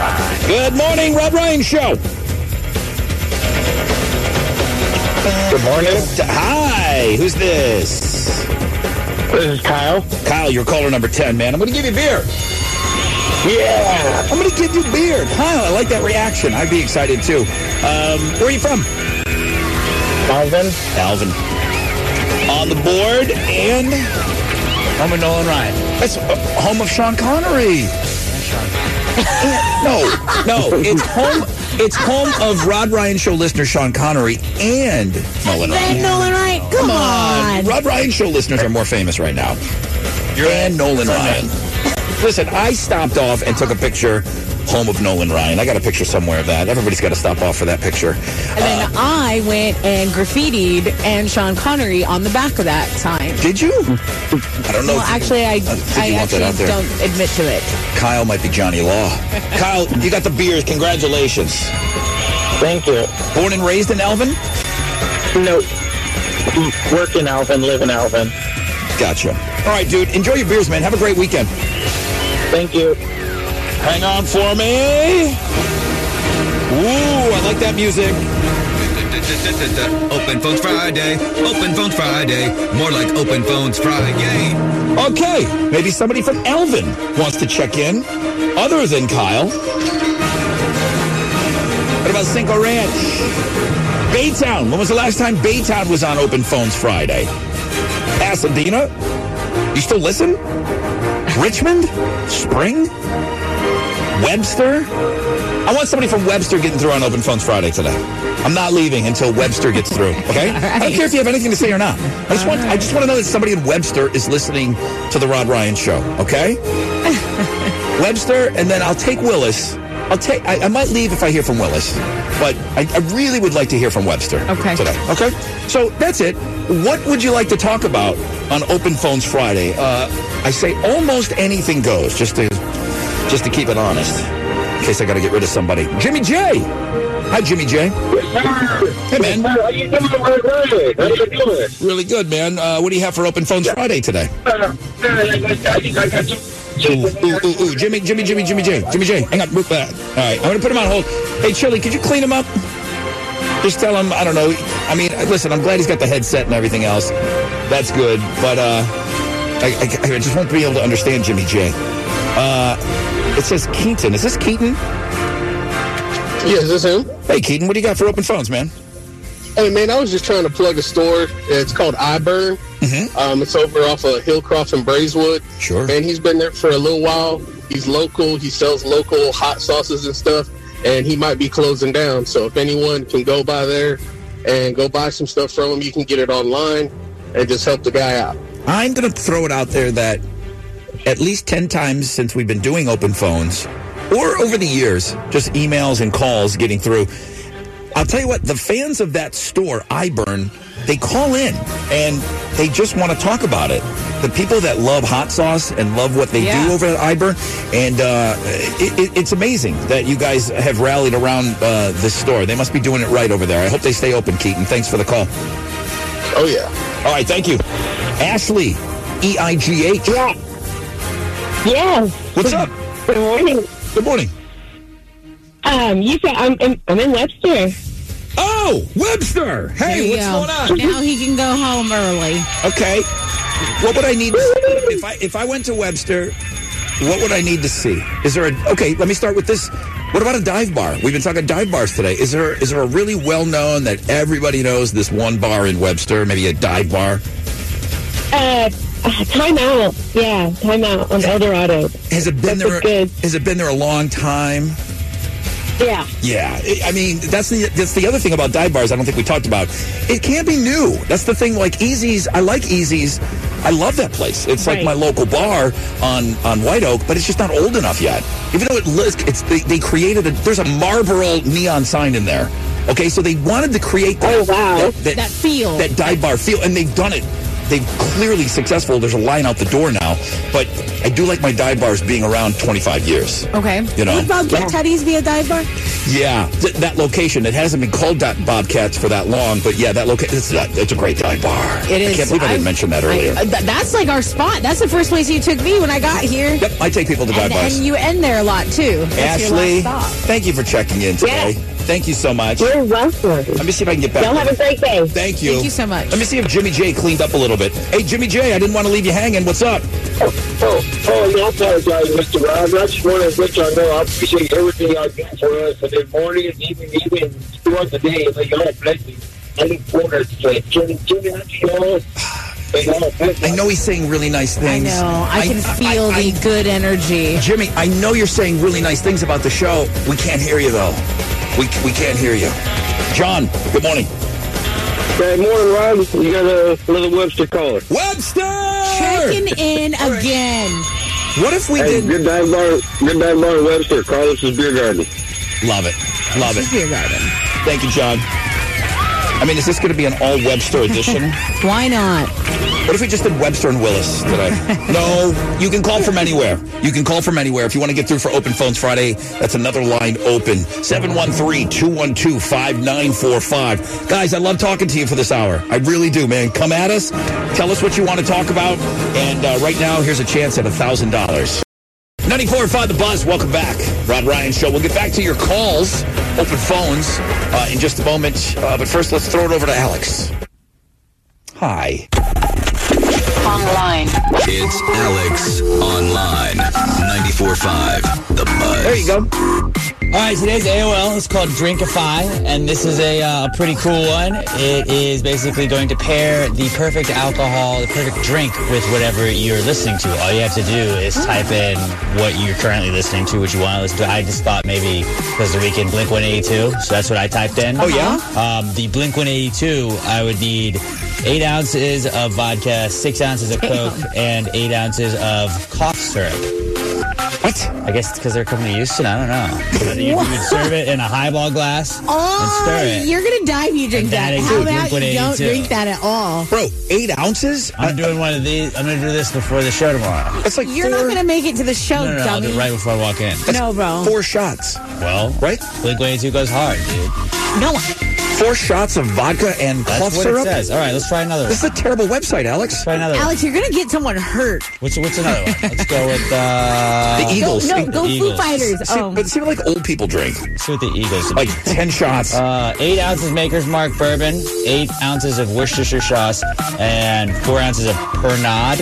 Speaker 18: Uh.
Speaker 3: Good morning, Rob Ryan Show. Good morning. Hi, who's this? This is Kyle. Kyle, you're caller number 10, man. I'm going to give you beer. Yeah, I'm going to give you beer. Kyle, I like that reaction. I'd be excited too. Um, where are you from? Alvin. Alvin. On the board and home of Nolan Ryan. That's uh, home of Sean Connery. no, no, it's home. It's home of Rod Ryan Show listener Sean Connery and Nolan Ryan.
Speaker 1: Van Nolan Wright, come, on.
Speaker 3: Rod Ryan Show listeners are more famous right now. You're and Nolan Ryan. Listen, I stopped off and took a picture home of Nolan Ryan. I got a picture somewhere of that. Everybody's got to stop off for that picture.
Speaker 4: And then I went and graffitied and Sean Connery on the back of that sign.
Speaker 3: Did you? I don't know.
Speaker 4: Well,
Speaker 3: if you-
Speaker 4: actually, I,
Speaker 3: uh, did
Speaker 4: I
Speaker 3: you want that out
Speaker 4: actually
Speaker 3: there?
Speaker 4: don't admit to it.
Speaker 3: Kyle might be Johnny Law. Kyle, you got the beers. Congratulations. Thank you. Born and raised in Elvin? No. Work in Alvin, live in Alvin. Gotcha. All right, dude. Enjoy your beers, man. Have a great weekend. Thank you. Hang on for me. Ooh, I like that music.
Speaker 18: Open Phones Friday. Open Phones Friday. More like Open Phones Friday.
Speaker 3: Okay, maybe somebody from Elvin wants to check in, other than Kyle. What about Cinco Ranch? Baytown. When was the last time Baytown was on Open Phones Friday? Pasadena? You still listen? Richmond? Spring? Webster? I want somebody from Webster getting through on Open Phones Friday today. I'm not leaving until Webster gets through. Okay? I don't care if you have anything to say or not. I just want I just want to know that somebody in Webster is listening to the Rod Ryan show. Okay? Webster, and then I'll take Willis. I'll take. I, I might leave if I hear from Willis, but I, I really would like to hear from Webster okay. today. Okay. So that's it. What would you like to talk about on Open Phones Friday? Uh, I say almost anything goes, just to just to keep it honest. In case I got to get rid of somebody. Jimmy J. Hi, Jimmy J. Hey, man. How you doing? How you doing? Really good, man. Uh, what do you have for Open Phones Friday today? Ooh, ooh, ooh, ooh. Jimmy, Jimmy, Jimmy, Jimmy J. Jimmy J. Hang on. Move back. All right. I'm going to put him on hold. Hey, Chili, could you clean him up? Just tell him, I don't know. I mean, listen, I'm glad he's got the headset and everything else. That's good. But uh, I, I, I just won't be able to understand Jimmy J. Uh, it says Keaton. Is this Keaton? Yeah, is this him? Hey, Keaton, what do you got for open phones, man?
Speaker 21: Hey man, I was just trying to plug a store. It's called iBurn. Um, it's over off of Hillcroft and Brazewood.
Speaker 3: Mm-hmm. Sure.
Speaker 21: Man, he's been there for a little while. He's local. He sells local hot sauces and stuff. And he might be closing down. So if anyone can go by there and go buy some stuff from him, you can get it online and just help the guy out.
Speaker 3: I'm going to throw it out there that at least 10 times since we've been doing open phones or over the years, just emails and calls getting through. I'll tell you what, the fans of that store, iBurn, they call in and they just want to talk about it. The people that love hot sauce and love what they do over at iBurn, and uh, it, it, it's amazing that you guys have rallied around uh, this store. They must be doing it right over there. I hope they stay open, Keaton. Thanks for the call.
Speaker 21: Oh yeah.
Speaker 3: All right, thank you, Ashley, E I G H. Yeah.
Speaker 25: Yes.
Speaker 3: What's up?
Speaker 25: Good morning.
Speaker 3: Good morning.
Speaker 25: Um, you said I'm in, I'm in Webster.
Speaker 3: Oh, Webster. Hey, what's going on?
Speaker 4: Now he can go home early.
Speaker 3: Okay. What would I need to see? if I if I went to Webster? What would I need to see? Is there a okay? Let me start with this. What about a dive bar? We've been talking dive bars today. Is there is there a really well known that everybody knows this one bar in Webster? Maybe a dive bar.
Speaker 25: Uh, uh, time out. Yeah, time out on El Dorado.
Speaker 3: Has it been there? Has it been there a long time?
Speaker 25: Yeah.
Speaker 3: Yeah, I- I mean that's the that's the other thing about dive bars. I don't think we talked about. It can be new. That's the thing. Like Easy's, I like Easy's. I love that place. It's like my local bar on on White Oak, but it's just not old enough yet. Even though it looks, it's they, they created a there's a Marlboro neon sign in there. Okay, so they wanted to create that, oh, wow. that,
Speaker 4: That feel.
Speaker 3: that dive bar feel, and they've done it. They've clearly successful. There's a line out the door now, but I do like my dive bars being around 25 years.
Speaker 4: Okay.
Speaker 3: You know.
Speaker 4: Would Bobcat Teddy's be a dive bar?
Speaker 3: Yeah, th- that location. It hasn't been called that Bobcats for that long, but yeah, that location. It's, a- it's a great dive bar.
Speaker 4: It is.
Speaker 3: I can't believe I
Speaker 4: I've-
Speaker 3: didn't mention that
Speaker 4: I-
Speaker 3: earlier.
Speaker 4: uh, th- that's like our spot. That's the first place you took me when I got here.
Speaker 3: yep, I take people to dive
Speaker 4: And, and
Speaker 3: bars.
Speaker 4: you end there a lot too. That's
Speaker 3: Ashley,
Speaker 4: Your last stop.
Speaker 3: thank you for checking in today. Thank you so much. You're
Speaker 25: welcome.
Speaker 3: Let me see if I can get back.
Speaker 25: Y'all have a great day.
Speaker 3: Thank you.
Speaker 25: Thank you so much.
Speaker 3: Let me see if Jimmy J cleaned up a little bit. Hey, Jimmy J, I didn't want to leave you hanging. What's up?
Speaker 7: Oh, oh, no, I apologize, Mr. Rob. I just want to let y'all know I appreciate everything y'all do for us. And in morning, and evening, even throughout the day, like y'all bless me. I look forward to it. Jimmy, Jimmy, I see y'all. But y'all bless me.
Speaker 3: I know he's saying really nice
Speaker 4: I
Speaker 3: things.
Speaker 4: know. I, can feel the good energy.
Speaker 3: Jimmy, I know you're saying really nice things about the show. We can't hear you though. We, we can't hear you. John, good morning.
Speaker 7: Good morning, Rob. You got a, another Webster caller.
Speaker 3: Webster!
Speaker 4: Checking in again.
Speaker 3: What if we
Speaker 7: hey, did? Good dive bar, good dive bar in Webster. Carlos's Beer Garden.
Speaker 3: Love it. Love it. Thank you, John. I mean, is this going to be an all Webster edition?
Speaker 4: Why not?
Speaker 3: What if we just did Webster and Willis today? no, you can call from anywhere. You can call from anywhere. If you want to get through for Open Phones Friday, that's another line open. 713-212-5945. Guys, I love talking to you for this hour. I really do, man. Come at us. Tell us what you want to talk about. And uh, right now, here's a chance at $1,000. 94.5 The Buzz, welcome back. Rod Ryan Show. We'll get back to your calls, open phones, uh, in just a moment. Uh, but first, let's throw it over to Alex. Hi.
Speaker 9: Online.
Speaker 8: It's Alex online. 94.5 The Buzz.
Speaker 6: There you go. All right, today's AOL is called Drinkify, and this is a uh, pretty cool one. It is basically going to pair the perfect alcohol, the perfect drink with whatever you're listening to. All you have to do is type in what you're currently listening to, what you want to listen to. I just thought maybe because the weekend Blink 182, so that's what I typed in.
Speaker 3: Oh, yeah?
Speaker 6: Um, the Blink 182, I would need eight ounces of vodka, six ounces of
Speaker 3: Damn.
Speaker 6: Coke, and eight ounces of cough syrup.
Speaker 3: What?
Speaker 6: I guess it's because they're coming to Houston. I don't know. You, you would serve it in a highball glass
Speaker 4: Oh,
Speaker 6: and stir it.
Speaker 4: you're gonna die if you drink that.
Speaker 6: that is
Speaker 4: How
Speaker 6: Blink
Speaker 4: about you don't
Speaker 6: 182.
Speaker 4: drink that at all?
Speaker 3: Bro, eight ounces? Uh,
Speaker 6: I'm doing one of these. I'm gonna do this before the show tomorrow.
Speaker 3: That's like
Speaker 4: you're not gonna make it to the show,
Speaker 6: No, no, no, I'll do
Speaker 4: dummy.
Speaker 6: it right before I walk in.
Speaker 4: no, bro.
Speaker 3: Four shots.
Speaker 6: Well,
Speaker 3: right?
Speaker 6: Blink 182 goes hard, dude.
Speaker 4: No.
Speaker 3: Four shots of vodka and
Speaker 6: That's
Speaker 3: cough
Speaker 6: what
Speaker 3: syrup.
Speaker 6: it says. All right, let's try another.
Speaker 3: This is
Speaker 6: one.
Speaker 3: a terrible website, Alex.
Speaker 6: Try another. one.
Speaker 4: Alex, you're gonna get someone hurt.
Speaker 6: What's what's another one? Let's go with uh,
Speaker 3: The Eagles.
Speaker 4: no, go Foo Fighters.
Speaker 3: See,
Speaker 4: Oh.
Speaker 3: But see what like old people drink.
Speaker 6: See what the Eagles.
Speaker 3: Like ten shots.
Speaker 6: Uh, eight ounces Maker's Mark bourbon, eight ounces of Worcestershire sauce, and four ounces of Pernod.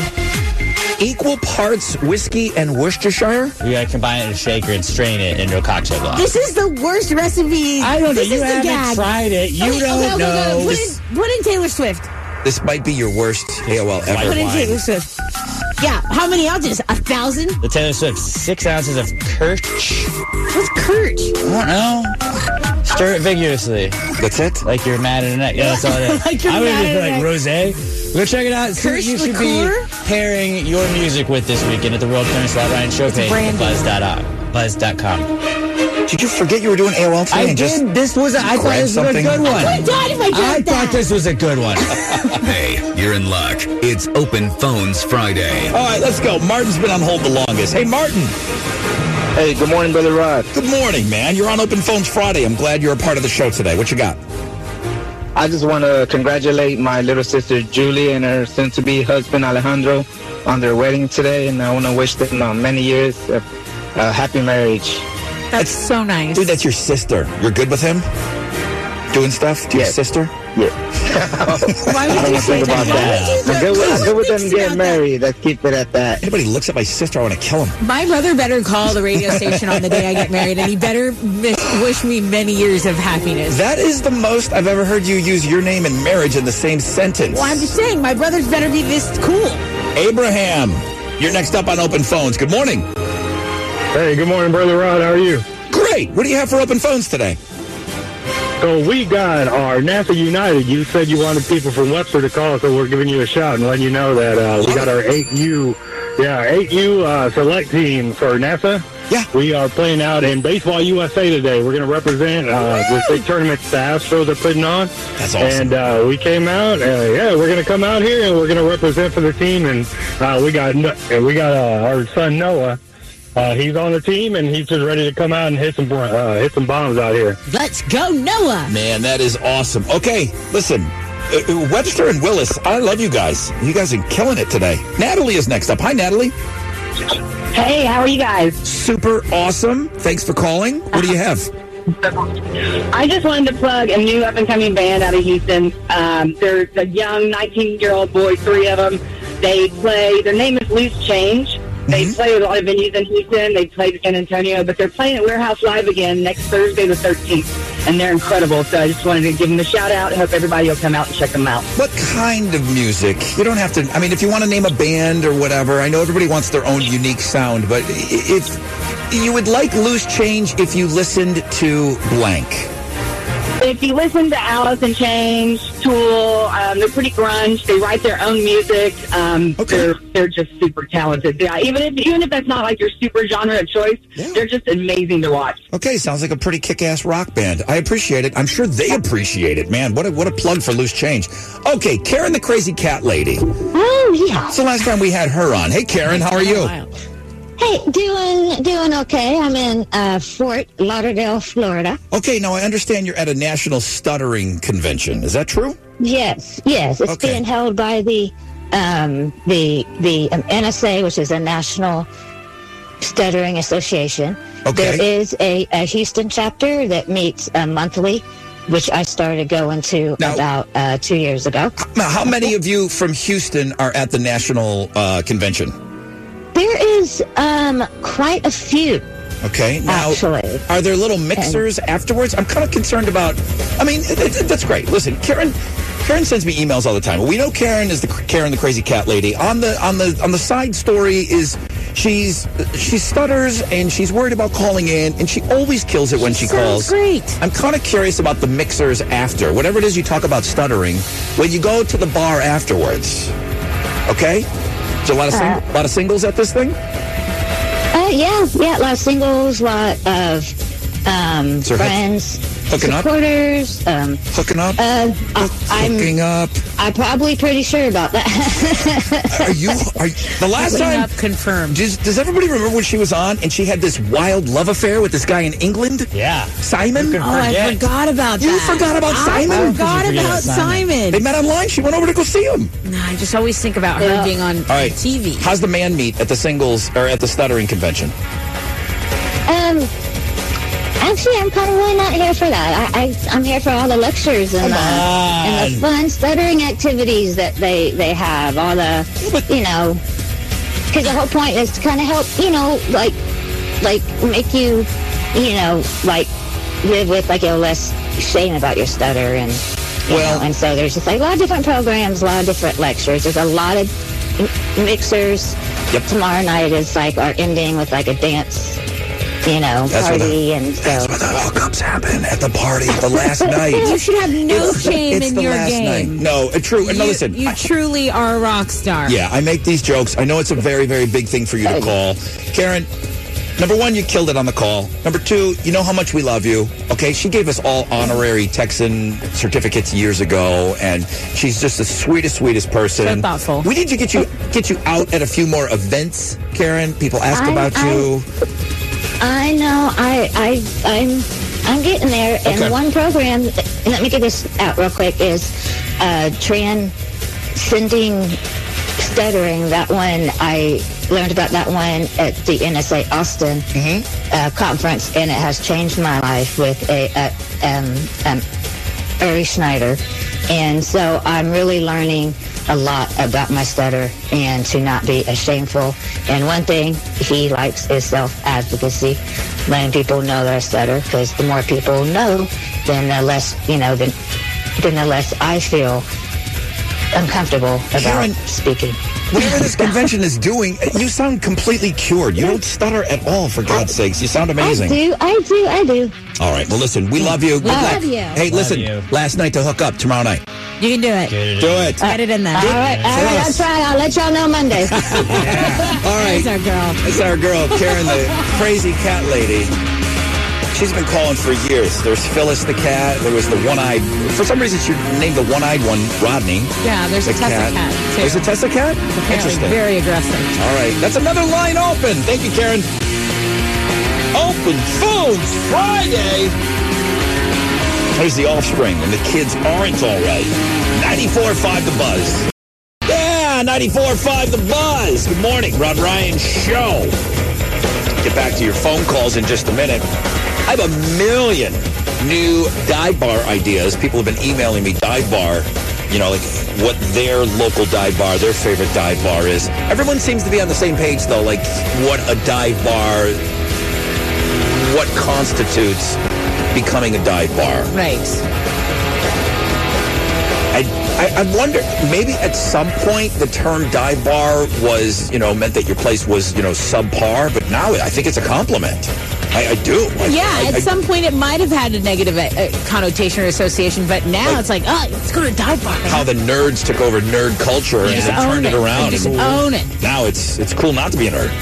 Speaker 3: Equal parts whiskey and Worcestershire.
Speaker 6: We gotta combine it in a shaker and strain it into a cocktail glass.
Speaker 4: This is the worst recipe. I don't this
Speaker 6: know.
Speaker 4: is
Speaker 6: You
Speaker 4: the
Speaker 6: haven't
Speaker 4: gag.
Speaker 6: tried it. You don't know.
Speaker 4: Put,
Speaker 6: This-
Speaker 4: in, put in Taylor Swift.
Speaker 3: This might be your worst AOL ever.
Speaker 4: Put in Taylor Swift. Yeah. How many ounces? A thousand?
Speaker 6: The Taylor Swift, six ounces of Kirch.
Speaker 4: What's Kirch?
Speaker 6: I don't know. Stir it vigorously.
Speaker 3: That's it?
Speaker 6: Like you're mad at a neck. Yeah, that's all it is.
Speaker 4: Like you're
Speaker 6: I would
Speaker 4: mad
Speaker 6: even
Speaker 4: at a
Speaker 6: like rosé. Go check it out. See what
Speaker 4: Kirsch
Speaker 6: you should
Speaker 4: liqueur?
Speaker 6: be pairing your music with this weekend at the World Famous Lot Ryan Showcase at
Speaker 4: brandy.
Speaker 6: buzz.com. Buzz.com.
Speaker 3: Did you forget you were doing AOL today?
Speaker 6: I
Speaker 3: and just
Speaker 6: did. This was. A, I thought
Speaker 3: grab
Speaker 6: this was a
Speaker 3: something?
Speaker 6: good one.
Speaker 4: I would've died if I drank
Speaker 6: thought
Speaker 4: that.
Speaker 6: this was a good one.
Speaker 8: Hey, you're in luck. It's Open Phones Friday.
Speaker 3: All right, let's go. Martin's been on hold the longest. Hey, Martin.
Speaker 7: Hey, good morning, Brother Rod.
Speaker 3: Good morning, man. You're on Open Phones Friday. I'm glad you're a part of the show today. What you got?
Speaker 7: I just want to congratulate my little sister Julie and her soon to be husband Alejandro on their wedding today, and I want to wish them uh, many years of uh, happy marriage.
Speaker 4: That's so nice.
Speaker 3: Dude, that's your sister. You're good with him? Doing stuff to your
Speaker 7: Yes.
Speaker 3: sister?
Speaker 4: Why
Speaker 7: I
Speaker 4: would you
Speaker 7: don't
Speaker 4: say
Speaker 7: think about
Speaker 4: that?
Speaker 7: that. I'm good, with,
Speaker 4: Why would you do
Speaker 7: I'm
Speaker 4: that?
Speaker 7: good with them getting married. Let's keep it at that.
Speaker 3: Anybody looks at my sister, I want to kill him.
Speaker 4: My brother better call the radio station on the day I get married, and he better miss, wish me many years of happiness.
Speaker 3: That is the most I've ever heard you use your name and marriage in the same sentence.
Speaker 4: Well, I'm just saying, my brother's better be this cool.
Speaker 3: Abraham, you're next up on Open Phones. Good morning.
Speaker 11: Hey, good morning, Brother Rod. How are you?
Speaker 3: Great. right. What do you have for open phones today?
Speaker 11: So we got our NASA United. You said you wanted people from Webster to call, so we're giving you a shout and letting you know that uh, we got our 8U, yeah, our 8U uh, select team for NASA.
Speaker 3: Yeah.
Speaker 11: We are playing out in Baseball USA today. We're going to represent uh, this big tournament the Astros are putting on.
Speaker 3: That's awesome.
Speaker 11: And uh, we came out. Uh, yeah, we're going to come out here and we're going to represent for the team. And uh, we got and we got uh, our son Noah. Uh, he's on the team and he's just ready to come out and hit some uh, hit some bombs out here.
Speaker 1: Let's go, Noah.
Speaker 3: Man, that is awesome. Okay, listen. uh, uh, Webster and Willis, I love you guys. You guys are killing it today. Natalie is next up. Hi, Natalie.
Speaker 25: Hey, how are you guys?
Speaker 3: Super awesome. Thanks for calling. What do you have?
Speaker 25: I just wanted to plug a new up and coming band out of Houston. Um, they're a young 19 year old boy, three of them. They play, their name is Loose Change. They play with a lot of venues in Houston. They played in San Antonio, but they're playing at Warehouse Live again next Thursday, the 13th. And they're incredible. So I just wanted to give them a shout out. and Hope everybody will come out and check them out.
Speaker 3: What kind of music? You don't have to. I mean, if you want to name a band or whatever, I know everybody wants their own unique sound, but i- if you would like loose change, if you listened to blank,
Speaker 25: If you listen to Alice in Chains, Tool, um, they're pretty grunge. They write their own music. Um, They're they're just super talented. Yeah, even if even if that's not like your super genre of choice, they're just amazing to watch.
Speaker 3: okay, sounds like a pretty kick-ass rock band. I appreciate it. I'm sure they appreciate it, man. What a what a plug for loose change. Okay, Karen, the crazy cat lady.
Speaker 10: Oh yeah.
Speaker 3: It's the last time we had her on. Hey, Karen, how are you?
Speaker 10: Hey, doing doing okay. I'm in uh, Fort Lauderdale, Florida.
Speaker 3: Okay, now I understand you're at a national stuttering convention. Is that true?
Speaker 10: Yes, yes, it's
Speaker 3: Okay.
Speaker 10: being held by the um, the the um, NSA, which is a National Stuttering Association.
Speaker 15: Okay.
Speaker 10: There is a, a Houston chapter that meets uh, monthly, which I started going to about uh, two years ago.
Speaker 3: Now, how many of you from Houston are at the national uh, convention?
Speaker 10: There is um, quite a few.
Speaker 3: Okay. Now, are there little mixers afterwards? I'm kind of concerned about. I mean, th- th- that's great. Listen, Karen. Karen sends me emails all the time. We know Karen is the cr- Karen, the crazy cat lady. On the on the on the side story is she's she stutters and she's worried about calling in, and she always kills it when she, calls. Great. I'm kind of curious about the mixers after whatever it is you talk about stuttering when you go to the bar afterwards. Okay. So a lot of sing-
Speaker 10: Uh,
Speaker 3: a lot of singles at this thing.
Speaker 10: Uh, yeah, yeah, a lot of singles, a lot of um,
Speaker 3: So have-
Speaker 10: friends,
Speaker 3: hooking up?
Speaker 10: supporters, um,
Speaker 3: hooking up,
Speaker 10: uh, I,
Speaker 3: hooking up.
Speaker 10: I'm probably pretty sure about that.
Speaker 3: Are you? Are you, the last
Speaker 10: Hooking
Speaker 3: time
Speaker 10: up
Speaker 3: confirmed? Does, does everybody remember when she was on and she had this wild love affair with this guy in England? Yeah, Simon.
Speaker 1: Oh, I forgot about
Speaker 3: You
Speaker 1: that.
Speaker 3: forgot about
Speaker 1: I
Speaker 3: Simon.
Speaker 1: forgot How could you forget about Simon? Simon.
Speaker 3: They met online. She went over to go see him.
Speaker 1: No, I just always think about her being on.
Speaker 3: All right. TV. How's the man meet at the singles or at the stuttering convention?
Speaker 10: um, actually, I'm probably not here for that. I, I, I'm here for all the lectures and the, and the fun stuttering activities that they, they have, all the, you know, because the whole point is to kind of help, you know, like, like make you, you know, like live with like a less shame about your stutter and, you know, and so there's just like a lot of different programs, a lot of different lectures. There's a lot of m- mixers. Tomorrow night is like our ending with like a dance, you know,
Speaker 3: That's where the-
Speaker 10: party and so.
Speaker 3: That's where the hookups happen at the party at the last night.
Speaker 4: You should have no
Speaker 3: It's the-
Speaker 4: shame
Speaker 3: it's
Speaker 4: in
Speaker 3: the
Speaker 4: your
Speaker 3: last
Speaker 4: game.
Speaker 3: night. No, uh, true. And no,
Speaker 4: You-
Speaker 3: listen,
Speaker 4: you truly are a rock star.
Speaker 3: Yeah, I make these jokes. I know it's a very, very big thing for you to call. Karen, number one, you killed it on the call. Number two, you know how much we love you. Okay, she gave us all honorary Texan certificates years ago, and she's just the sweetest, sweetest person.
Speaker 4: So thoughtful.
Speaker 3: We need to get you get you out at a few more events, Karen. People ask
Speaker 10: I-
Speaker 3: about
Speaker 10: I-
Speaker 3: you.
Speaker 10: I know. I I I'm I'm getting there. And
Speaker 3: Okay.
Speaker 10: the one program, and let me get this out real quick, is uh, transcending stuttering. That one I learned about that one at the NSA Austin uh, conference, and it has changed my life with a, a um, um, Uri Schneider. And so I'm really learning a lot about my stutter and to not be as shameful. And one thing he likes is self-advocacy, letting people know that I stutter because the more people know, then the less, you know, then, then the less I feel uncomfortable about speaking.
Speaker 3: whatever this convention is doing, you sound completely cured. You don't stutter at all, for God's sakes. You sound amazing.
Speaker 10: I do, I do, I do.
Speaker 3: All right. Well, listen, we love you. Good
Speaker 10: Love
Speaker 3: luck.
Speaker 10: you.
Speaker 3: Hey,
Speaker 10: Love
Speaker 3: listen, last night to hook up, tomorrow night.
Speaker 10: You can do it. Do
Speaker 3: Do it.
Speaker 10: Get it in there. All right, all right, I'll try it. I'll let y'all know Monday.
Speaker 3: All right. That's our girl. That's our girl, Karen, the crazy cat lady. She's been calling for years. There's Phyllis the cat. There was the one-eyed. For some reason, she named the one-eyed one Rodney.
Speaker 4: Yeah, there's a
Speaker 3: The
Speaker 4: Tessa cat, too.
Speaker 3: There's a Tessa cat.
Speaker 4: Apparently
Speaker 3: Interesting.
Speaker 4: very aggressive.
Speaker 3: All right, that's another line open. Thank you, Karen. Open phones Friday. There's the offspring, and the kids aren't all right. 94.5 the buzz. Yeah, 94.5 the buzz. Good morning, Rod Ryan Show. Get back to your phone calls in just a minute. I have a million new dive bar ideas. People have been emailing me dive bar, you know, like what their local dive bar, their favorite dive bar is. Everyone seems to be on the same page, though, like what a dive bar, what constitutes becoming a dive bar.
Speaker 4: Right.
Speaker 3: I, I, I wonder, maybe at some point the term dive bar was, you know, meant that your place was, you know, subpar, but now I think it's a compliment. I, I do. I-
Speaker 4: Yeah,
Speaker 3: I-
Speaker 4: at
Speaker 3: I-
Speaker 4: some point it might have had a negative uh, connotation or association, but now it's like, oh, let's go to a dive bar.
Speaker 3: how the nerds took over nerd culture and
Speaker 4: Just
Speaker 3: then
Speaker 4: own
Speaker 3: turned it,
Speaker 4: it.
Speaker 3: around.
Speaker 4: Just
Speaker 3: and
Speaker 4: own it.
Speaker 3: Now it's it's cool not to be a nerd.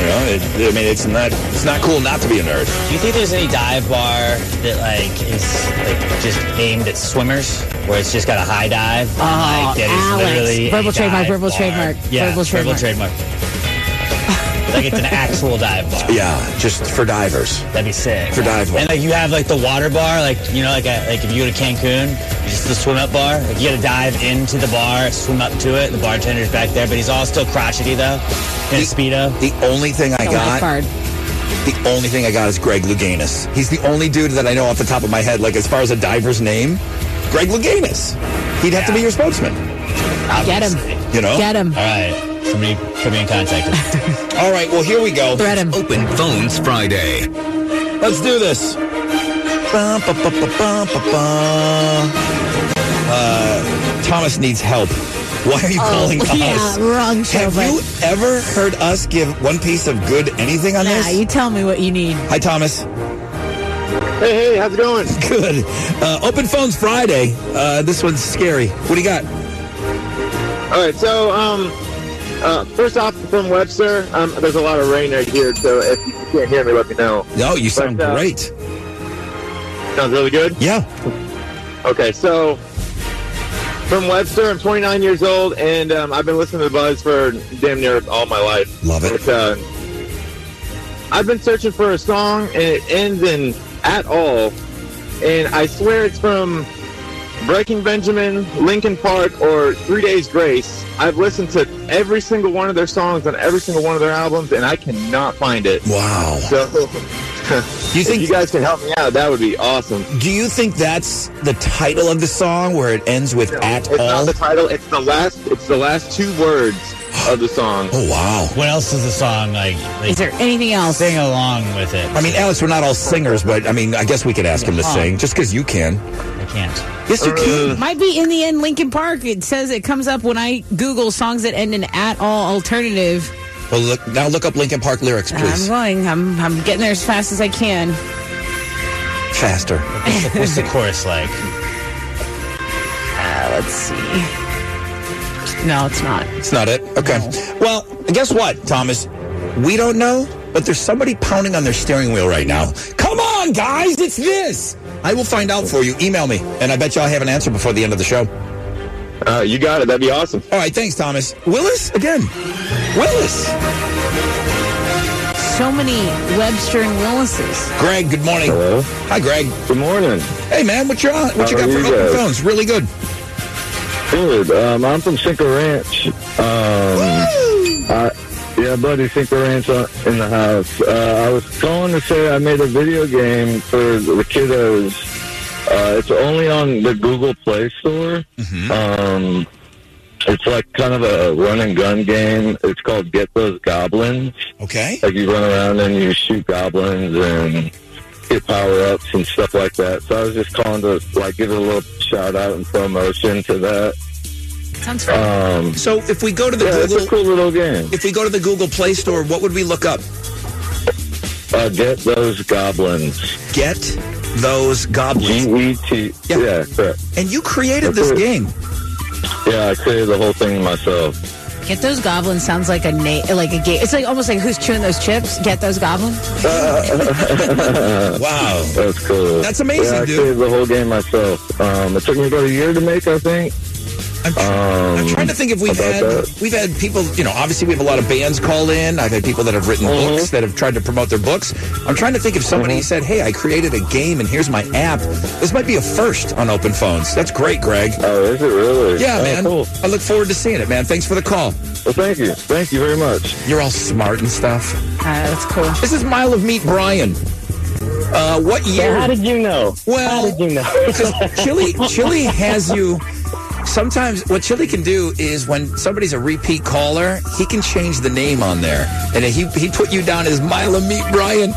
Speaker 3: You know, it, I mean, it's not it's not cool not to be a nerd.
Speaker 2: Do you think there's any dive bar that like is like just aimed at swimmers, where it's just got a high dive?
Speaker 3: Oh,
Speaker 2: and, like, that is literally a
Speaker 4: Oh, verbal trademark,
Speaker 2: dive
Speaker 4: verbal
Speaker 2: bar?
Speaker 4: trademark,
Speaker 2: Yeah,
Speaker 4: verbal trademark.
Speaker 2: trademark. like it's an actual dive bar.
Speaker 3: Yeah, just for divers.
Speaker 2: That'd be sick.
Speaker 3: For dive bar.
Speaker 2: And like you have like the water bar, like you know, like a, like if you go to Cancun, just the swim up bar. Like you got to dive into the bar, swim up to it. The bartender's back there, but he's all still crotchety though, in a speedo.
Speaker 3: The only thing I got. The only thing I got is Greg Louganis. He's the only dude that I know off the top of my head. Like as far as a diver's name, Greg Louganis. He'd have to be your spokesman.
Speaker 4: Get him.
Speaker 3: You know.
Speaker 4: Get him.
Speaker 2: All right, somebody put me in contact.
Speaker 3: All right. Well, here we go.
Speaker 4: Thread him.
Speaker 18: Open Phones Friday.
Speaker 3: Let's do this. Bum, ba, ba, ba, bum, ba, ba. Uh, Thomas needs help. Why are you
Speaker 4: Oh,
Speaker 3: calling
Speaker 4: yeah,
Speaker 3: us?
Speaker 4: wrong show,
Speaker 3: Have
Speaker 4: but-
Speaker 3: you ever heard us give one piece of good anything on
Speaker 4: Nah,
Speaker 3: this?
Speaker 4: you tell me what you need.
Speaker 3: Hi, Thomas. Hey, hey, how's it going? Good. Uh, open phones Friday. Uh, this one's scary. What do you got?
Speaker 21: All right, so um, uh, first off, from Webster, um, there's a lot of rain right here, so if you can't hear me, let me know.
Speaker 3: No, you sound
Speaker 21: But, uh,
Speaker 3: great.
Speaker 21: Sounds really good?
Speaker 3: Yeah.
Speaker 21: Okay, so from Webster, I'm 29 years old, and um, I've been listening to Buzz for damn near all my life.
Speaker 3: Love it.
Speaker 21: uh, I've been searching for a song, and it ends in at all, and I swear it's from Breaking Benjamin, Lincoln Park, or Three Days Grace. I've listened to every single one of their songs on every single one of their albums, and I cannot find it.
Speaker 3: Wow.
Speaker 21: So, you think you guys can help me out? That would be awesome.
Speaker 3: Do you think that's the title of the song where it ends with at
Speaker 21: It's not
Speaker 3: all?
Speaker 21: the title. It's the last. It's the last two words of the song.
Speaker 3: Oh wow!
Speaker 2: What else is the song like? like
Speaker 4: Is there anything else?
Speaker 2: Sing along with it.
Speaker 3: I mean, Alex, we're not all singers, but I mean, I guess we could ask him to
Speaker 4: Oh.
Speaker 3: sing just because you can.
Speaker 2: I can't.
Speaker 3: Yes,
Speaker 21: Uh.
Speaker 3: you can.
Speaker 4: Might be in the end Lincoln Park. It says it comes up when I Google songs that end in at all alternative.
Speaker 3: Well, look now. Look up Lincoln Park lyrics,
Speaker 4: I'm
Speaker 3: please.
Speaker 4: going. I'm I'm getting there as fast as I can.
Speaker 3: Faster.
Speaker 2: What's the chorus like?
Speaker 4: Uh, let's see. No, it's not.
Speaker 3: It's not it. Okay. Well, guess what, Thomas? We don't know, but there's somebody pounding on their steering wheel right now. Come on, guys! It's this. I will find out for you. Email me, and I bet you I'll have an answer before the end of the show.
Speaker 21: Uh, you got it. That'd be awesome.
Speaker 3: All right, thanks, Thomas. Willis again. Willis.
Speaker 4: So many Webster and Willis's.
Speaker 3: Greg, good morning. Hello. Hi, Greg.
Speaker 21: Good morning.
Speaker 3: Hey, man, what you on? What you
Speaker 21: How
Speaker 3: got
Speaker 21: are
Speaker 3: for
Speaker 21: you
Speaker 3: open
Speaker 21: guys?
Speaker 3: phones? Really good.
Speaker 11: Dude, um, I'm from Cinco Ranch. Um, I, yeah, buddy, Cinco Ranch on- in the house. Uh, I was calling to say I made a video game for the kiddos. Uh, it's only on the Google Play Store. Um, it's like kind of a run and gun game. It's called Get Those Goblins.
Speaker 3: Okay.
Speaker 11: Like you run around and you shoot goblins and get power ups and stuff like that. So I was just calling to like give a little shout out and promotion to that.
Speaker 1: Sounds
Speaker 3: Um, so if we go to the
Speaker 7: yeah, it's
Speaker 3: Google,
Speaker 7: a cool little game.
Speaker 3: If we go to the Google Play Store, what would we look up?
Speaker 7: Uh, get those goblins.
Speaker 3: Get those goblins.
Speaker 11: E
Speaker 7: G-E-T. Yeah. correct.
Speaker 3: And you created
Speaker 7: this
Speaker 3: game.
Speaker 7: Yeah, I created the whole thing myself.
Speaker 4: Get those goblins sounds like a na- like a game. It's like almost like who's chewing those chips? Get those goblins.
Speaker 7: wow, that's cool.
Speaker 3: That's amazing,
Speaker 7: yeah, I
Speaker 3: dude.
Speaker 7: created the whole game myself. Um, it took me about a year to make, I think.
Speaker 3: I'm,
Speaker 7: um,
Speaker 3: trying to think if we've
Speaker 7: about
Speaker 3: had
Speaker 7: that.
Speaker 3: we've had people. You know, obviously we have a lot of bands call in. I've had people that have written
Speaker 7: Mm-hmm.
Speaker 3: books that have tried to promote their books. I'm trying to think if somebody said, "Hey, I created a game and here's my app." This might be a first on open phones. That's great, Greg.
Speaker 7: Oh, is it really?
Speaker 3: Yeah,
Speaker 7: Oh,
Speaker 3: man.
Speaker 7: cool.
Speaker 3: I look forward to seeing it, man. Thanks for the call.
Speaker 7: Well, thank you. Thank you very much.
Speaker 3: You're all smart and stuff.
Speaker 4: Uh, that's cool.
Speaker 3: This is Mile of Meat Brian. Uh, what year?
Speaker 7: how did you know?
Speaker 3: Well, how did you know? Chili, Chili has you. Sometimes what Chili can do is when somebody's a repeat caller, he can change the name on there, and he he put you down as Mile of Meat Brian.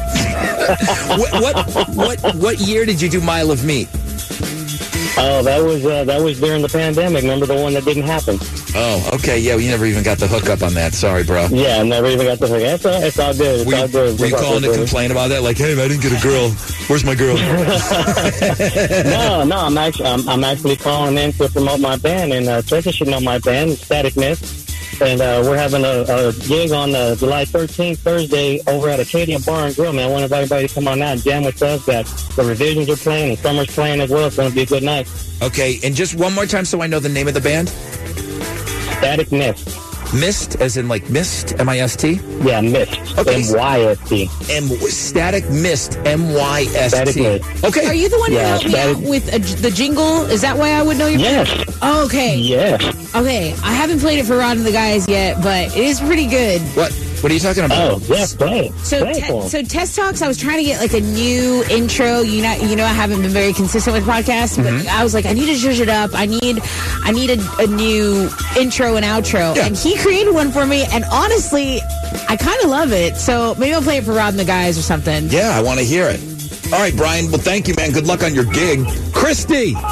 Speaker 3: what, what what what year did you do Mile of Meat?
Speaker 15: Oh, that was uh, that was during the pandemic. Remember the one that didn't happen?
Speaker 3: Oh, okay, yeah, well, you never even got the hookup on that. Sorry, bro.
Speaker 15: Yeah, I never even got the hook. It's all, it's all good. It's
Speaker 3: Were
Speaker 15: all
Speaker 3: you,
Speaker 15: good.
Speaker 3: were you
Speaker 15: It's all
Speaker 3: calling to
Speaker 15: good.
Speaker 3: complain about that? Like, hey, I didn't get a girl. Where's my girl?
Speaker 15: no, no, I'm actually I'm, I'm actually calling in to promote my band, and uh, Tracy should know my band, Staticness. And uh, we're having a, a gig on uh, July 13th, Thursday, over at Acadia Bar and Grill. Man, I want everybody to come on out and jam with us. That the revisions are playing, and summer's playing as well. It's going to be a good night.
Speaker 3: Okay, and just one more time so I know the name of the band.
Speaker 15: Static Mist.
Speaker 3: Mist, as in like mist, M I S T?
Speaker 15: Yeah, Mist.
Speaker 3: Okay.
Speaker 15: M Y S T.
Speaker 3: M Static Mist, M Y S
Speaker 15: Static
Speaker 3: T.
Speaker 15: Mist.
Speaker 3: Okay.
Speaker 4: Are you the one who
Speaker 3: Yeah,
Speaker 4: helped me
Speaker 3: that
Speaker 4: out
Speaker 3: is-
Speaker 4: with a j the jingle? Is that why I would know you?
Speaker 15: Yes.
Speaker 4: Oh, okay.
Speaker 15: Yes.
Speaker 4: Okay. I haven't played it for Rod and the guys yet, but it is pretty good.
Speaker 3: What? What are you talking about?
Speaker 15: Oh, yeah, play. it.
Speaker 4: So,
Speaker 15: play it
Speaker 4: te-
Speaker 15: for 'em.
Speaker 4: so test talks. I was trying to get like a new intro. You know, you know, I haven't been very consistent with podcasts, but
Speaker 15: Mhm.
Speaker 4: I was like, I need to zhuzh it up. I need, I need a, a new intro and outro. And he created one for me, and honestly, I kind of love it. So maybe I'll play it for Rob and the guys or something.
Speaker 3: Yeah, I want to hear it. All right, Brian. Well, thank you, man. Good luck on your gig. Christy.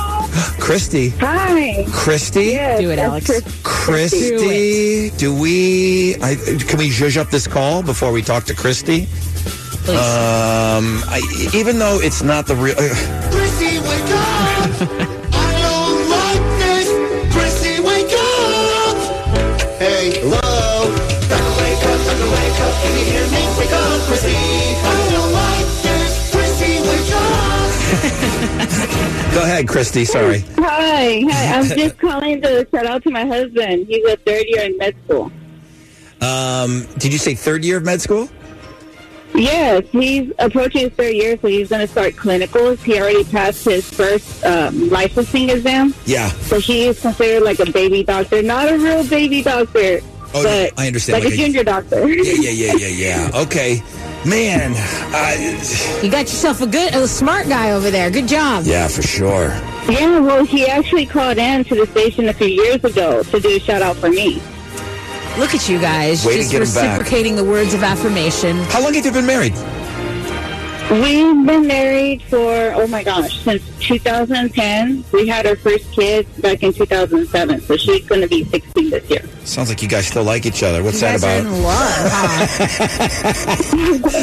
Speaker 3: Christy.
Speaker 25: Hi.
Speaker 3: Christy.
Speaker 4: Do it, Alex.
Speaker 3: Christy, do we? I, can we zhuzh up this call before we talk to Christy? Um, I, even though it's not the real. uh,
Speaker 13: Chrissy, wake up! I don't like this! Chrissy, wake up! Hey, hello! Time to wake up, time to wake up, can you hear me? Wake up, Chrissy! I don't like this! Chrissy, wake up!
Speaker 3: Go ahead, Christy. Sorry.
Speaker 25: Hi. Hi. I'm just calling to shout out to my husband. He's a third year in med school.
Speaker 3: Um, did you say third year of med school?
Speaker 25: Yes, he's approaching his third year, so he's going to start clinicals. He already passed his first um, licensing exam.
Speaker 3: Yeah.
Speaker 25: So he is considered like a baby doctor, not a real baby doctor,
Speaker 3: Oh,
Speaker 25: but
Speaker 3: I understand,
Speaker 25: like,
Speaker 3: like
Speaker 25: a
Speaker 3: a-
Speaker 25: junior doctor.
Speaker 3: Yeah, yeah, yeah, yeah, yeah. Okay, man. I,
Speaker 4: You got yourself a good, a smart guy over there. Good job.
Speaker 3: yeah, for sure.
Speaker 25: Yeah, well, he actually called in to the station a few years ago to do a shout out for me.
Speaker 4: Look at you guys,
Speaker 25: Way to
Speaker 4: just
Speaker 25: get 'em back.
Speaker 4: reciprocating the words of affirmation.
Speaker 3: How long have you been married?
Speaker 25: We've been married for, oh my gosh, since 2010. We had our first kid back in 2007, so she's going to be 16 this year.
Speaker 3: Sounds like you guys still like each other. What's
Speaker 25: You
Speaker 3: that
Speaker 25: guys are
Speaker 3: about?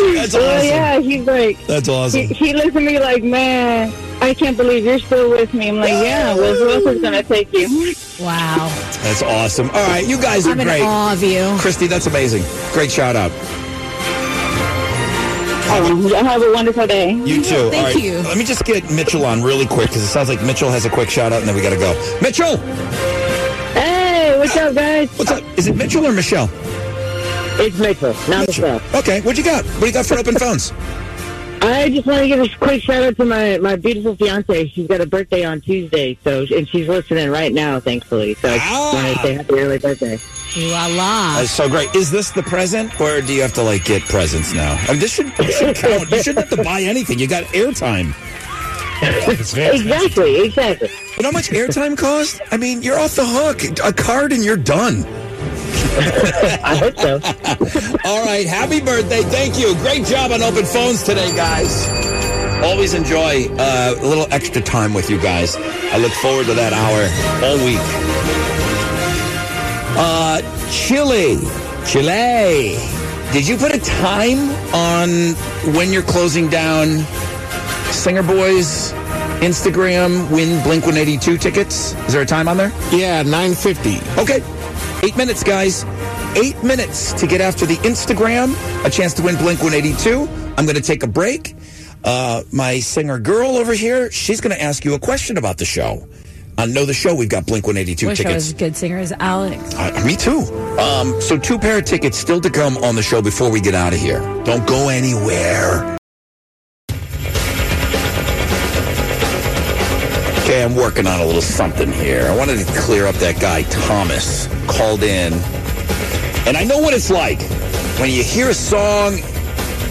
Speaker 25: in That's Well,
Speaker 3: awesome.
Speaker 25: yeah, he's like,
Speaker 3: That's awesome.
Speaker 25: He, he looks at me like, man, I can't believe you're still with me. I'm like, yeah, well, who else is going to take you?
Speaker 4: Wow.
Speaker 3: That's awesome. All right, you guys are
Speaker 25: I'm in
Speaker 3: great.
Speaker 25: awe
Speaker 4: of you,
Speaker 3: Christy. That's amazing. Great shout out.
Speaker 25: Oh, have a wonderful day.
Speaker 3: You too. All right. Let me just get Mitchell on really quick because it sounds like Mitchell has a quick shout out, and then we got to go. Mitchell.
Speaker 25: Hey, what's up, guys?
Speaker 3: What's up? Is it Mitchell or Michelle?
Speaker 25: It's Mitchell, not Michelle.
Speaker 3: Okay, what you got? What do you got for open phones?
Speaker 25: I just want to give a quick shout out to my, my beautiful fiance. She's got a birthday on Tuesday, so and she's listening right now, thankfully. So I just want
Speaker 3: Ah.
Speaker 25: to say happy early birthday.
Speaker 4: La la.
Speaker 25: Ah.
Speaker 3: That's so great. Is this the present, or do you have to like get presents now? I mean, this should, this should count. You shouldn't have to buy anything. You got airtime.
Speaker 25: exactly, exactly.
Speaker 3: You know how much airtime cost? I mean, you're off the hook. A card and you're done. I
Speaker 25: hope so.
Speaker 3: All right, happy birthday. Thank you. Great job on open phones today, guys. Always enjoy uh, a little extra time with you guys. I look forward to that hour all week. Uh, Chile, Chile. Did you put a time on when you're closing down Singer Boys Instagram win Blink 182 tickets? Is there a time on there? Yeah, 950. Okay. Eight minutes, guys. Eight minutes to get after the Instagram. A chance to win Blink 182. I'm going to take a break. Uh, my singer girl over here, she's going to ask you a question about the show. On Know the Show, we've got Blink 182
Speaker 12: Wish I
Speaker 3: tickets.
Speaker 12: was a good singer as Alex.
Speaker 3: Uh, me too. Um, so two pair of tickets still to come on the show before we get out of here. Don't go anywhere. Okay, I'm working on a little something here. I wanted to clear up that guy Thomas called in, and I know what it's like when you hear a song.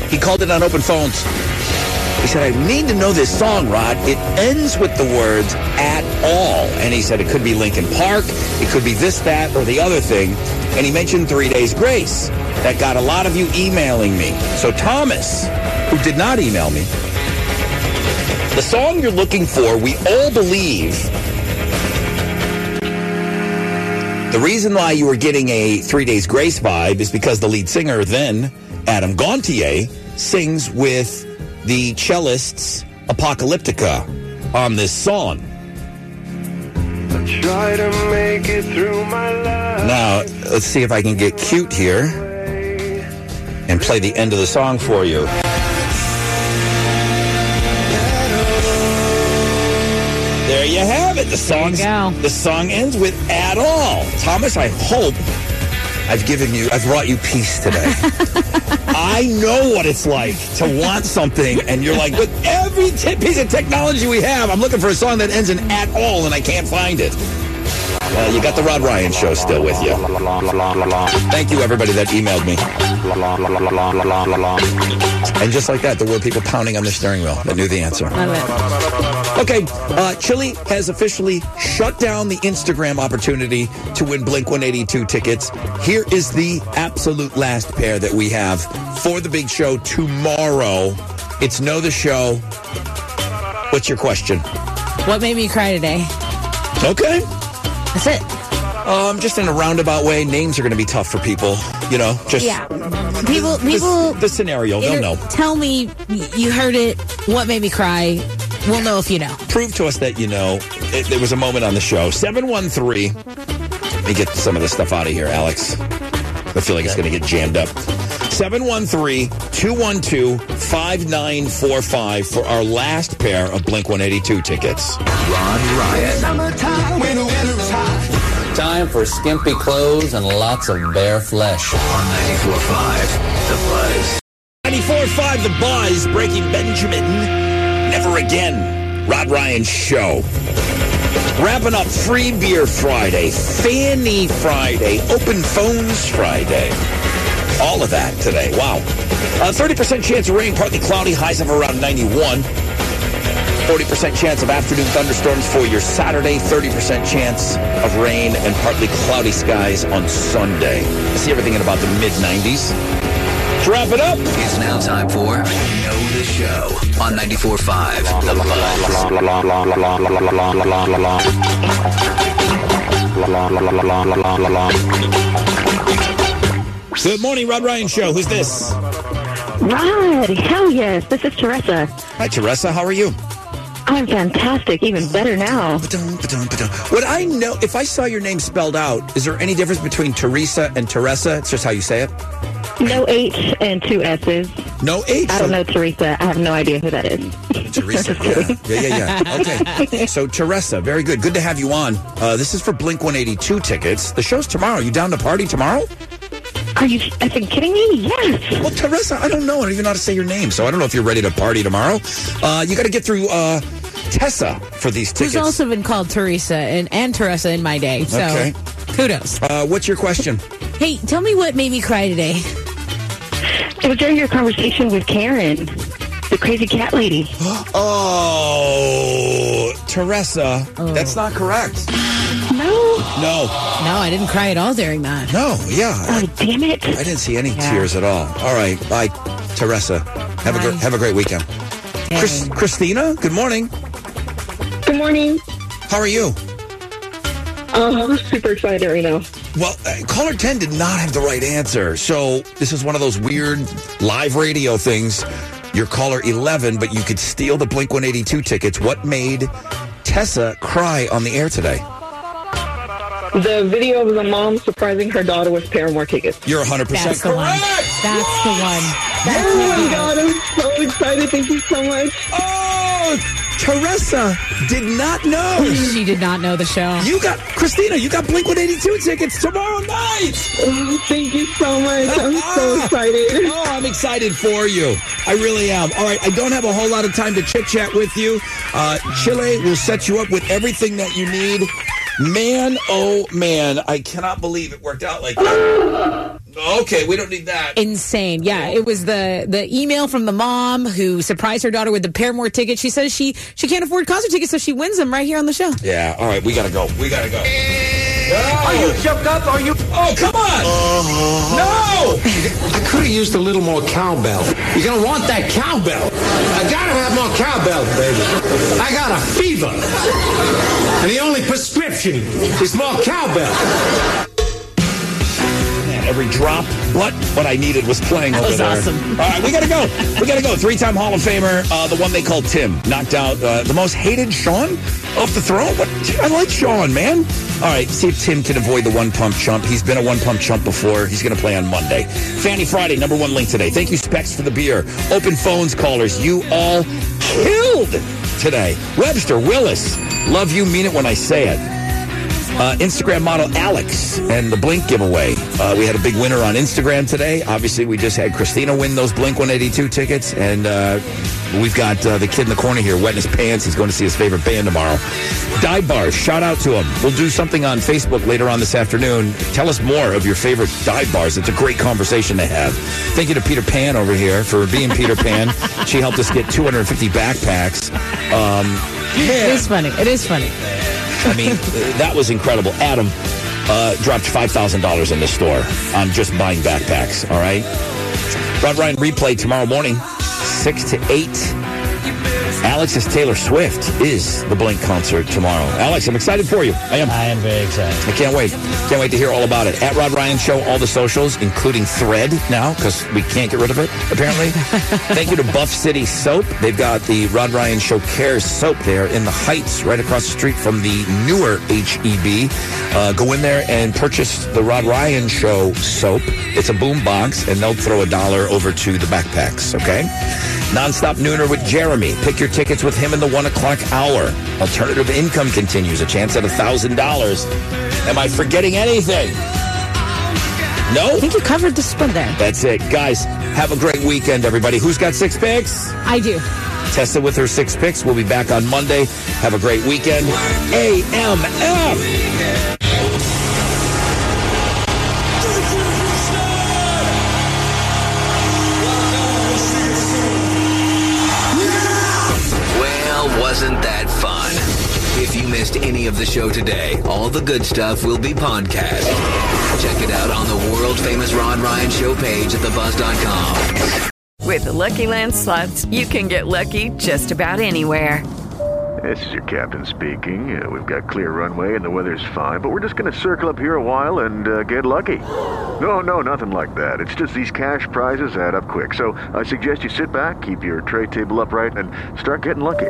Speaker 3: He called it on open phones. He said, "I need to know this song, Rod. It ends with the words at all." And he said it could be Lincoln Park, it could be this, that, or the other thing. And he mentioned Three Days Grace. That got a lot of you emailing me. So Thomas, who did not email me, the song you're looking for, we all believe. The reason why you were getting a Three Days Grace vibe is because the lead singer, then Adam Gontier, sings with the cellist's Apocalyptica on this song.
Speaker 13: Try to make it through my life.
Speaker 3: Now, let's see if I can get cute here and play the end of the song for you. There you have it. The song the song ends with at all. Thomas, I hope I've given you I've brought you peace today. I know what it's like to want something and you're like with every t- piece of technology we have, I'm looking for a song that ends in at all and I can't find it. Well, Uh, you got the Rod Ryan show still with you. Thank you, everybody that emailed me. And just like that, there were people pounding on the steering wheel that knew the answer. Okay, uh, Chili has officially shut down the Instagram opportunity to win Blink 182 tickets. Here is the absolute last pair that we have for the big show tomorrow. It's Know the Show. What's your question?
Speaker 4: What made me cry today?
Speaker 3: Okay.
Speaker 4: That's it.
Speaker 3: Um, just in a roundabout way, names are going to be tough for people. You know, just
Speaker 4: yeah. People, people.
Speaker 3: the scenario. They'll
Speaker 4: inter-
Speaker 3: know.
Speaker 4: Tell me you heard it. What made me cry? We'll know if you know.
Speaker 3: Prove to us that you know. It, there was a moment on the show. 713. Let me get some of this stuff out of here, Alex. I feel like it's going to get jammed up. 713 212 5945 for our last pair of Blink 182 tickets. Ron
Speaker 13: Summertime when the weather's hot.
Speaker 6: Time for skimpy clothes and lots of bare flesh. On 94.5, The Buzz.
Speaker 3: 94.5 The Buzz, Breaking Benjamin. Never again. Rod Ryan Show. Wrapping up Free Beer Friday, Fanny Friday, Open Phones Friday. All of that today. Wow. Uh, 30% chance of rain, partly cloudy, highs of around 91. 40% chance of afternoon thunderstorms for your Saturday, 30% chance of rain and partly cloudy skies on Sunday. I see everything in about the mid 90s. Let's wrap it up.
Speaker 8: It's now time for Know the Show on 94.5 The
Speaker 3: Good morning, Rod Ryan Show. Who's this?
Speaker 20: Rod, hell yes. This is Teresa.
Speaker 3: Hi, Teresa. How are you?
Speaker 20: I'm fantastic. Even better now.
Speaker 3: Would I know if I saw your name spelled out? Is there any difference between Teresa and Teresa? It's just how you say it.
Speaker 20: No H and two S's.
Speaker 3: No H.
Speaker 20: I don't know Teresa. I have no idea who that is.
Speaker 3: Teresa. Yeah, yeah, yeah. yeah. Okay. So Teresa, very good. Good to have you on. Uh, this is for Blink 182 tickets. The show's tomorrow. You down to party tomorrow?
Speaker 20: Are you effing kidding me? Yes.
Speaker 3: Well, Teresa, I don't know. I don't even know how to say your name, so I don't know if you're ready to party tomorrow. Uh, you got to get through uh, Tessa for these tickets.
Speaker 4: Who's also been called Teresa and, and Teresa in my day. So
Speaker 3: Okay.
Speaker 4: kudos.
Speaker 3: Uh, what's your question?
Speaker 4: Hey, tell me what made me cry today.
Speaker 20: It was during your conversation with Karen, the crazy cat lady.
Speaker 3: oh, Teresa,
Speaker 4: Oh.
Speaker 3: that's not correct.
Speaker 20: No.
Speaker 3: No.
Speaker 4: No, I didn't cry at all during that.
Speaker 3: No, yeah. Oh,
Speaker 20: damn it.
Speaker 3: I didn't see any
Speaker 4: Yeah.
Speaker 3: tears at all. All right, bye, Teresa. Have a gr- have a great weekend. Chris, Christina, good morning.
Speaker 12: Good morning.
Speaker 3: How are you?
Speaker 12: Oh, I'm super excited right now.
Speaker 3: Well, uh, caller 10 did not have the right answer. So this is one of those weird live radio things. You're caller 11, but you could steal the Blink 182 tickets. What made Tessa cry on the air today?
Speaker 12: The video of the mom surprising her daughter with Paramore tickets.
Speaker 3: You're 100%
Speaker 12: That's the
Speaker 3: correct.
Speaker 12: one.
Speaker 4: That's the one.
Speaker 12: oh my god, I'm so excited. Thank you so much.
Speaker 3: Oh, Teresa did not know.
Speaker 4: she did not know the show.
Speaker 3: You got, Christina, you got Blink 182 tickets tomorrow night.
Speaker 12: thank you so much.
Speaker 3: I'm
Speaker 12: so excited.
Speaker 3: Oh, I'm excited for you. I really am. All right, I don't have a whole lot of time to chit chat with you. Uh, Chile will set you up with everything that you need. Man, oh man, I cannot believe it worked out like that. Okay, we don't need that.
Speaker 4: Insane. Yeah, it was the the email from the mom who surprised her daughter with the Paramore ticket. She says she she can't afford concert tickets, so she wins them right here on the show.
Speaker 3: Yeah, all right, we gotta go. We gotta go.
Speaker 13: Are you choked up? Are you?
Speaker 3: Oh, come on!
Speaker 13: no! I could have used a little more cowbell. You're gonna want that cowbell. I gotta have more cowbell, baby. I got a fever, and the only prescription is more cowbell.
Speaker 3: Man, every drop, but what I needed was playing
Speaker 13: That
Speaker 3: over
Speaker 13: was
Speaker 3: there.
Speaker 13: awesome.
Speaker 3: All right, we gotta go. We gotta go. Three-time Hall of Famer, uh, the one they call Tim, knocked out uh, the most hated Sean off the throne. What? I like Sean, man. All right, see if Tim can avoid the one-pump chump. He's been a one-pump chump before. He's gonna play on Monday. Fanny Friday, number one link today. Thank you, Specs, for the beer. Open phones, callers. You all killed today. Webster Willis, love you. Mean it when I say it uh, Instagram model Alex and the Blink giveaway. Uh, we had a big winner on Instagram today. Obviously, we just had Christina win those Blink 182 tickets, and uh, we've got uh, the kid in the corner here, wet in his pants. He's going to see his favorite band tomorrow. Dive bars, shout out to him. We'll do something on Facebook later on this afternoon. Tell us more of your favorite dive bars. It's a great conversation to have. Thank you to Peter Pan over here for being Peter Pan. She helped us get 250 backpacks. Um,
Speaker 4: It is funny. It is funny.
Speaker 3: I mean, that was incredible. Adam uh, dropped five thousand dollars in the store on just buying backpacks. All right, Rod Ryan replay tomorrow morning, six to eight. Alex's Taylor Swift is the Blink concert tomorrow. Alex, I'm excited for you. I am. I am very excited. I can't wait. Can't wait to hear all about it. At Rod Ryan Show, all the socials, including Thread now, because we can't get rid of it, apparently. Thank you to Buff City Soap. They've got the Rod Ryan Show Cares soap there in the Heights, right across the street from the newer HEB. Uh, go in there and purchase the Rod Ryan Show soap. It's a boom box, and they'll throw a dollar over to the backpacks, okay? Nonstop Nooner with Jeremy. Pick your tickets with him in the one o'clock hour. Alternative income continues, a chance at $1,000. Am I forgetting anything? No? I
Speaker 4: think you covered the spin there.
Speaker 3: That's it. Guys, have a great weekend, everybody. Who's got six picks?
Speaker 4: I do.
Speaker 3: Tessa with her six picks. We'll be back on Monday. Have a great weekend. AMF.
Speaker 8: Well, wasn't that fun? If you missed any of the show today, all the good stuff will be podcast. Check it out on the world famous Rod Ryan Show page at thebuzz.com.
Speaker 22: With the Lucky Land slots, you can get lucky just about anywhere.
Speaker 14: This is your captain speaking. Uh, we've got clear runway and the weather's fine, but we're just going to circle up here a while and uh, get lucky. No, no, nothing like that. It's just these cash prizes add up quick. So I suggest you sit back, keep your tray table upright, and start getting lucky.